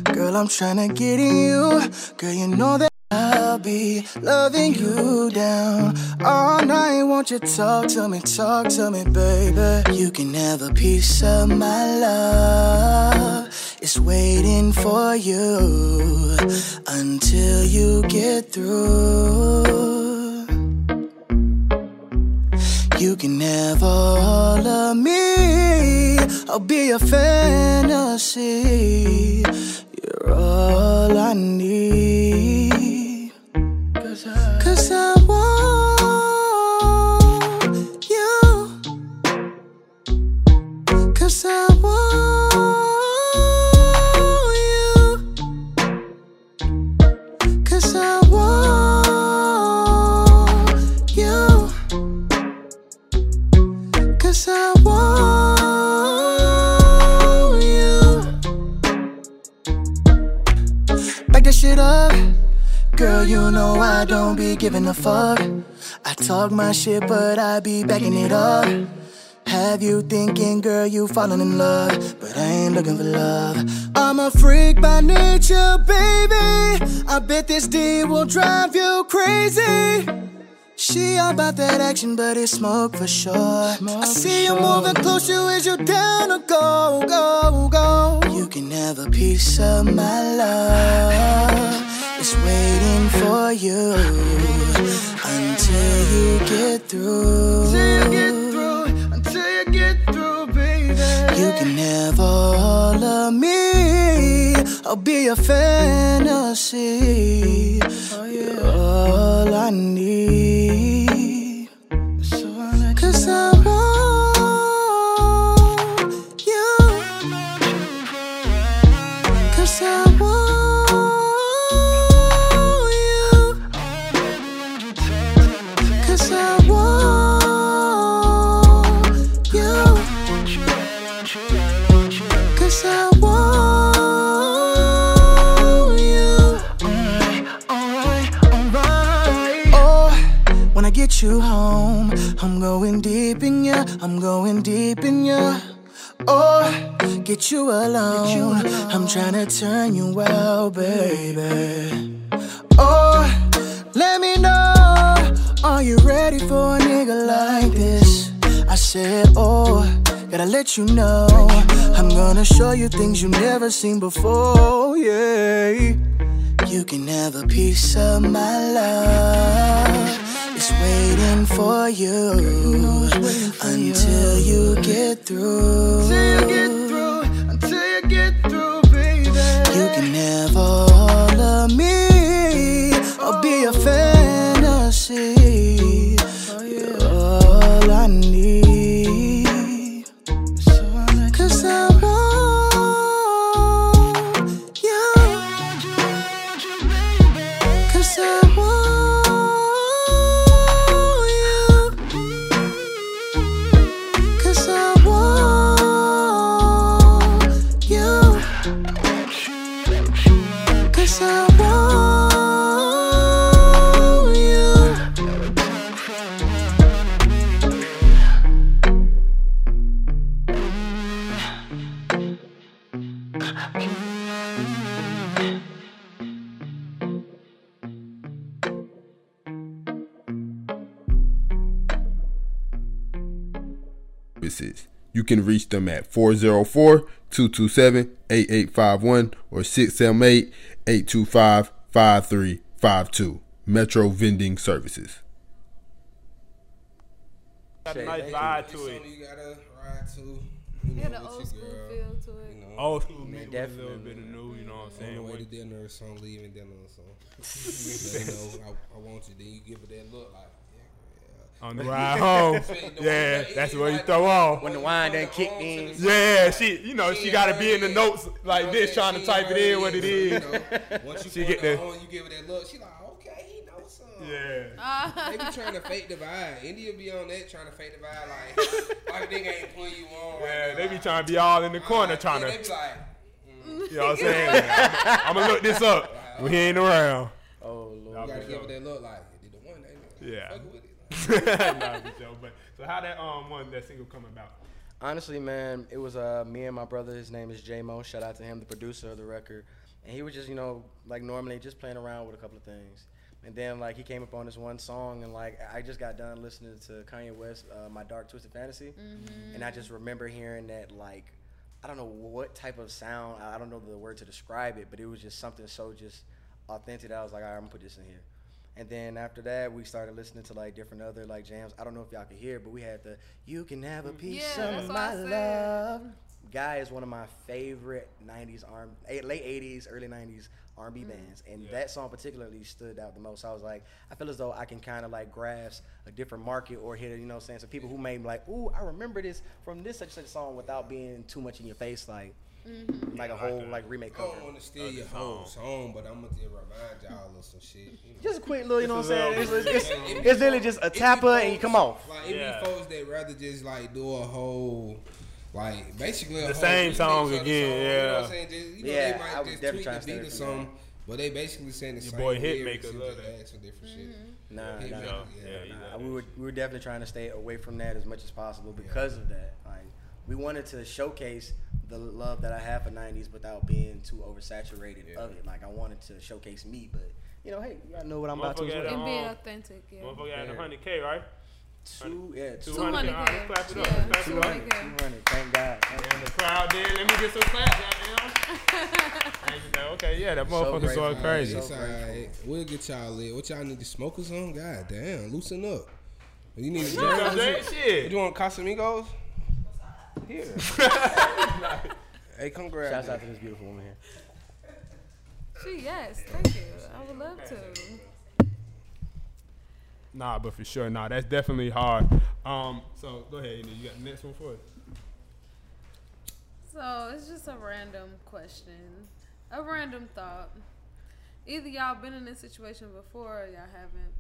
[SPEAKER 8] Girl, I'm tryna get in you. Girl, you know that. I'll be loving you down all night. Won't you talk to me, talk to me, baby? You can have a piece of my love. It's waiting for you until you get through. You can have all of me. I'll be a fantasy. You're all I need. Cause I, Cause I want you. Cause I want you. Cause I want you. Cause I want you. it up. Girl, you know I don't be giving a fuck. I talk my shit, but I be backing it up. Have you thinking, girl, you falling in love? But I ain't looking for love. I'm a freak by nature, baby. I bet this D will drive you crazy. She all about that action, but it's smoke for sure. I see you moving close, you is you down to go, go, go. You can have a piece of my love. It's waiting for you until you get through. Until you get through, until you get through, baby. You can have all of me. I'll be your fantasy. You're all I need. Cause I want you. Cause I want you. Cause I want you. Cause I want you. Oh, when I get you home, I'm going deep in ya. I'm going deep in ya. Oh, get you alone. I'm trying to turn you out, baby. Oh, let me know. Are you ready for a nigga like this? I said, oh, gotta let you know. I'm gonna show you things you never seen before, yeah. You can have a piece of my love. It's waiting for you until you get through. Until you get through, until you get through, baby. You can have all of me. I'll be a fantasy. You're all I need. Cause I want you. Cause I want you. Cause I want you. Cause I want you.
[SPEAKER 2] services. You can reach them at 404-227-8851 or 678-825-5352. Metro Vending Services.
[SPEAKER 1] Got a nice vibe to it.
[SPEAKER 2] You gotta ride to, you know,
[SPEAKER 3] Yeah, the
[SPEAKER 2] with your
[SPEAKER 3] old school
[SPEAKER 2] girl,
[SPEAKER 3] feel to it.
[SPEAKER 2] you know.
[SPEAKER 1] Old school mixed with a
[SPEAKER 6] definitely,
[SPEAKER 1] little bit of new, you know what I'm
[SPEAKER 2] On
[SPEAKER 1] saying?
[SPEAKER 2] the way to
[SPEAKER 1] With-
[SPEAKER 2] dinner or something, leaving dinner or something. you know, I, I want you. Then you give her that look like, yeah,
[SPEAKER 1] On the ride home. Yeah, that's what you throw off.
[SPEAKER 6] When the wine done kicked in.
[SPEAKER 1] Yeah, she, you know, she
[SPEAKER 2] She
[SPEAKER 1] gotta be in
[SPEAKER 2] heard
[SPEAKER 1] the
[SPEAKER 2] it.
[SPEAKER 1] notes like this, trying to type it in what it is.
[SPEAKER 2] Once you
[SPEAKER 1] She
[SPEAKER 2] get
[SPEAKER 1] get the-
[SPEAKER 2] that on, you give her that look. She like, okay, he knows something.
[SPEAKER 1] Yeah.
[SPEAKER 2] They be trying to fake the vibe. India be on that trying to fake the vibe like, like nigga ain't putting you on. right
[SPEAKER 1] Yeah,
[SPEAKER 2] now.
[SPEAKER 1] they be trying to be all in the corner
[SPEAKER 2] Like,
[SPEAKER 1] trying
[SPEAKER 2] yeah,
[SPEAKER 1] to,
[SPEAKER 2] They be like,
[SPEAKER 1] you know what I'm saying? I'm gonna look this up when he ain't around.
[SPEAKER 6] Oh
[SPEAKER 2] you
[SPEAKER 6] lord.
[SPEAKER 2] gotta give her that look like, did the one ain't it?
[SPEAKER 1] Yeah.
[SPEAKER 2] Fuck with it.
[SPEAKER 1] Nah, good joke, but- so how that um one that single come about?
[SPEAKER 6] Honestly, man, it was uh me and my brother. His name is J Mo. Shout out to him, the producer of the record. And he was just, you know, like normally just playing around with a couple of things. And then like he came up on this one song, and like I just got done listening to Kanye West, uh, "My Dark Twisted Fantasy," and I just remember hearing that like I don't know what type of sound. I I don't know the word to describe it, but it was just something so just authentic. that I was like, all right, I'm gonna put this in here. And then after that, we started listening to like different other like jams. I don't know if y'all could hear, but we had the "You Can Have a Piece
[SPEAKER 3] Yeah, that's
[SPEAKER 6] of
[SPEAKER 3] what I
[SPEAKER 6] My
[SPEAKER 3] said.
[SPEAKER 6] Love." Guy is one of my favorite '90s R, eh, late '80s, early '90s R&B
[SPEAKER 3] Mm-hmm.
[SPEAKER 6] bands, and that song particularly stood out the most. I was like, I feel as though I can kind of like grasp a different market or hit, a- you know, what I'm saying some people who may be like, "Ooh, I remember this from this such such song," without being too much in your face, like
[SPEAKER 3] Mm-hmm.
[SPEAKER 6] like a whole like remake
[SPEAKER 2] I
[SPEAKER 6] cover.
[SPEAKER 2] don't want to steal your whole song, but I'm gonna remind y'all of some shit. You know.
[SPEAKER 6] Just a quick little, you know what I'm saying? It's,
[SPEAKER 1] little-
[SPEAKER 6] it's, it's,
[SPEAKER 2] It be
[SPEAKER 6] um, it's literally just a
[SPEAKER 2] folks- it be
[SPEAKER 6] tapper and you
[SPEAKER 2] folks-
[SPEAKER 6] come off.
[SPEAKER 2] Like it
[SPEAKER 1] Yeah.
[SPEAKER 2] be folks that rather just like do a whole. Like basically
[SPEAKER 1] The
[SPEAKER 2] a whole
[SPEAKER 1] same
[SPEAKER 2] remix
[SPEAKER 1] song
[SPEAKER 2] of the
[SPEAKER 1] again,
[SPEAKER 2] song, You know what
[SPEAKER 1] yeah.
[SPEAKER 2] I'm saying? Just, you know,
[SPEAKER 6] Yeah,
[SPEAKER 2] they
[SPEAKER 6] I
[SPEAKER 2] might
[SPEAKER 6] was
[SPEAKER 2] just
[SPEAKER 6] definitely
[SPEAKER 2] tweak
[SPEAKER 6] trying
[SPEAKER 2] the
[SPEAKER 6] to
[SPEAKER 2] beat
[SPEAKER 6] stay
[SPEAKER 2] or
[SPEAKER 6] away from
[SPEAKER 2] something, But they basically saying the
[SPEAKER 1] Your
[SPEAKER 2] same
[SPEAKER 1] boy Hitmaker
[SPEAKER 2] lyrics and
[SPEAKER 1] love
[SPEAKER 2] just
[SPEAKER 1] that.
[SPEAKER 2] add some different
[SPEAKER 6] Mm-hmm.
[SPEAKER 2] shit.
[SPEAKER 6] Nah,
[SPEAKER 2] Hitmaker,
[SPEAKER 6] nah,
[SPEAKER 2] yeah,
[SPEAKER 1] yeah, he
[SPEAKER 2] nah.
[SPEAKER 1] love
[SPEAKER 6] Uh, we were we were definitely trying to stay away from that as much as possible because of that. Like we wanted to showcase the love that I have for '90s without being too oversaturated of it. Like I wanted to showcase me, but you know, hey, y'all know what I'm about to.
[SPEAKER 1] Motherfucker
[SPEAKER 6] as
[SPEAKER 1] had
[SPEAKER 6] well.
[SPEAKER 3] And be
[SPEAKER 1] Um,
[SPEAKER 3] authentic, yeah.
[SPEAKER 1] Motherfucker had
[SPEAKER 6] Yeah.
[SPEAKER 1] a hundred K, right?
[SPEAKER 6] Two, yeah, two
[SPEAKER 1] Two hundred
[SPEAKER 3] 200K.
[SPEAKER 1] K. All right, clap it up.
[SPEAKER 3] Yeah,
[SPEAKER 1] Clap it up.
[SPEAKER 3] 200K.
[SPEAKER 6] hundred. Thank God. Thank
[SPEAKER 1] And the crowd did. Let me get some claps, goddamn. And you know, okay, yeah, that motherfucker's
[SPEAKER 6] grateful.
[SPEAKER 1] going crazy.
[SPEAKER 2] It's all right. We'll get y'all lit. What y'all need to smoke us on? God damn, loosen up. You need to
[SPEAKER 1] You know, Jay, shit.
[SPEAKER 2] You want Casamigos? Here. hey, come grab
[SPEAKER 6] Shouts
[SPEAKER 2] me.
[SPEAKER 6] out to this beautiful woman here.
[SPEAKER 3] She, yes, thank you. I would love to.
[SPEAKER 1] Nah, but for sure, nah, that's definitely hard. Um, so go ahead, Ina, you got the next one for us.
[SPEAKER 3] So it's just a random question, a random thought. Either y'all been in this situation before or y'all haven't.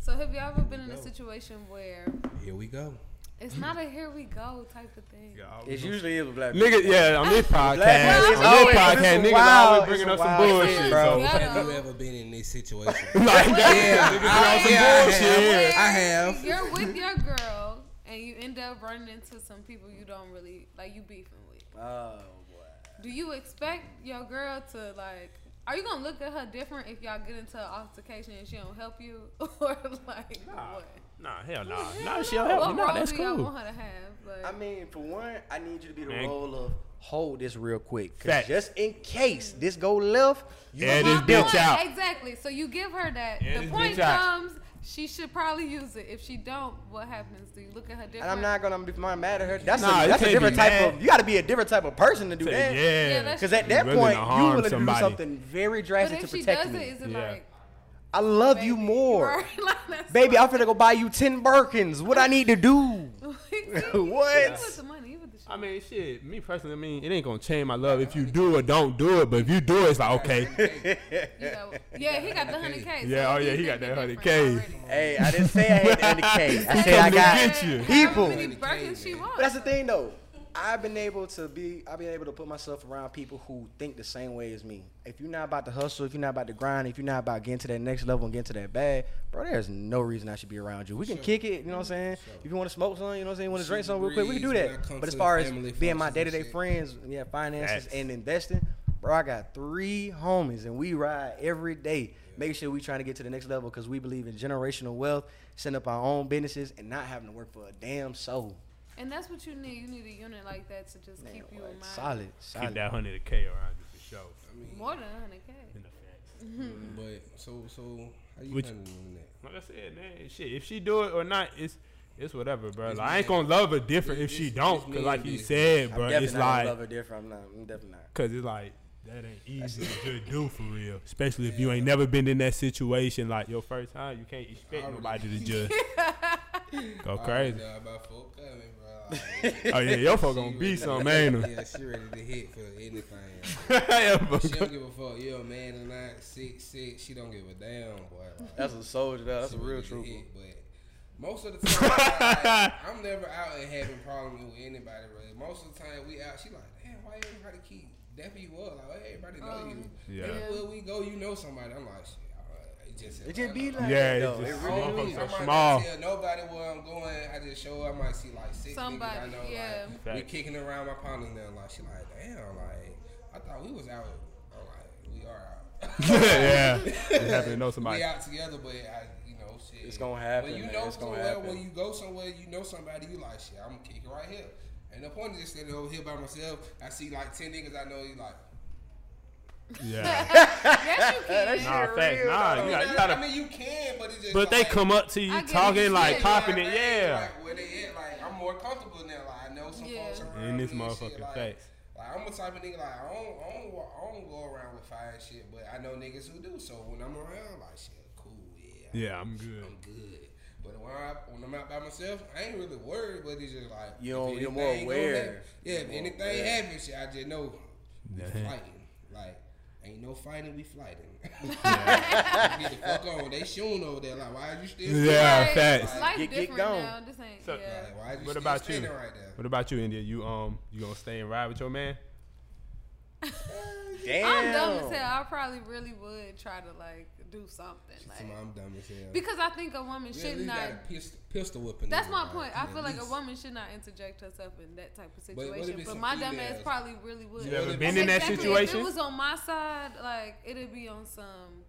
[SPEAKER 3] So have y'all ever been in a situation where
[SPEAKER 2] Here we go.
[SPEAKER 3] it's not a here we go type of thing?
[SPEAKER 6] It's usually is with black people.
[SPEAKER 1] Nigga, yeah, on this
[SPEAKER 6] Black
[SPEAKER 1] podcast,
[SPEAKER 6] people, it's
[SPEAKER 1] on this
[SPEAKER 6] always-
[SPEAKER 1] podcast,
[SPEAKER 6] it's a
[SPEAKER 1] niggas
[SPEAKER 6] wild-
[SPEAKER 1] always
[SPEAKER 6] it's
[SPEAKER 1] bringing
[SPEAKER 6] a
[SPEAKER 1] up some
[SPEAKER 6] wild
[SPEAKER 1] bullshit, bro.
[SPEAKER 6] shit, bro.
[SPEAKER 2] Have you
[SPEAKER 3] Ghetto.
[SPEAKER 2] ever been in this situation?
[SPEAKER 1] Like,
[SPEAKER 2] yeah,
[SPEAKER 1] damn, niggas been on some bullshit.
[SPEAKER 2] I have.
[SPEAKER 3] You're with your girl and you end up running into some people you don't really like. You beefing with.
[SPEAKER 6] Oh boy.
[SPEAKER 3] Do you expect your girl to like? Are you gonna look at her different if y'all get into an altercation and she don't help you, or like what?
[SPEAKER 1] Nah, hell nah.
[SPEAKER 3] Nah, she'll
[SPEAKER 1] help
[SPEAKER 3] help
[SPEAKER 1] you.
[SPEAKER 3] me.
[SPEAKER 1] Nah,
[SPEAKER 3] What role
[SPEAKER 1] that's
[SPEAKER 3] do y'all
[SPEAKER 1] cool.
[SPEAKER 3] want her to have?
[SPEAKER 6] I
[SPEAKER 3] Like,
[SPEAKER 6] mean, for one, I need you to be the
[SPEAKER 1] Man.
[SPEAKER 6] role of hold this real quick, 'cause
[SPEAKER 1] Facts.
[SPEAKER 6] just in case this go left, you
[SPEAKER 1] Yeah, this
[SPEAKER 3] My
[SPEAKER 1] bitch
[SPEAKER 3] point-
[SPEAKER 1] out.
[SPEAKER 3] Exactly. So you give her that.
[SPEAKER 1] Yeah,
[SPEAKER 3] the
[SPEAKER 1] this
[SPEAKER 3] point
[SPEAKER 1] bitch out.
[SPEAKER 3] comes, she should probably use it. If she don't, what happens? Do you look at her different?
[SPEAKER 6] And I'm not gonna be mad at her. That's
[SPEAKER 1] Nah,
[SPEAKER 6] a,
[SPEAKER 1] you
[SPEAKER 6] that's a
[SPEAKER 1] can't
[SPEAKER 6] different
[SPEAKER 1] be
[SPEAKER 6] type
[SPEAKER 1] mad.
[SPEAKER 6] of. You got to be a different type of person to do that.
[SPEAKER 3] Yeah,
[SPEAKER 1] Yeah.
[SPEAKER 3] that's-
[SPEAKER 6] Because at
[SPEAKER 1] You
[SPEAKER 6] that
[SPEAKER 1] willing
[SPEAKER 6] point,
[SPEAKER 1] to
[SPEAKER 6] you
[SPEAKER 1] harm
[SPEAKER 6] willing to do
[SPEAKER 1] somebody.
[SPEAKER 6] something very
[SPEAKER 3] But
[SPEAKER 6] drastic to
[SPEAKER 3] if she does
[SPEAKER 6] protect
[SPEAKER 3] it,
[SPEAKER 6] me.
[SPEAKER 3] is it
[SPEAKER 1] Yeah.
[SPEAKER 3] like,
[SPEAKER 6] I love
[SPEAKER 3] baby,
[SPEAKER 6] you more,
[SPEAKER 3] right? Like, that's
[SPEAKER 6] baby. I'm
[SPEAKER 3] like-
[SPEAKER 6] finna go buy you ten Birkins. What I need to do? What?
[SPEAKER 3] You with the money? You with the shit?
[SPEAKER 1] I mean, shit. Me personally, I mean, it ain't gonna change my love if you do or don't do it. But if you do it, it's like okay.
[SPEAKER 3] You know, yeah, he got the hundred k.
[SPEAKER 1] Yeah, oh, yeah, he got that 100K.
[SPEAKER 6] Hey, I didn't say I had to indicate. I said
[SPEAKER 1] Come
[SPEAKER 6] I
[SPEAKER 1] to
[SPEAKER 6] got.
[SPEAKER 1] get you.
[SPEAKER 6] people.
[SPEAKER 3] she wants.
[SPEAKER 6] But that's the thing though. I've been able to be I've been able to put myself around people who think the same way as me. If you're not about to hustle, if you're not about to grind, if you're not about getting to that next level and getting to that bag, bro, there's no reason I should be around you. We can kick it, you know what I'm saying? If you want to smoke some, you know what I'm saying, you want to drink
[SPEAKER 2] Shoot
[SPEAKER 6] some
[SPEAKER 2] the
[SPEAKER 6] real quick, we can do
[SPEAKER 2] breeze when I
[SPEAKER 6] that.
[SPEAKER 2] come
[SPEAKER 6] But
[SPEAKER 2] to
[SPEAKER 6] as
[SPEAKER 2] the
[SPEAKER 6] far as
[SPEAKER 2] family
[SPEAKER 6] being
[SPEAKER 2] functions
[SPEAKER 6] my
[SPEAKER 2] and
[SPEAKER 6] day-to-day
[SPEAKER 2] shit.
[SPEAKER 6] friends, yeah, finances
[SPEAKER 1] Facts.
[SPEAKER 6] and investing, bro, I got three homies and we ride every day. Make sure we trying to get to the next level because we believe in generational wealth, setting up our own businesses, and not having to work for a damn soul.
[SPEAKER 3] And that's what you need. You need a unit like that to just keep you in mind.
[SPEAKER 6] Solid,
[SPEAKER 1] Keep
[SPEAKER 6] solid.
[SPEAKER 1] that hundred k around you for sure.
[SPEAKER 3] More than hundred k.
[SPEAKER 1] In the facts.
[SPEAKER 2] But so so how you
[SPEAKER 1] Would
[SPEAKER 2] handling that?
[SPEAKER 1] Like I said, man, shit. If she do it or not, it's it's whatever, bro. Like, I ain't gonna love her different if she don't, cause like you said, bro,
[SPEAKER 6] I'm
[SPEAKER 1] it's
[SPEAKER 6] definitely not gonna love
[SPEAKER 1] like,
[SPEAKER 6] her different. I'm not. I'm definitely not.
[SPEAKER 1] cause it's like that ain't easy to do for real. Especially if you ain't never been in that situation, like your first time, you can't expect nobody to judge. Go crazy.
[SPEAKER 2] Nah, about folk coming, bro. Like,
[SPEAKER 1] Oh yeah, your folk
[SPEAKER 2] she
[SPEAKER 1] gonna
[SPEAKER 2] ready-
[SPEAKER 1] be some, ain't it?
[SPEAKER 2] Yeah, she ready to hit for anything.
[SPEAKER 1] Yeah, fuck.
[SPEAKER 2] She don't give a fuck. You a man or not? Six six. She don't give a damn, boy. Like,
[SPEAKER 6] That's a soldier. though. That's a
[SPEAKER 2] to
[SPEAKER 6] real
[SPEAKER 2] really get
[SPEAKER 6] trooper.
[SPEAKER 2] hit, But most of the time, like, I'm never out and having problems with anybody. Really. Most of the time, we out. She like, damn, why everybody keep dapping you up? Like, why everybody know you.
[SPEAKER 1] Yeah.
[SPEAKER 2] Everywhere we go, you know somebody. I'm like, shit. all right, It just,
[SPEAKER 6] It just be like
[SPEAKER 1] Yeah,
[SPEAKER 6] that,
[SPEAKER 1] it's
[SPEAKER 6] though. It
[SPEAKER 1] just-
[SPEAKER 6] really
[SPEAKER 2] I
[SPEAKER 1] motherfuckers
[SPEAKER 2] might
[SPEAKER 6] do.
[SPEAKER 1] so
[SPEAKER 2] not
[SPEAKER 1] small.
[SPEAKER 2] tell nobody where I'm going. I just show. up. I might see like six niggas I
[SPEAKER 3] Somebody,
[SPEAKER 2] know.
[SPEAKER 3] yeah.
[SPEAKER 2] Like, we
[SPEAKER 1] Facts.
[SPEAKER 2] kicking around my partners now. Like she like, damn. Like I thought we was out. I'm like, we are out.
[SPEAKER 1] yeah, you happen to know somebody.
[SPEAKER 2] We out together, but I, you know, shit.
[SPEAKER 6] It's gonna happen,
[SPEAKER 2] When you
[SPEAKER 6] man.
[SPEAKER 2] know
[SPEAKER 6] It's gonna
[SPEAKER 2] somewhere,
[SPEAKER 6] happen.
[SPEAKER 2] when you go somewhere, you know somebody. You like shit. I'm kicking right here. And the point is just standing over here by myself. I see like ten niggas I know. You like.
[SPEAKER 1] Yeah,
[SPEAKER 3] Yes, you can.
[SPEAKER 1] nah, facts, nah. You got, you
[SPEAKER 2] I
[SPEAKER 1] gotta,
[SPEAKER 2] mean, you can, but it's just.
[SPEAKER 1] but they
[SPEAKER 2] like-
[SPEAKER 1] come up to
[SPEAKER 3] I
[SPEAKER 1] you
[SPEAKER 3] get it,
[SPEAKER 1] talking
[SPEAKER 3] you
[SPEAKER 1] like
[SPEAKER 3] said.
[SPEAKER 1] popping it,
[SPEAKER 2] like,
[SPEAKER 1] yeah.
[SPEAKER 2] Like, where they at, like, I'm more comfortable now. Like, I know some
[SPEAKER 3] Yeah.
[SPEAKER 2] folks around
[SPEAKER 1] In this
[SPEAKER 2] me and
[SPEAKER 1] motherfucking
[SPEAKER 2] shit, like,
[SPEAKER 1] facts.
[SPEAKER 2] Like, I'm the type of nigga, like, I don't, I don't, wa- I don't go around with fire and shit, but I know niggas who do. So when I'm around, like, shit, cool, yeah.
[SPEAKER 1] Yeah, I'm good.
[SPEAKER 2] I'm good. But when, I, when I'm out by myself, I ain't really worried, but it's just like.
[SPEAKER 6] You
[SPEAKER 2] if
[SPEAKER 6] don't- you're more
[SPEAKER 2] anything gonna
[SPEAKER 6] aware.
[SPEAKER 2] happen- Yeah, if
[SPEAKER 6] You're more
[SPEAKER 2] anything
[SPEAKER 6] aware.
[SPEAKER 2] happens, shit, I just know we
[SPEAKER 1] Yeah.
[SPEAKER 2] fighting. Like, ain't no fighting, we fighting. Get the fuck on. They shooting over there. Like, why are you still
[SPEAKER 1] Yeah,
[SPEAKER 3] Like,
[SPEAKER 1] facts.
[SPEAKER 3] Life
[SPEAKER 6] Get- get
[SPEAKER 3] different
[SPEAKER 6] gone.
[SPEAKER 3] now. This ain't.
[SPEAKER 1] So-
[SPEAKER 3] yeah.
[SPEAKER 2] Like, why is you
[SPEAKER 1] What
[SPEAKER 2] still
[SPEAKER 1] about you?
[SPEAKER 2] standing Right there?
[SPEAKER 1] What about you, India? You um, you gonna stay and ride with your man?
[SPEAKER 6] Damn.
[SPEAKER 3] I'm dumb as hell, I probably really would try to like do something.
[SPEAKER 2] Come
[SPEAKER 3] Like,
[SPEAKER 2] on, I'm dumb as hell.
[SPEAKER 3] because I think a woman
[SPEAKER 2] We at
[SPEAKER 3] should
[SPEAKER 2] least
[SPEAKER 3] not.
[SPEAKER 2] got a pistol, pistol whipping.
[SPEAKER 3] That's
[SPEAKER 2] nigga,
[SPEAKER 3] my
[SPEAKER 2] like,
[SPEAKER 3] point. I
[SPEAKER 2] at
[SPEAKER 3] feel like a
[SPEAKER 2] least.
[SPEAKER 3] woman should not interject herself in that type of
[SPEAKER 2] what if
[SPEAKER 3] situation.
[SPEAKER 2] it's
[SPEAKER 3] But,
[SPEAKER 2] some
[SPEAKER 3] my dumb ass
[SPEAKER 2] females?
[SPEAKER 3] probably really would.
[SPEAKER 2] You ever
[SPEAKER 3] And
[SPEAKER 2] been in
[SPEAKER 1] that
[SPEAKER 3] If
[SPEAKER 1] situation?
[SPEAKER 3] it was on my side, like it'd be on some.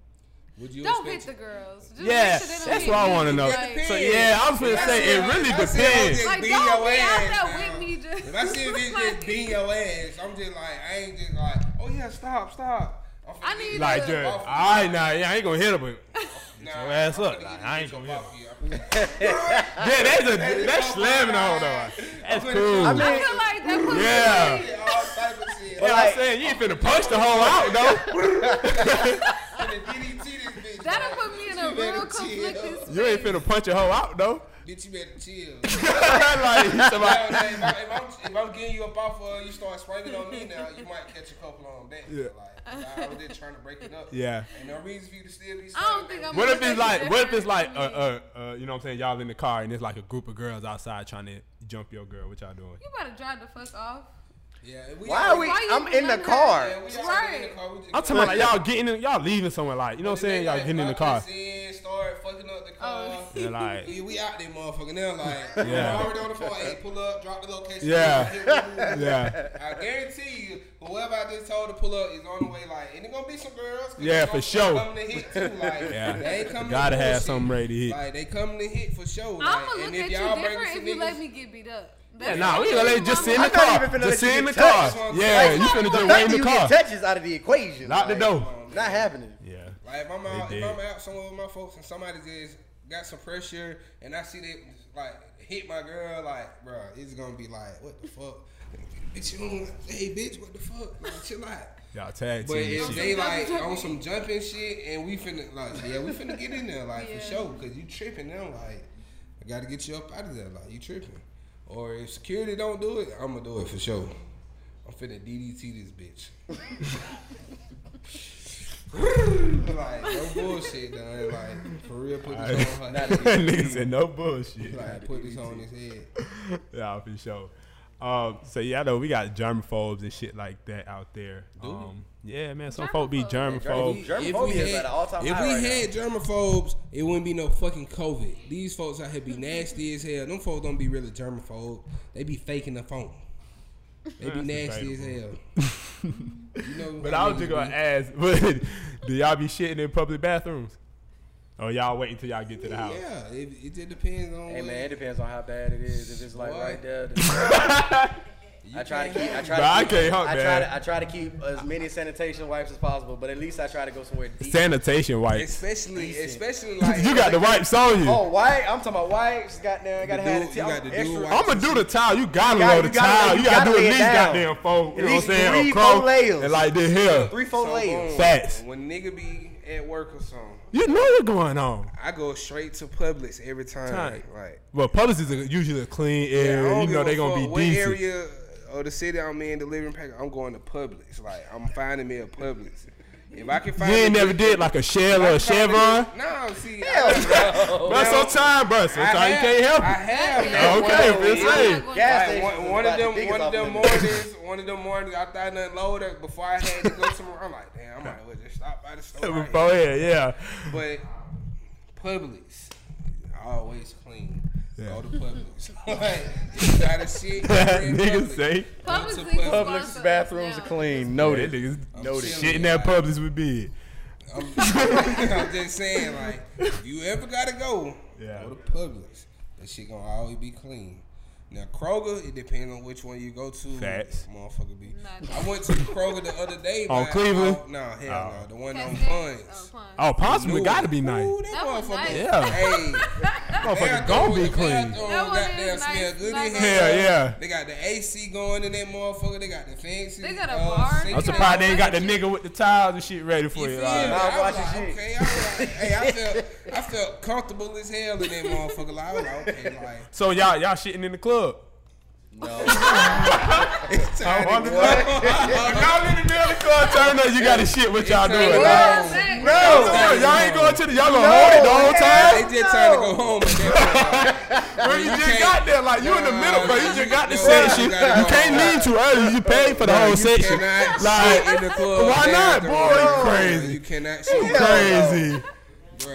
[SPEAKER 2] Would you
[SPEAKER 3] Don't hit
[SPEAKER 2] expect
[SPEAKER 3] the girls. Just
[SPEAKER 1] Yeah,
[SPEAKER 3] make sure they don't
[SPEAKER 1] that's
[SPEAKER 3] hit
[SPEAKER 1] what I
[SPEAKER 3] you.
[SPEAKER 1] wanna know.
[SPEAKER 3] Like,
[SPEAKER 2] It
[SPEAKER 1] So yeah, I was gonna
[SPEAKER 2] If I
[SPEAKER 1] say
[SPEAKER 2] see
[SPEAKER 1] it
[SPEAKER 2] a-
[SPEAKER 1] really
[SPEAKER 2] if I see a hoe
[SPEAKER 1] depends.
[SPEAKER 2] just
[SPEAKER 3] Like,
[SPEAKER 2] beat
[SPEAKER 3] don't
[SPEAKER 2] your
[SPEAKER 3] be out
[SPEAKER 2] ass,
[SPEAKER 3] there
[SPEAKER 2] now,
[SPEAKER 3] with me, just-
[SPEAKER 2] If I see a bitch
[SPEAKER 3] Like-
[SPEAKER 2] just beat your ass, I'm just like, I ain't just like, oh yeah, stop, stop. I'm finna
[SPEAKER 3] I
[SPEAKER 2] get-
[SPEAKER 3] need
[SPEAKER 1] Like,
[SPEAKER 3] a,
[SPEAKER 1] yeah, all right, now, yeah, I ain't gonna hit him. But
[SPEAKER 2] nah,
[SPEAKER 1] your ass
[SPEAKER 2] I'm
[SPEAKER 1] up.
[SPEAKER 2] finna
[SPEAKER 1] Like,
[SPEAKER 2] get
[SPEAKER 1] I
[SPEAKER 2] this
[SPEAKER 1] ain't
[SPEAKER 2] bitch
[SPEAKER 1] gonna
[SPEAKER 2] up
[SPEAKER 1] hit
[SPEAKER 2] off you.
[SPEAKER 1] yeah, that's a that's slamming on though. That's cool.
[SPEAKER 6] I
[SPEAKER 3] I
[SPEAKER 6] mean,
[SPEAKER 3] feel like that pussy.
[SPEAKER 1] yeah.
[SPEAKER 2] Yeah, all type of shit.
[SPEAKER 1] Yeah, I'm saying you ain't finna punch the whole out though.
[SPEAKER 2] I'm finna DDT this bitch.
[SPEAKER 3] That'll
[SPEAKER 2] like,
[SPEAKER 3] put me in a
[SPEAKER 2] you better
[SPEAKER 3] real
[SPEAKER 2] chill.
[SPEAKER 3] conflicted space.
[SPEAKER 1] You ain't finna punch a hoe out though.
[SPEAKER 2] Bitch, you better chill.
[SPEAKER 1] like somebody,
[SPEAKER 2] Now, if, I, if, I'm, if I'm getting you up off of her, you start swinging on me now, you might catch a couple on that.
[SPEAKER 1] Yeah.
[SPEAKER 2] Like, I was just trying to break it up.
[SPEAKER 1] yeah.
[SPEAKER 2] Ain't no reason for you to still be
[SPEAKER 3] I don't think I'm.
[SPEAKER 1] What if
[SPEAKER 3] gonna
[SPEAKER 1] it's
[SPEAKER 3] take
[SPEAKER 1] like? What if it's like?
[SPEAKER 3] different
[SPEAKER 1] Uh,
[SPEAKER 3] from me.
[SPEAKER 1] uh, uh, you know what I'm saying? Y'all in the car and it's like a group of girls outside trying to jump your girl. What y'all doing?
[SPEAKER 3] You better drive the fuck off.
[SPEAKER 2] Yeah, we
[SPEAKER 6] why are
[SPEAKER 2] all-
[SPEAKER 6] we?
[SPEAKER 3] Why you
[SPEAKER 6] I'm in the
[SPEAKER 3] remember-
[SPEAKER 6] car.
[SPEAKER 2] Yeah, we all
[SPEAKER 3] Right.
[SPEAKER 2] in the car, we just-
[SPEAKER 1] I'm talking about like y'all getting, in, y'all leaving somewhere. Like you know what I'm saying? Y'all
[SPEAKER 2] Like,
[SPEAKER 1] getting in the
[SPEAKER 2] fuck
[SPEAKER 1] car.
[SPEAKER 2] us in, start fucking up the car.
[SPEAKER 3] Oh.
[SPEAKER 1] They're like,
[SPEAKER 2] Yeah, we out there, motherfucker. Now, like,
[SPEAKER 1] Yeah.
[SPEAKER 2] we're already on the phone. Hey, pull up, drop the location.
[SPEAKER 1] Yeah.
[SPEAKER 2] hit what we do.
[SPEAKER 1] yeah,
[SPEAKER 2] I guarantee you, whoever I just told to pull up is on the way. Like, and it gonna be some girls. 'cause
[SPEAKER 1] Yeah,
[SPEAKER 2] they
[SPEAKER 1] for
[SPEAKER 2] gonna-
[SPEAKER 1] sure.
[SPEAKER 2] They coming to hit too. Like,
[SPEAKER 1] Yeah.
[SPEAKER 2] they ain't coming.
[SPEAKER 1] gotta
[SPEAKER 2] to
[SPEAKER 1] have
[SPEAKER 2] bullshit.
[SPEAKER 1] something ready to hit.
[SPEAKER 2] Like, they coming to hit for sure. Like,
[SPEAKER 3] I'm gonna
[SPEAKER 2] and
[SPEAKER 3] look
[SPEAKER 2] if
[SPEAKER 3] at
[SPEAKER 2] y'all
[SPEAKER 3] you
[SPEAKER 2] bringing
[SPEAKER 3] different
[SPEAKER 2] some
[SPEAKER 3] if you
[SPEAKER 2] niggas-
[SPEAKER 3] let me get beat up.
[SPEAKER 1] yeah.
[SPEAKER 3] That's
[SPEAKER 1] Nah, we ain't gonna let you just sit in the
[SPEAKER 6] I'm not
[SPEAKER 1] car.
[SPEAKER 6] even
[SPEAKER 1] Just
[SPEAKER 6] finna let you
[SPEAKER 1] sit in the
[SPEAKER 6] get
[SPEAKER 1] car.
[SPEAKER 6] touched.
[SPEAKER 1] Yeah,
[SPEAKER 2] Like,
[SPEAKER 1] you finna just wait
[SPEAKER 6] Thank
[SPEAKER 1] in
[SPEAKER 6] you
[SPEAKER 1] the car.
[SPEAKER 6] get touches out of the equation.
[SPEAKER 1] Lock the
[SPEAKER 6] like,
[SPEAKER 1] door.
[SPEAKER 6] Not happening.
[SPEAKER 1] Yeah.
[SPEAKER 2] Like if I'm out,
[SPEAKER 1] They
[SPEAKER 2] if
[SPEAKER 1] did.
[SPEAKER 2] I'm out somewhere with my folks and somebody just got some pressure and I see they like hit my girl, like bro, it's gonna be like what the fuck, bitch. You don't, hey bitch, what the fuck? Like, chill out.
[SPEAKER 1] Y'all tag
[SPEAKER 2] But
[SPEAKER 1] team
[SPEAKER 2] if
[SPEAKER 1] and
[SPEAKER 2] they
[SPEAKER 1] shit.
[SPEAKER 2] like on some jumping shit and we finna like yeah we finna get in there like
[SPEAKER 3] Yeah.
[SPEAKER 2] for sure because you tripping them like I gotta get you up out of there like you tripping or if security don't do it I'm gonna do it for sure I'm finna DDT this bitch like no bullshit done like for real put this on her head.
[SPEAKER 1] Niggas said no bullshit.
[SPEAKER 2] like put this on his head
[SPEAKER 1] Yeah, for sure. Um, so yeah, I know we got germaphobes and shit like that out there.
[SPEAKER 2] we?
[SPEAKER 1] Um, yeah, man, some folk be germaphobes.
[SPEAKER 3] Germaphobes.
[SPEAKER 6] Germaphobes. Germophobia Oh, is at an all-time
[SPEAKER 2] if
[SPEAKER 6] high
[SPEAKER 2] we
[SPEAKER 6] right now.
[SPEAKER 2] had germaphobes, it wouldn't be no fucking COVID. These folks out here be nasty as hell. Them folks don't be really germaphobes. They be faking the phone. They be
[SPEAKER 1] That's
[SPEAKER 2] nasty as hell. you know,
[SPEAKER 1] But
[SPEAKER 2] how
[SPEAKER 1] I was
[SPEAKER 2] niggas
[SPEAKER 1] just gonna
[SPEAKER 2] be.
[SPEAKER 1] ask, but do y'all be shitting in public bathrooms? Or y'all wait until y'all get to the house?
[SPEAKER 2] Yeah, it, it just depends on.
[SPEAKER 6] Hey
[SPEAKER 2] what-
[SPEAKER 6] man, it depends on how bad it is. If it's like
[SPEAKER 2] Boy.
[SPEAKER 6] right there, then-
[SPEAKER 2] You
[SPEAKER 6] I try to
[SPEAKER 2] can't
[SPEAKER 6] keep. I try.
[SPEAKER 1] Bro, I
[SPEAKER 6] to keep,
[SPEAKER 1] can't help
[SPEAKER 6] I try,
[SPEAKER 1] that.
[SPEAKER 6] to, I try to keep as many sanitation wipes as possible, but at least I try to go somewhere deep.
[SPEAKER 1] Sanitation wipes.
[SPEAKER 2] Especially,
[SPEAKER 6] Decent.
[SPEAKER 2] especially like
[SPEAKER 1] You got the wipes on you.
[SPEAKER 6] oh, white. I'm talking about wipes. Goddamn, gotta
[SPEAKER 2] The
[SPEAKER 6] have
[SPEAKER 2] dude-
[SPEAKER 6] the
[SPEAKER 2] you
[SPEAKER 6] I'm
[SPEAKER 2] got the dude
[SPEAKER 6] extra-
[SPEAKER 2] wipes.
[SPEAKER 1] I'ma do the towel. You gotta
[SPEAKER 6] You gotta-
[SPEAKER 1] roll the
[SPEAKER 6] you gotta-
[SPEAKER 1] towel.
[SPEAKER 6] you
[SPEAKER 1] You gotta do
[SPEAKER 6] gotta
[SPEAKER 1] at
[SPEAKER 6] lay it
[SPEAKER 1] least
[SPEAKER 6] down.
[SPEAKER 1] goddamn four. You
[SPEAKER 6] At
[SPEAKER 1] know what I'm
[SPEAKER 6] least
[SPEAKER 1] saying?
[SPEAKER 6] three,
[SPEAKER 1] Or
[SPEAKER 6] four
[SPEAKER 1] cross
[SPEAKER 6] layers.
[SPEAKER 1] and like this here.
[SPEAKER 6] Three, four
[SPEAKER 2] So,
[SPEAKER 6] layers.
[SPEAKER 2] boom,
[SPEAKER 1] Facts.
[SPEAKER 2] When nigga be at work or something,
[SPEAKER 1] You know what's going on.
[SPEAKER 2] I go straight to Publix every time.
[SPEAKER 1] Time.
[SPEAKER 2] Like
[SPEAKER 1] But Publix is a, usually a clean
[SPEAKER 2] Yeah, I
[SPEAKER 1] area. you
[SPEAKER 2] don't
[SPEAKER 1] know
[SPEAKER 2] give a
[SPEAKER 1] they gonna
[SPEAKER 2] fuck
[SPEAKER 1] be
[SPEAKER 2] what
[SPEAKER 1] decent.
[SPEAKER 2] area or the city I'm in delivering package. I'm going to Publix. Like I'm finding me a Publix. If I can find,
[SPEAKER 1] You ain't
[SPEAKER 2] me-
[SPEAKER 1] never did like a Shell or a
[SPEAKER 2] if I can find
[SPEAKER 1] Chevron.
[SPEAKER 2] me- No, see,
[SPEAKER 1] Bro, sometime, bro. Sometimes you can't help
[SPEAKER 2] I
[SPEAKER 1] it.
[SPEAKER 2] have.
[SPEAKER 3] Yeah.
[SPEAKER 2] had one
[SPEAKER 1] Okay,
[SPEAKER 2] of
[SPEAKER 1] feel
[SPEAKER 2] those.
[SPEAKER 3] I'm
[SPEAKER 1] safe.
[SPEAKER 3] not gonna
[SPEAKER 2] Like,
[SPEAKER 6] Gas stations
[SPEAKER 2] one,
[SPEAKER 6] is
[SPEAKER 2] one of
[SPEAKER 6] about to
[SPEAKER 2] them,
[SPEAKER 6] dig
[SPEAKER 2] one of
[SPEAKER 6] us off
[SPEAKER 2] them
[SPEAKER 6] the list.
[SPEAKER 2] mornings, one of them mornings, I thought nothing loaded up before I had to go somewhere. I'm like, damn, I might as well just stop by the store. right
[SPEAKER 1] Before, yeah, yeah.
[SPEAKER 2] But Publix always clean.
[SPEAKER 1] Yeah.
[SPEAKER 2] Go to Publix. like, you gotta shit. in
[SPEAKER 1] Niggas
[SPEAKER 2] Publix.
[SPEAKER 1] say.
[SPEAKER 3] Publix,
[SPEAKER 2] Publix
[SPEAKER 3] needs to
[SPEAKER 2] bathrooms
[SPEAKER 3] sponsor us now.
[SPEAKER 1] Noted. Yeah, that niggas
[SPEAKER 2] Noted.
[SPEAKER 1] Shit in that Publix would be.
[SPEAKER 2] I'm, I'm just saying, like, if you ever gotta go,
[SPEAKER 1] Yeah.
[SPEAKER 2] go to Publix. That shit gonna always be clean. Now Kroger, it depends on which one you go to.
[SPEAKER 1] Facts.
[SPEAKER 2] Motherfucker be.
[SPEAKER 3] Not-
[SPEAKER 2] I went to Kroger the other day.
[SPEAKER 1] On
[SPEAKER 2] but-
[SPEAKER 1] Cleveland?
[SPEAKER 2] Oh, no, hell no. The one on
[SPEAKER 3] That's
[SPEAKER 2] Punch.
[SPEAKER 3] it. Oh, Punch.
[SPEAKER 1] Oh, possibly
[SPEAKER 2] Ooh,
[SPEAKER 1] gotta be nice.
[SPEAKER 2] Ooh, that,
[SPEAKER 3] That was
[SPEAKER 2] motherfucker.
[SPEAKER 3] nice.
[SPEAKER 1] Yeah,
[SPEAKER 2] Hey,
[SPEAKER 1] motherfucker,
[SPEAKER 2] bathroom-
[SPEAKER 1] gonna be
[SPEAKER 2] the
[SPEAKER 1] clean.
[SPEAKER 2] bathroom
[SPEAKER 3] That one
[SPEAKER 2] goddamn
[SPEAKER 3] is nice.
[SPEAKER 2] smell good
[SPEAKER 3] Like
[SPEAKER 2] in
[SPEAKER 3] a-
[SPEAKER 2] here.
[SPEAKER 1] Hell yeah.
[SPEAKER 2] They got the AC going in that motherfucker. They got the fancy.
[SPEAKER 3] They got a
[SPEAKER 2] uh,
[SPEAKER 3] bar.
[SPEAKER 2] sink.
[SPEAKER 1] I'm surprised they ain't got the nigga with the towels and shit ready
[SPEAKER 2] You
[SPEAKER 1] for you.
[SPEAKER 2] feel
[SPEAKER 1] like.
[SPEAKER 2] me?
[SPEAKER 6] Nah,
[SPEAKER 2] I was
[SPEAKER 6] watch
[SPEAKER 2] like,
[SPEAKER 6] your shit.
[SPEAKER 2] okay, I was like, hey, I felt, I felt comfortable as hell in that motherfucker. Like, I was like, okay, like,
[SPEAKER 1] So y'all, y'all shitting in the club.
[SPEAKER 2] it's time
[SPEAKER 1] I'm
[SPEAKER 2] to
[SPEAKER 1] the
[SPEAKER 2] go.
[SPEAKER 1] y'all in the daily club turn up. You got to shit. What y'all doing?
[SPEAKER 2] It's
[SPEAKER 1] Like.
[SPEAKER 2] time
[SPEAKER 3] That's it.
[SPEAKER 1] Y'all ain't going to the y'all gonna hold it the whole time.
[SPEAKER 2] They just trying to go home. at that point.
[SPEAKER 1] Bro, you, just
[SPEAKER 2] can't-
[SPEAKER 1] got there like you in the
[SPEAKER 2] Nah,
[SPEAKER 1] middle, bro. You just got the
[SPEAKER 2] nah,
[SPEAKER 1] section.
[SPEAKER 2] you gotta
[SPEAKER 1] You
[SPEAKER 2] go.
[SPEAKER 1] can't leave too early. You paid for the whole
[SPEAKER 2] You
[SPEAKER 1] section.
[SPEAKER 2] cannot
[SPEAKER 1] Like,
[SPEAKER 2] shit in the club.
[SPEAKER 1] why not,
[SPEAKER 2] bathroom,
[SPEAKER 1] boy? You
[SPEAKER 2] bro.
[SPEAKER 1] crazy.
[SPEAKER 2] You cannot shit. in the
[SPEAKER 1] Crazy.
[SPEAKER 2] club, bro.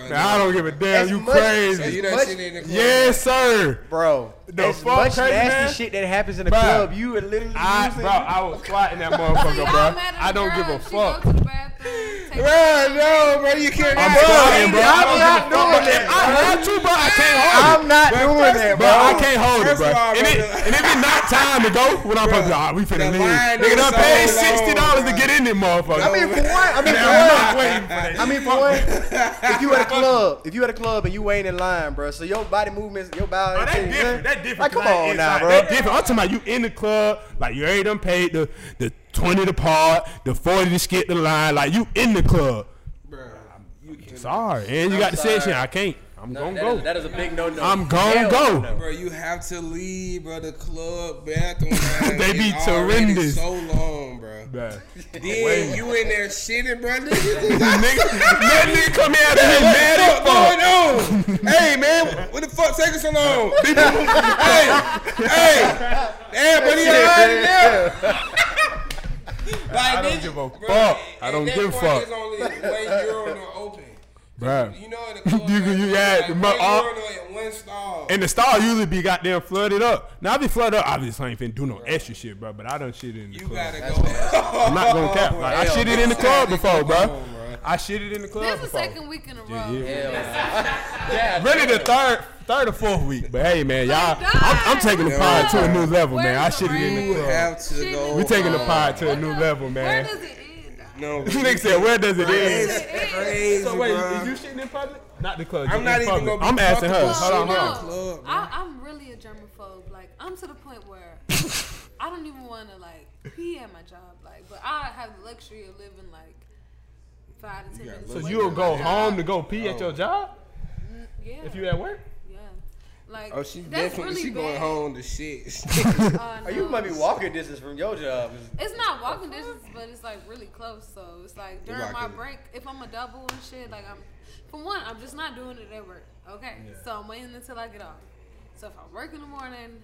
[SPEAKER 1] Now, I don't give a damn.
[SPEAKER 6] As
[SPEAKER 1] You
[SPEAKER 6] much-
[SPEAKER 2] So you
[SPEAKER 1] crazy.
[SPEAKER 2] done
[SPEAKER 6] Much-
[SPEAKER 2] shit in the club.
[SPEAKER 1] Yes, sir.
[SPEAKER 6] bro.
[SPEAKER 1] The
[SPEAKER 6] as
[SPEAKER 1] fuck,
[SPEAKER 6] much
[SPEAKER 1] crazy
[SPEAKER 6] nasty
[SPEAKER 1] man?
[SPEAKER 6] shit that happens in the
[SPEAKER 1] Bruh.
[SPEAKER 6] club, you are literally
[SPEAKER 1] I,
[SPEAKER 6] using.
[SPEAKER 1] bro, I was squatting that
[SPEAKER 3] So
[SPEAKER 1] motherfucker,
[SPEAKER 3] y'all
[SPEAKER 1] bro.
[SPEAKER 3] mad at
[SPEAKER 1] I
[SPEAKER 3] the
[SPEAKER 1] don't give a
[SPEAKER 3] girl if she
[SPEAKER 1] fuck.
[SPEAKER 3] go to the bathroom, take a
[SPEAKER 2] Bro,
[SPEAKER 3] shit.
[SPEAKER 2] no, bro, you can't.
[SPEAKER 1] I'm
[SPEAKER 2] Bro,
[SPEAKER 1] squatting, bro. I don't
[SPEAKER 6] I'm not
[SPEAKER 1] give a fuck. If
[SPEAKER 6] doing
[SPEAKER 1] I
[SPEAKER 6] that,
[SPEAKER 1] had to, bro, I can't hold it.
[SPEAKER 6] I'm not
[SPEAKER 2] Bro,
[SPEAKER 6] doing
[SPEAKER 2] first
[SPEAKER 6] that,
[SPEAKER 2] of
[SPEAKER 1] Bro,
[SPEAKER 6] bro.
[SPEAKER 1] I can't hold it,
[SPEAKER 2] First
[SPEAKER 1] bro.
[SPEAKER 2] of all,
[SPEAKER 1] and, it,
[SPEAKER 2] brother.
[SPEAKER 1] and if it's not time to go, when I'm supposed to,
[SPEAKER 2] Bruh,
[SPEAKER 1] ah, we finna
[SPEAKER 2] the
[SPEAKER 1] leave.
[SPEAKER 2] line
[SPEAKER 1] Nigga, done
[SPEAKER 2] is so
[SPEAKER 1] paid
[SPEAKER 2] long,
[SPEAKER 1] sixty dollars to
[SPEAKER 2] bruh.
[SPEAKER 1] get in this motherfucker.
[SPEAKER 6] I mean, for one, I mean,
[SPEAKER 1] Man, I'm
[SPEAKER 6] for
[SPEAKER 1] not
[SPEAKER 6] one,
[SPEAKER 1] waiting for that.
[SPEAKER 6] I mean, for one, if you at a club, if you at a club and you ain't in line, bro, so your body movements, your body.
[SPEAKER 1] Oh, that's different. That's different.
[SPEAKER 6] Like,
[SPEAKER 1] 'cause
[SPEAKER 6] come
[SPEAKER 1] I
[SPEAKER 6] on
[SPEAKER 1] ain't
[SPEAKER 6] now,
[SPEAKER 1] inside.
[SPEAKER 6] bro.
[SPEAKER 1] That's different. I'm talking about you in the club, like you already done paid the the twenty to part, the forty to skip the line. Like you in the club.
[SPEAKER 2] Bro, you cannot.
[SPEAKER 1] Sorry, and you got the
[SPEAKER 6] sorry.
[SPEAKER 1] section. I can't. I'm gonna go.
[SPEAKER 6] that is a big no no.
[SPEAKER 1] I'm gonna go.
[SPEAKER 2] Bro, you have to leave, bro. The club bathroom line
[SPEAKER 1] They
[SPEAKER 2] is
[SPEAKER 1] be
[SPEAKER 2] already
[SPEAKER 1] horrendous.
[SPEAKER 2] So long, bro.
[SPEAKER 1] Bruh.
[SPEAKER 2] Then you in there shitting, bro. Nigga,
[SPEAKER 1] nigga, that nigga come here after me mad as fuck.
[SPEAKER 2] What's going on? hey, man, what the fuck taking so long? People, hey, hey, everybody already there. Like, I
[SPEAKER 1] don't give a fuck. I don't give a fuck.
[SPEAKER 2] Is only one urinal open.
[SPEAKER 1] Bruh.
[SPEAKER 2] You know, in the club,
[SPEAKER 1] You can- you
[SPEAKER 2] like,
[SPEAKER 1] had
[SPEAKER 2] like
[SPEAKER 1] the
[SPEAKER 2] one
[SPEAKER 1] mu- all-
[SPEAKER 2] urinal and one stall.
[SPEAKER 1] And the stall usually be goddamn flooded up. Now I be flooded up. Obviously, I ain't finna do no extra shit, bro. But I done shit in the
[SPEAKER 2] you
[SPEAKER 1] club.
[SPEAKER 2] gotta go.
[SPEAKER 1] I'm not gonna cap. Like, I
[SPEAKER 6] Hell,
[SPEAKER 1] shit it in the
[SPEAKER 2] that's
[SPEAKER 1] club
[SPEAKER 2] how they
[SPEAKER 1] before,
[SPEAKER 2] come
[SPEAKER 1] bro.
[SPEAKER 2] on, bruh.
[SPEAKER 1] I shit it in the club
[SPEAKER 3] This is the
[SPEAKER 1] before.
[SPEAKER 3] second week in a row.
[SPEAKER 1] yeah.
[SPEAKER 6] Yeah,
[SPEAKER 1] Really, the third, third or fourth week. But hey, man, y'all,
[SPEAKER 3] Oh God.
[SPEAKER 1] I'm, I'm taking the pod to a new level, man. I
[SPEAKER 3] Where's the
[SPEAKER 1] shit it in
[SPEAKER 2] You
[SPEAKER 1] the club.
[SPEAKER 2] have to
[SPEAKER 3] Shit is
[SPEAKER 2] go.
[SPEAKER 1] We taking the
[SPEAKER 2] home.
[SPEAKER 1] pod to a new level,
[SPEAKER 3] Where
[SPEAKER 1] man.
[SPEAKER 3] does it end? at?
[SPEAKER 2] No, bro.
[SPEAKER 1] Nigga said, where does it
[SPEAKER 2] It's
[SPEAKER 1] end?
[SPEAKER 3] It
[SPEAKER 2] crazy, bruh.
[SPEAKER 1] shitting in public? Not the club. just
[SPEAKER 2] I'm not
[SPEAKER 1] in
[SPEAKER 2] even
[SPEAKER 1] public.
[SPEAKER 2] gonna be
[SPEAKER 1] I'm asking her.
[SPEAKER 2] comfortable
[SPEAKER 1] Hold on, hold on.
[SPEAKER 2] shitting. Club, bro.
[SPEAKER 3] I, I'm really a germaphobe. Like I'm to the point where I don't even want to like pee at my job. Like, but I have the luxury of living like five to ten minutes.
[SPEAKER 1] So
[SPEAKER 3] away
[SPEAKER 1] you'll
[SPEAKER 3] from
[SPEAKER 1] go
[SPEAKER 3] my
[SPEAKER 1] home
[SPEAKER 3] job.
[SPEAKER 1] to go pee at your job
[SPEAKER 3] Yeah.
[SPEAKER 1] if you at work?
[SPEAKER 3] yeah. Like
[SPEAKER 2] Oh, she
[SPEAKER 3] that's
[SPEAKER 2] definitely
[SPEAKER 3] really
[SPEAKER 2] she going
[SPEAKER 3] bad.
[SPEAKER 2] home to shit.
[SPEAKER 3] Uh,
[SPEAKER 6] Or you
[SPEAKER 3] no.
[SPEAKER 6] might be walking distance from your job.
[SPEAKER 3] It's not walking distance, but it's like really close. So it's like during
[SPEAKER 2] like
[SPEAKER 3] my
[SPEAKER 2] it.
[SPEAKER 3] break, if I'm a double and shit, like I'm, for one, I'm just not doing it at work. Okay, so I'm waiting until I get off. So if I work in the morning,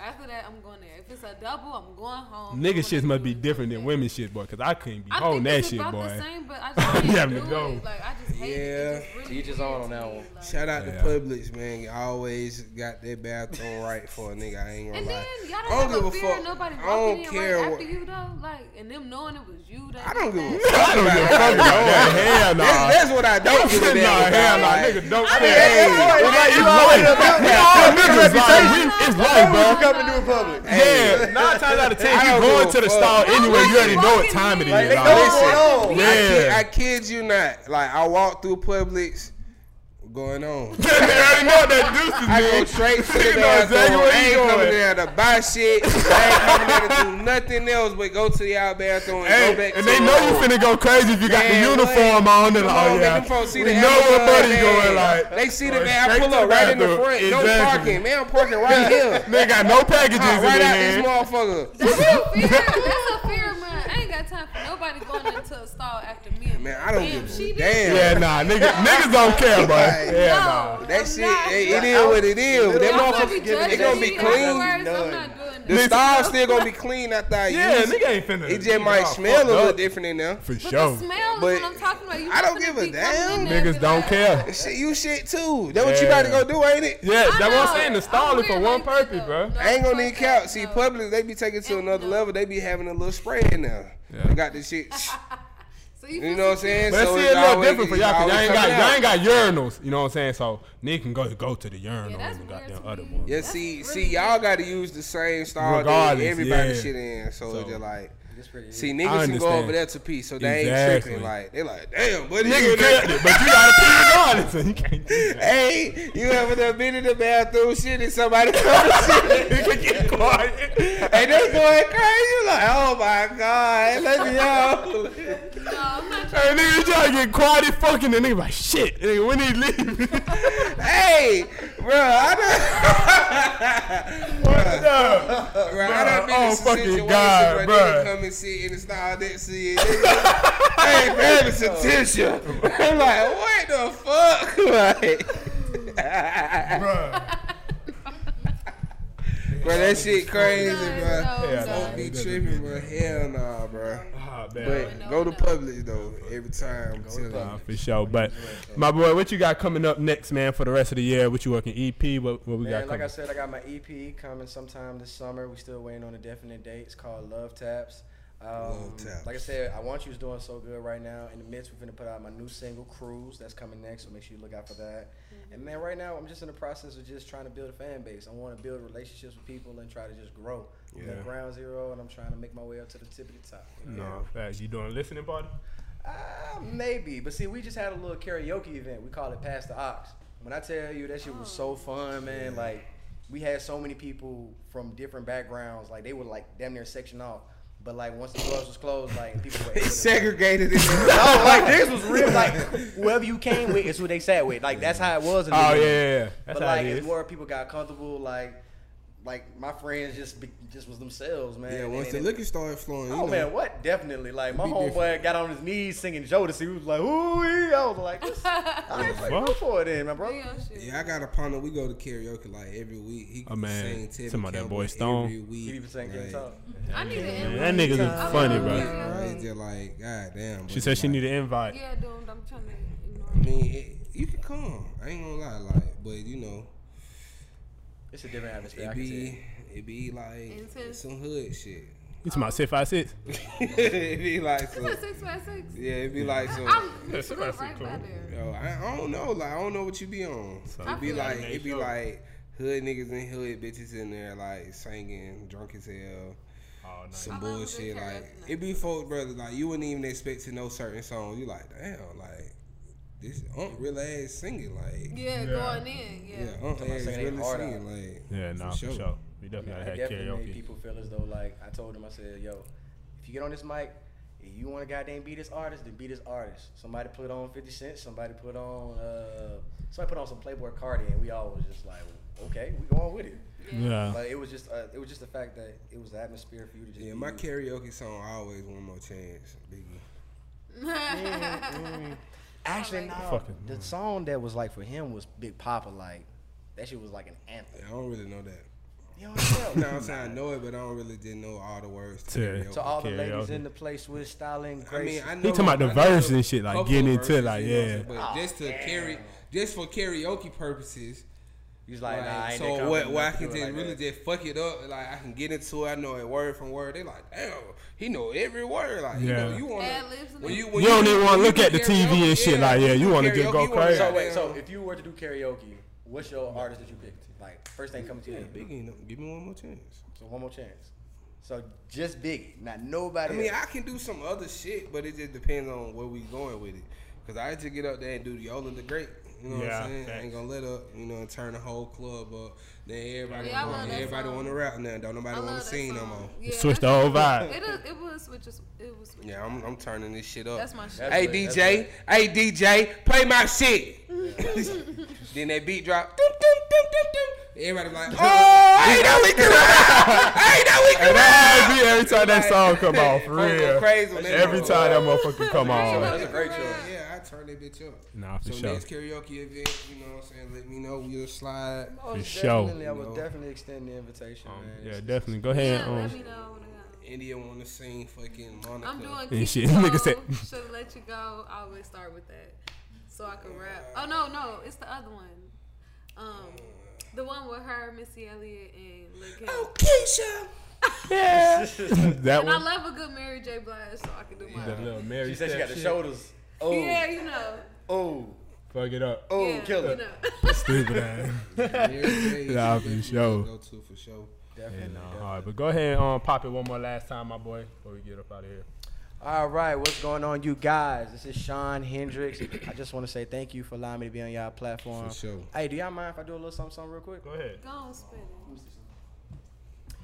[SPEAKER 3] after that I'm going there. If it's a double, I'm going home.
[SPEAKER 1] Nigga
[SPEAKER 3] Doing
[SPEAKER 1] shit
[SPEAKER 3] it,
[SPEAKER 1] must be
[SPEAKER 3] doing it,
[SPEAKER 1] different
[SPEAKER 3] doing
[SPEAKER 1] than
[SPEAKER 3] it.
[SPEAKER 1] women shit, boy, because I couldn't be
[SPEAKER 3] I
[SPEAKER 1] holding
[SPEAKER 3] think
[SPEAKER 1] that
[SPEAKER 3] it's
[SPEAKER 1] shit,
[SPEAKER 3] about
[SPEAKER 1] boy.
[SPEAKER 3] the same, but I just can't
[SPEAKER 1] having to
[SPEAKER 3] do
[SPEAKER 1] go.
[SPEAKER 3] it. Like I just hate it. It's just really
[SPEAKER 6] Teach us on
[SPEAKER 3] weird
[SPEAKER 6] on
[SPEAKER 3] to
[SPEAKER 6] that
[SPEAKER 3] me,
[SPEAKER 6] one.
[SPEAKER 3] like-
[SPEAKER 2] Shout out
[SPEAKER 1] Yeah.
[SPEAKER 2] to Publix, man. You always got that bathroom right for a nigga. I ain't gonna
[SPEAKER 3] And
[SPEAKER 2] lie.
[SPEAKER 3] then
[SPEAKER 2] I
[SPEAKER 3] y'all don't,
[SPEAKER 2] don't
[SPEAKER 3] have no
[SPEAKER 2] give a
[SPEAKER 3] fear of
[SPEAKER 2] fuck.
[SPEAKER 3] nobody
[SPEAKER 2] I
[SPEAKER 3] walking
[SPEAKER 2] don't
[SPEAKER 3] in
[SPEAKER 2] care
[SPEAKER 3] right
[SPEAKER 2] what-
[SPEAKER 3] after you though, like and them knowing it was you. that
[SPEAKER 2] I don't give a
[SPEAKER 3] did
[SPEAKER 2] fuck.
[SPEAKER 1] I don't give a fuck about that. Hell nah.
[SPEAKER 2] That's, that's what I don't give a
[SPEAKER 1] Nah, hell
[SPEAKER 2] damn about.
[SPEAKER 1] nah,
[SPEAKER 2] like,
[SPEAKER 1] nigga, don't
[SPEAKER 3] I
[SPEAKER 1] say
[SPEAKER 3] mean,
[SPEAKER 1] that.
[SPEAKER 3] hey,
[SPEAKER 1] It's like
[SPEAKER 6] hey,
[SPEAKER 1] you
[SPEAKER 6] hey,
[SPEAKER 1] loyal.
[SPEAKER 6] hey,
[SPEAKER 1] We all niggas, like, we, it's life,
[SPEAKER 3] Hey,
[SPEAKER 1] bro.
[SPEAKER 3] hey,
[SPEAKER 6] coming to a public.
[SPEAKER 1] Yeah, nine times out of
[SPEAKER 2] I
[SPEAKER 1] ten, you
[SPEAKER 2] don't
[SPEAKER 1] going
[SPEAKER 2] give
[SPEAKER 1] to
[SPEAKER 2] a
[SPEAKER 1] the
[SPEAKER 2] fuck.
[SPEAKER 1] stall
[SPEAKER 3] Y'all
[SPEAKER 1] anyway. You
[SPEAKER 3] like
[SPEAKER 1] already know what
[SPEAKER 3] fucking
[SPEAKER 1] time it is.
[SPEAKER 3] niggas. Like,
[SPEAKER 6] they
[SPEAKER 1] dog.
[SPEAKER 6] know
[SPEAKER 1] Listen,
[SPEAKER 6] what's going on.
[SPEAKER 2] I, kid,
[SPEAKER 1] Yeah.
[SPEAKER 2] I kid you not. Like I walk through Publix, going on.
[SPEAKER 1] they already know what that
[SPEAKER 2] I
[SPEAKER 1] deuce
[SPEAKER 2] go
[SPEAKER 1] is, dude.
[SPEAKER 2] straight to the
[SPEAKER 1] Nigga know
[SPEAKER 2] bathroom.
[SPEAKER 1] exactly where
[SPEAKER 2] I
[SPEAKER 1] he
[SPEAKER 2] ain't
[SPEAKER 1] going.
[SPEAKER 2] coming there to buy shit. I ain't coming there to do nothing else but go to y'all bathroom and go
[SPEAKER 1] Hey,
[SPEAKER 2] back.
[SPEAKER 1] and
[SPEAKER 2] to
[SPEAKER 1] they
[SPEAKER 2] the
[SPEAKER 1] know you
[SPEAKER 2] room.
[SPEAKER 1] finna go crazy if you got
[SPEAKER 2] Man,
[SPEAKER 1] the
[SPEAKER 2] what?
[SPEAKER 1] uniform on and
[SPEAKER 2] Come
[SPEAKER 1] all.
[SPEAKER 2] on,
[SPEAKER 1] yeah,
[SPEAKER 2] make them folks see
[SPEAKER 1] we
[SPEAKER 2] the
[SPEAKER 1] know where
[SPEAKER 2] Amazon
[SPEAKER 1] buddy's
[SPEAKER 2] man.
[SPEAKER 1] going. Like
[SPEAKER 2] They see the
[SPEAKER 1] Or
[SPEAKER 2] man. I
[SPEAKER 1] straight
[SPEAKER 2] pull
[SPEAKER 1] to
[SPEAKER 2] up right in the
[SPEAKER 1] bathroom.
[SPEAKER 2] front. No
[SPEAKER 1] Exactly.
[SPEAKER 2] parking. Man, I'm parking right here.
[SPEAKER 1] They got no packages in
[SPEAKER 2] Hop right
[SPEAKER 1] their
[SPEAKER 2] out this
[SPEAKER 1] hand.
[SPEAKER 2] motherfucker.
[SPEAKER 3] That's a fear. That's a fear, man. I ain't got time for nobody going into a stall after me. and be
[SPEAKER 2] Man,
[SPEAKER 3] like,
[SPEAKER 2] I don't
[SPEAKER 3] damn,
[SPEAKER 2] give
[SPEAKER 3] she
[SPEAKER 2] a
[SPEAKER 3] did
[SPEAKER 2] damn.
[SPEAKER 1] Yeah, nah, nigga, niggas don't care, bro.
[SPEAKER 2] Like,
[SPEAKER 1] Yeah,
[SPEAKER 3] No,
[SPEAKER 1] nah.
[SPEAKER 3] I'm
[SPEAKER 2] That shit,
[SPEAKER 3] not.
[SPEAKER 2] it, it is what it is. But that
[SPEAKER 3] Y'all gonna be
[SPEAKER 2] motherfucker,
[SPEAKER 3] judging
[SPEAKER 2] it gonna be
[SPEAKER 3] me
[SPEAKER 2] clean.
[SPEAKER 3] afterwards? I'm not doing
[SPEAKER 2] The
[SPEAKER 3] that.
[SPEAKER 2] stall still gonna be clean after I
[SPEAKER 1] Yeah,
[SPEAKER 2] use it.
[SPEAKER 1] nigga ain't finna.
[SPEAKER 2] It just
[SPEAKER 1] nigga
[SPEAKER 2] might
[SPEAKER 1] all
[SPEAKER 2] smell a
[SPEAKER 1] fucked
[SPEAKER 2] little
[SPEAKER 1] up.
[SPEAKER 2] different in there.
[SPEAKER 1] For
[SPEAKER 3] But
[SPEAKER 1] sure.
[SPEAKER 3] the smell
[SPEAKER 2] But
[SPEAKER 3] is what I'm talking about. You
[SPEAKER 2] I don't
[SPEAKER 3] not finna
[SPEAKER 2] give a
[SPEAKER 3] be coming
[SPEAKER 2] damn.
[SPEAKER 3] in there and be
[SPEAKER 1] Niggas don't
[SPEAKER 3] like,
[SPEAKER 1] care.
[SPEAKER 2] Shit, you shit too. That what you
[SPEAKER 1] Yeah.
[SPEAKER 2] about to go do, ain't it?
[SPEAKER 1] Yeah,
[SPEAKER 3] I
[SPEAKER 1] that's what I'm
[SPEAKER 3] know.
[SPEAKER 1] saying. The stall
[SPEAKER 3] I'm
[SPEAKER 1] is for
[SPEAKER 3] weird
[SPEAKER 1] one
[SPEAKER 3] like that,
[SPEAKER 1] purpose,
[SPEAKER 3] though.
[SPEAKER 1] bro.
[SPEAKER 3] No,
[SPEAKER 2] I ain't gonna
[SPEAKER 3] fuck
[SPEAKER 2] need couch.
[SPEAKER 3] that,
[SPEAKER 2] See,
[SPEAKER 3] no.
[SPEAKER 2] Publix, they be taking to
[SPEAKER 3] And
[SPEAKER 2] another
[SPEAKER 3] no.
[SPEAKER 2] level. They be having a little spray in there.
[SPEAKER 1] Yeah.
[SPEAKER 2] Got the shit.
[SPEAKER 3] So you,
[SPEAKER 2] You know what I'm saying?
[SPEAKER 1] But
[SPEAKER 2] So
[SPEAKER 1] see,
[SPEAKER 2] it's
[SPEAKER 1] it's a little
[SPEAKER 2] always-
[SPEAKER 1] different for y'all
[SPEAKER 2] it's
[SPEAKER 1] because y'all ain't
[SPEAKER 2] always
[SPEAKER 1] got
[SPEAKER 2] coming
[SPEAKER 1] y'all ain't got urinals. You know what I'm saying? So nigga can go go to the
[SPEAKER 3] Yeah,
[SPEAKER 1] urinal
[SPEAKER 3] that's
[SPEAKER 1] and the
[SPEAKER 3] weird
[SPEAKER 1] goddamn
[SPEAKER 3] to
[SPEAKER 1] other
[SPEAKER 3] me.
[SPEAKER 1] one.
[SPEAKER 2] Yeah,
[SPEAKER 3] That's
[SPEAKER 2] see,
[SPEAKER 3] really
[SPEAKER 2] see, y'all got to use the same style that
[SPEAKER 1] Regardless,
[SPEAKER 2] everybody
[SPEAKER 1] yeah.
[SPEAKER 2] shit in. So, it's just like,
[SPEAKER 6] It's pretty easy.
[SPEAKER 2] see, niggas can go
[SPEAKER 1] understand.
[SPEAKER 2] over there to pee, so they ain't
[SPEAKER 1] Exactly.
[SPEAKER 2] tripping. Like they like, damn, buddy, you
[SPEAKER 1] Nigga
[SPEAKER 2] in there-
[SPEAKER 1] killed it, but you gotta pee regardless. so You can't do that.
[SPEAKER 2] Hey, you ever done been in the bathroom shit and somebody come shit
[SPEAKER 1] Nigga get quiet.
[SPEAKER 2] and they going crazy? You like, oh my god, let me out.
[SPEAKER 3] No, I'm not trying.
[SPEAKER 1] Hey, nigga, you trying to get quiet and fucking the nigga like shit. Nigga, when he leave,
[SPEAKER 2] Hey, Bro, I done, bro, I done been in
[SPEAKER 7] oh,
[SPEAKER 2] some
[SPEAKER 7] fucking
[SPEAKER 2] situations
[SPEAKER 7] God,
[SPEAKER 2] where
[SPEAKER 7] bruh.
[SPEAKER 2] nigga come and sit in the style that shit. Nigga, hey, man, it's a tissue. I'm like, what the fuck? Like, bro, that shit crazy, bro.
[SPEAKER 3] No,
[SPEAKER 2] Don't
[SPEAKER 3] no.
[SPEAKER 2] be tripping, bro. Hell nah, bro.
[SPEAKER 1] Ah, man.
[SPEAKER 2] But go to Publix though every time. I'm telling you.
[SPEAKER 1] Nah, for sure. But my boy, what you got coming up next, man, for the rest of the year? What you working EP? What, what we
[SPEAKER 6] Man,
[SPEAKER 1] got
[SPEAKER 6] like
[SPEAKER 1] coming?
[SPEAKER 6] I said, I got my EP coming sometime this summer. We still waiting on a definite date. It's called Love Taps. Um,
[SPEAKER 2] Taps.
[SPEAKER 6] Like I said, I want you is doing so good right now. In the midst, we're gonna put out my new single Cruise. That's coming next, so make sure you look out for that. And man, right now I'm just in the process of just trying to build a fan base. I want to build relationships with people and try to just grow. I'm at ground zero, and I'm trying to make my way up to the tip of the top. you know?
[SPEAKER 1] no, facts. You doing a listening party?
[SPEAKER 6] Ah, maybe. But see, we just had a little karaoke event. We call it Pass the Ox. When I tell you that shit was so fun, man, like we had so many people from different backgrounds, like they were like damn near section off. But like once the clubs was closed, like people were able to-
[SPEAKER 2] Segregated in
[SPEAKER 6] No, like this was real. Like whoever you came with is who they sat with. Like that's how it was. In the
[SPEAKER 1] Oh yeah,
[SPEAKER 6] beginning.
[SPEAKER 1] yeah, yeah. That's
[SPEAKER 6] but
[SPEAKER 1] how
[SPEAKER 6] like
[SPEAKER 1] it
[SPEAKER 6] it's
[SPEAKER 1] is.
[SPEAKER 6] where people got comfortable. Like like my friends just be, just was themselves, man.
[SPEAKER 2] Yeah, once
[SPEAKER 6] And-
[SPEAKER 2] the liquor started flowing, you
[SPEAKER 6] Oh
[SPEAKER 2] know,
[SPEAKER 6] man, what? Definitely. Like my
[SPEAKER 2] be
[SPEAKER 6] homeboy
[SPEAKER 2] different.
[SPEAKER 6] got on his knees singing Jodeci. He was like, "Ooh," I was like, this, "I ain't like, go
[SPEAKER 1] fuck?
[SPEAKER 6] for it, then, my bro."
[SPEAKER 3] Damn, Oh, shit.
[SPEAKER 2] Yeah, I got a partner. We go to karaoke like every week. He
[SPEAKER 1] Oh, man.
[SPEAKER 2] sing Teddy
[SPEAKER 1] Talking about that
[SPEAKER 2] Campbell
[SPEAKER 1] boy Stone.
[SPEAKER 2] Every week.
[SPEAKER 6] He even sang
[SPEAKER 2] like,
[SPEAKER 6] King Tone.
[SPEAKER 3] I need an invite.
[SPEAKER 1] Man, that nigga's
[SPEAKER 3] I'm
[SPEAKER 1] is funny,
[SPEAKER 3] on
[SPEAKER 1] bro.
[SPEAKER 3] karaoke.
[SPEAKER 2] bro, It's just like, god damn.
[SPEAKER 1] She said she needed an invite.
[SPEAKER 3] Yeah, dude, I'm trying to ignore.
[SPEAKER 2] I mean, it, you can come. I ain't gonna lie, like, but you know,
[SPEAKER 6] It's a different atmosphere. I
[SPEAKER 2] it
[SPEAKER 6] can tell.
[SPEAKER 2] be it be like
[SPEAKER 3] Intense.
[SPEAKER 2] some hood shit.
[SPEAKER 1] You talking about six five six?
[SPEAKER 6] Oh,
[SPEAKER 2] it be like some,
[SPEAKER 3] It's a six by six.
[SPEAKER 2] yeah, it be like some.
[SPEAKER 3] I'm
[SPEAKER 1] Yeah,
[SPEAKER 3] it's
[SPEAKER 1] somebody
[SPEAKER 3] right by
[SPEAKER 1] said cool.
[SPEAKER 3] there.
[SPEAKER 2] Yo, I, I don't know. Like I don't know what you be on.
[SPEAKER 3] I
[SPEAKER 2] it be
[SPEAKER 3] feel
[SPEAKER 2] like
[SPEAKER 1] like-
[SPEAKER 2] it be like hood niggas and hood bitches in there like singing, drunk as hell,
[SPEAKER 1] Oh, nice.
[SPEAKER 2] some
[SPEAKER 3] love a good
[SPEAKER 2] bullshit.
[SPEAKER 3] karaoke
[SPEAKER 2] Like
[SPEAKER 3] night.
[SPEAKER 2] it be folk brothers. Like you wouldn't even expect to know certain songs. You like damn, like this aunt really ass singing. Like
[SPEAKER 3] Yeah, going in. Yeah.
[SPEAKER 2] yeah, aunt ass
[SPEAKER 6] singing
[SPEAKER 2] really
[SPEAKER 6] hard
[SPEAKER 2] singing.
[SPEAKER 6] out.
[SPEAKER 2] Like
[SPEAKER 1] Yeah, nah, for
[SPEAKER 2] sure.
[SPEAKER 1] sure. We definitely
[SPEAKER 6] I
[SPEAKER 1] gotta have
[SPEAKER 6] definitely made
[SPEAKER 1] karaoke.
[SPEAKER 6] people feel as though, like, I told them, I said, "Yo, if you get on this mic, if you want to goddamn be this artist, then be this artist." Somebody put on Fifty Cent. Somebody put on. uh Somebody put on some Playboy Cardi, and we all was just like, "Okay, we going with it."
[SPEAKER 1] Yeah.
[SPEAKER 6] But it was just, uh, it was just the fact that it was the atmosphere for you to just.
[SPEAKER 2] Yeah,
[SPEAKER 6] be
[SPEAKER 2] my
[SPEAKER 6] you.
[SPEAKER 2] karaoke song always one more chance, Biggie.
[SPEAKER 6] Actually, no.
[SPEAKER 1] Fucking
[SPEAKER 6] the song that was like for him was Big Papa. Like that shit was like an anthem.
[SPEAKER 2] Yeah, I don't really know that.
[SPEAKER 6] You know what I'm
[SPEAKER 2] No,
[SPEAKER 6] saying?
[SPEAKER 2] I'm saying I know it, but I don't really didn't know all the words to
[SPEAKER 1] To-
[SPEAKER 2] karaoke.
[SPEAKER 6] To all the
[SPEAKER 1] Karaoke.
[SPEAKER 6] ladies in the place with style and
[SPEAKER 2] I
[SPEAKER 6] grace.
[SPEAKER 2] mean, I know
[SPEAKER 1] talking about the
[SPEAKER 2] I know
[SPEAKER 1] verse and shit, like,
[SPEAKER 2] couple
[SPEAKER 1] getting
[SPEAKER 2] of
[SPEAKER 1] into it, like,
[SPEAKER 2] you know what I'm
[SPEAKER 1] yeah.
[SPEAKER 2] saying, But just
[SPEAKER 6] Oh,
[SPEAKER 2] to carry, just for karaoke purposes.
[SPEAKER 6] He's like,
[SPEAKER 2] like,
[SPEAKER 6] nah, I ain't that
[SPEAKER 2] so
[SPEAKER 6] kind
[SPEAKER 2] what?
[SPEAKER 6] of
[SPEAKER 2] Why I
[SPEAKER 6] nigga to
[SPEAKER 2] can
[SPEAKER 6] do
[SPEAKER 2] just
[SPEAKER 6] it like
[SPEAKER 2] really
[SPEAKER 6] that.
[SPEAKER 2] just fuck it up? Like I can get into it. I know it word from word. They like, damn, he know every word. Like you know,
[SPEAKER 1] Yeah.
[SPEAKER 2] you want
[SPEAKER 3] Ad-libs and
[SPEAKER 2] when you
[SPEAKER 1] You
[SPEAKER 2] when
[SPEAKER 1] don't even want to
[SPEAKER 2] when
[SPEAKER 1] look
[SPEAKER 2] do
[SPEAKER 1] at the TV
[SPEAKER 2] karaoke,
[SPEAKER 1] and shit. Like, yeah, you want to just
[SPEAKER 2] karaoke,
[SPEAKER 1] go
[SPEAKER 2] you wanna
[SPEAKER 1] crazy.
[SPEAKER 6] So wait,
[SPEAKER 2] goddamn-
[SPEAKER 6] so if you were to do karaoke, what's your artist that you picked? Like first thing coming to your head.
[SPEAKER 2] Biggie, no, give me one more chance.
[SPEAKER 6] So one more chance. So just Biggie, not nobody.
[SPEAKER 2] I mean,
[SPEAKER 6] else.
[SPEAKER 2] I can do some other shit, but it just depends on where we going with it. Cause I just get up there and do Yola the Great. You know what
[SPEAKER 1] Yeah,
[SPEAKER 2] I'm saying? I
[SPEAKER 1] facts.
[SPEAKER 2] ain't gonna let up, you know, and turn the whole club up. Then everybody,
[SPEAKER 3] Yeah, I love
[SPEAKER 2] wanna,
[SPEAKER 3] that
[SPEAKER 2] everybody
[SPEAKER 3] song.
[SPEAKER 2] want to rap now. Don't
[SPEAKER 3] I
[SPEAKER 2] nobody
[SPEAKER 3] love
[SPEAKER 2] want
[SPEAKER 3] that
[SPEAKER 2] to sing no
[SPEAKER 3] song.
[SPEAKER 2] more.
[SPEAKER 3] Yeah,
[SPEAKER 1] Switch the
[SPEAKER 3] that's-
[SPEAKER 1] whole vibe.
[SPEAKER 3] It is- it will switch. us- It will switch.
[SPEAKER 2] Yeah, I'm, I'm turning this shit up.
[SPEAKER 3] That's my shit.
[SPEAKER 6] That's
[SPEAKER 2] Hey
[SPEAKER 6] what- that's
[SPEAKER 2] DJ, hey DJ, play my shit. then that beat drop. Doom, doom, doom, doom, doom. Everybody like, oh, ain't that we can rap. Ain't that we can rap.
[SPEAKER 1] Every, every time that song come on, for
[SPEAKER 2] Folk go
[SPEAKER 1] real.
[SPEAKER 2] crazy when that
[SPEAKER 1] Every
[SPEAKER 2] motherfucker-
[SPEAKER 1] time that motherfucker come on.
[SPEAKER 6] That's a great choice.
[SPEAKER 2] Yeah, I turn that bitch up.
[SPEAKER 1] Nah, for
[SPEAKER 2] so
[SPEAKER 1] sure.
[SPEAKER 2] next karaoke event, you know what I'm saying? Let me know. We'll slide.
[SPEAKER 6] Most
[SPEAKER 1] For sure. Um,
[SPEAKER 6] definitely, I would
[SPEAKER 2] No.
[SPEAKER 6] definitely extend the invitation, man. It's-
[SPEAKER 1] Yeah,
[SPEAKER 6] it's-
[SPEAKER 1] definitely. Go ahead.
[SPEAKER 3] Yeah, let me
[SPEAKER 1] Um,
[SPEAKER 3] know. when I-
[SPEAKER 2] India want to sing fucking Monica.
[SPEAKER 3] I'm doing
[SPEAKER 1] And
[SPEAKER 3] Keep
[SPEAKER 1] shit,
[SPEAKER 3] It
[SPEAKER 1] nigga
[SPEAKER 3] Low,
[SPEAKER 1] said-
[SPEAKER 3] Shoulda let you go. I always start with that, so I can rap. Oh no, no, it's the other one. Um, the one with her, Missy Elliott, and Lil Kim.
[SPEAKER 1] that
[SPEAKER 3] And I
[SPEAKER 1] one.
[SPEAKER 3] love a good Mary J. Blige, so I can do
[SPEAKER 1] That
[SPEAKER 3] my.
[SPEAKER 1] little Mary
[SPEAKER 6] She said she
[SPEAKER 1] step
[SPEAKER 6] got the
[SPEAKER 1] shit.
[SPEAKER 6] shoulders. Oh,
[SPEAKER 3] Yeah, you know.
[SPEAKER 6] oh,
[SPEAKER 1] Fuck it up.
[SPEAKER 6] oh,
[SPEAKER 3] yeah,
[SPEAKER 6] killer.
[SPEAKER 3] You know.
[SPEAKER 1] Stupid ass. Nah, for sure.
[SPEAKER 2] Go to for sure.
[SPEAKER 6] Definitely.
[SPEAKER 1] And, uh, all right, but go ahead and um, pop it one more last time, my boy, before we get up out of here.
[SPEAKER 6] All right, what's going on, you guys? This is Sean Hendricks. I just want to say thank you for allowing me to be on y'all platform.
[SPEAKER 2] For sure.
[SPEAKER 6] Hey, do y'all mind if I do a little something, something real quick?
[SPEAKER 1] Go ahead.
[SPEAKER 3] Go on, spin it.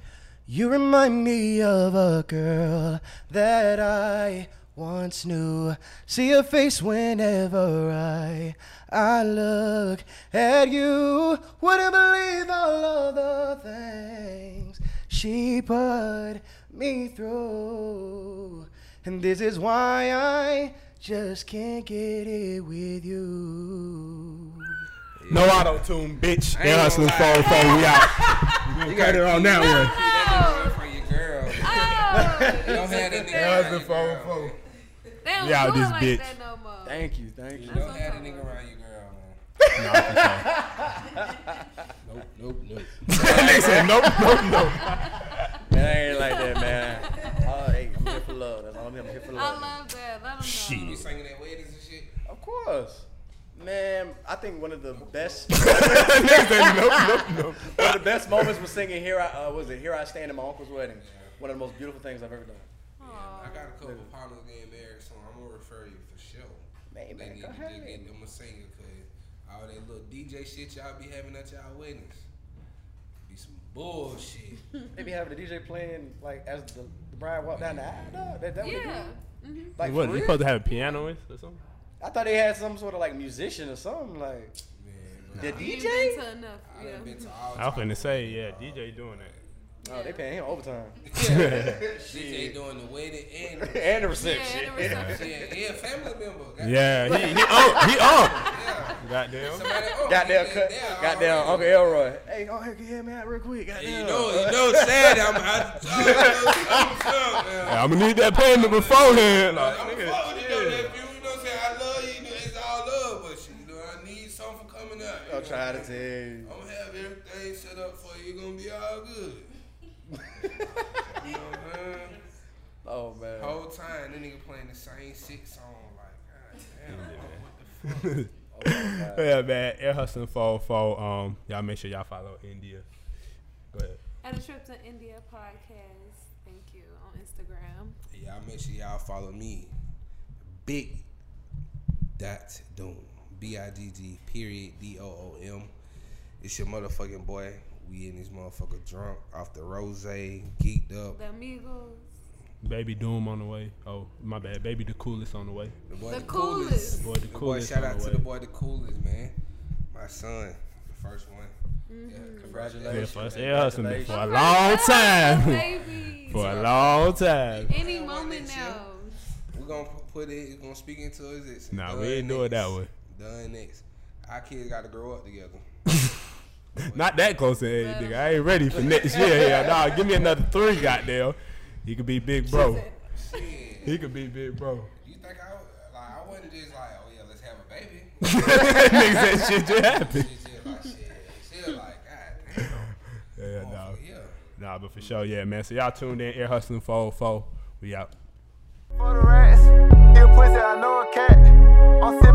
[SPEAKER 6] You remind me of a girl that I
[SPEAKER 8] once knew. See your face whenever I I look at you. Wouldn't believe all of the things she put me through. And this is why I just can't get it with you.
[SPEAKER 1] No auto tune, bitch.
[SPEAKER 2] ain't
[SPEAKER 1] Air Hustling
[SPEAKER 2] gonna lie.
[SPEAKER 1] 404, we out.
[SPEAKER 2] You
[SPEAKER 1] Cut it on that one.
[SPEAKER 3] Oh,
[SPEAKER 2] for your girl.
[SPEAKER 3] oh.
[SPEAKER 2] Don't have that
[SPEAKER 1] Air
[SPEAKER 2] nigga around
[SPEAKER 1] Hustling
[SPEAKER 2] your girl.
[SPEAKER 1] 404.
[SPEAKER 3] They don't
[SPEAKER 1] Yeah,
[SPEAKER 3] do it
[SPEAKER 1] this
[SPEAKER 3] like
[SPEAKER 1] bitch.
[SPEAKER 3] that no more.
[SPEAKER 6] Thank you, thank you.
[SPEAKER 2] Don't have that nigga around your girl, man. Nope, nope, nope.
[SPEAKER 1] they said, nope, nope, nope.
[SPEAKER 6] Man, I ain't like that, man. Oh, hey, I'm here for love. That's all I'm here, I'm here for
[SPEAKER 3] I
[SPEAKER 6] love.
[SPEAKER 3] love that. Let them know.
[SPEAKER 2] You
[SPEAKER 1] Shit.
[SPEAKER 2] singing at weddings and shit?
[SPEAKER 6] Of course. Man, I think one of the best
[SPEAKER 1] they said, nope, nope, nope.
[SPEAKER 6] one of the best moments was singing here I uh, what was it here I stand at my uncle's wedding. One of the most beautiful things I've ever done.
[SPEAKER 2] I got a couple of partners getting married, so I'm gonna refer you for sure.
[SPEAKER 6] Man,
[SPEAKER 2] They
[SPEAKER 6] man,
[SPEAKER 2] need
[SPEAKER 6] go
[SPEAKER 2] to
[SPEAKER 6] ahead.
[SPEAKER 2] just get them a singer, cause all that little DJ shit y'all be having at y'all weddings be some bullshit.
[SPEAKER 6] They be having the DJ playing like as the, the bride walked down the aisle. dog. That, that what they do?
[SPEAKER 3] Yeah.
[SPEAKER 6] Like
[SPEAKER 1] What,
[SPEAKER 6] for
[SPEAKER 1] you
[SPEAKER 6] real?
[SPEAKER 1] supposed to have a pianoist or something?
[SPEAKER 6] I thought they had some sort of like musician or something like
[SPEAKER 2] Man,
[SPEAKER 6] the
[SPEAKER 3] You've
[SPEAKER 6] DJ.
[SPEAKER 3] been to enough.
[SPEAKER 2] I
[SPEAKER 3] Yeah.
[SPEAKER 2] done been to all
[SPEAKER 1] I was
[SPEAKER 2] types.
[SPEAKER 1] gonna say, yeah, DJ doing that.
[SPEAKER 6] Oh, they paying him overtime
[SPEAKER 2] DJ doing the wedding and the
[SPEAKER 6] and
[SPEAKER 3] Yeah,
[SPEAKER 6] the reception.
[SPEAKER 3] and the reception.
[SPEAKER 2] shit. Yeah, family member. Got
[SPEAKER 1] Yeah, he, he on, he on.
[SPEAKER 2] Yeah.
[SPEAKER 1] Goddamn.
[SPEAKER 2] Somebody, oh,
[SPEAKER 6] Goddamn,
[SPEAKER 2] he
[SPEAKER 6] cut,
[SPEAKER 2] there already.
[SPEAKER 6] goddamn, Uncle Elroy. Hey, oh, go ahead, can you hear me out real quick? Goddamn.
[SPEAKER 2] You know, you know, sad. I'm, I,
[SPEAKER 1] I'm gonna need that payment beforehand. Like,
[SPEAKER 2] I'm
[SPEAKER 1] nigga.
[SPEAKER 2] fuck with you, though, nephew. You know what I'm saying? I love you. you know, It's all love, but shit, you know, I need something coming up. You
[SPEAKER 6] I'm
[SPEAKER 2] know?
[SPEAKER 6] trying to tell
[SPEAKER 2] I'm
[SPEAKER 6] you.
[SPEAKER 2] gonna have everything set up for you. You're gonna be all good. you know what I'm saying?
[SPEAKER 6] Oh man.
[SPEAKER 2] The whole time, that nigga playing the same shit song. Like, God damn.
[SPEAKER 1] yeah, man. Air Hustling 404. Um, y'all make sure y'all follow India. Go ahead.
[SPEAKER 3] At a trip to India podcast. Thank you on Instagram.
[SPEAKER 2] Y'all make sure y'all follow me. Big dot doom. B I G G period D O O M. It's your motherfucking boy. We in this motherfucker drunk off the rose, geeked up.
[SPEAKER 3] The amigos.
[SPEAKER 1] Baby Doom on the way. Oh, my bad. Baby the coolest on the way.
[SPEAKER 2] The boy
[SPEAKER 3] The coolest.
[SPEAKER 1] Boy, the
[SPEAKER 2] The boy,
[SPEAKER 1] coolest.
[SPEAKER 2] shout
[SPEAKER 1] on
[SPEAKER 2] out
[SPEAKER 1] the
[SPEAKER 2] to
[SPEAKER 1] way.
[SPEAKER 2] the boy the coolest, man. My son, the first one. Yeah,
[SPEAKER 1] Yeah,
[SPEAKER 6] Congratulations.
[SPEAKER 1] for us Air Hustling for a
[SPEAKER 6] Congratulations.
[SPEAKER 1] long time.
[SPEAKER 3] Baby.
[SPEAKER 1] for a long time.
[SPEAKER 3] Any moment now.
[SPEAKER 2] We're gonna pu- put it, we're gonna speak into existence.
[SPEAKER 1] Nah, we
[SPEAKER 2] Done
[SPEAKER 1] ain't do it that
[SPEAKER 2] next.
[SPEAKER 1] way.
[SPEAKER 2] Done next. Our kids gotta grow up together.
[SPEAKER 1] Not that close to age, nigga. I ain't ready for next year. Yeah, nah, give me another three, goddamn. He could be big bro.
[SPEAKER 2] Shit.
[SPEAKER 1] He could be big bro.
[SPEAKER 2] You think I would- like? I wasn't just like, oh yeah, let's have a baby.
[SPEAKER 1] Nigga said shit just happened.
[SPEAKER 2] She's just like, shit. She was like, god damn.
[SPEAKER 1] Yeah, nah.
[SPEAKER 2] motherfucker, Yeah.
[SPEAKER 1] Nah, but for sure, yeah, man. So y'all tuned in, Air Hustling 404. We out.
[SPEAKER 9] For the rats, you pussy, I know a cat. I'm sipping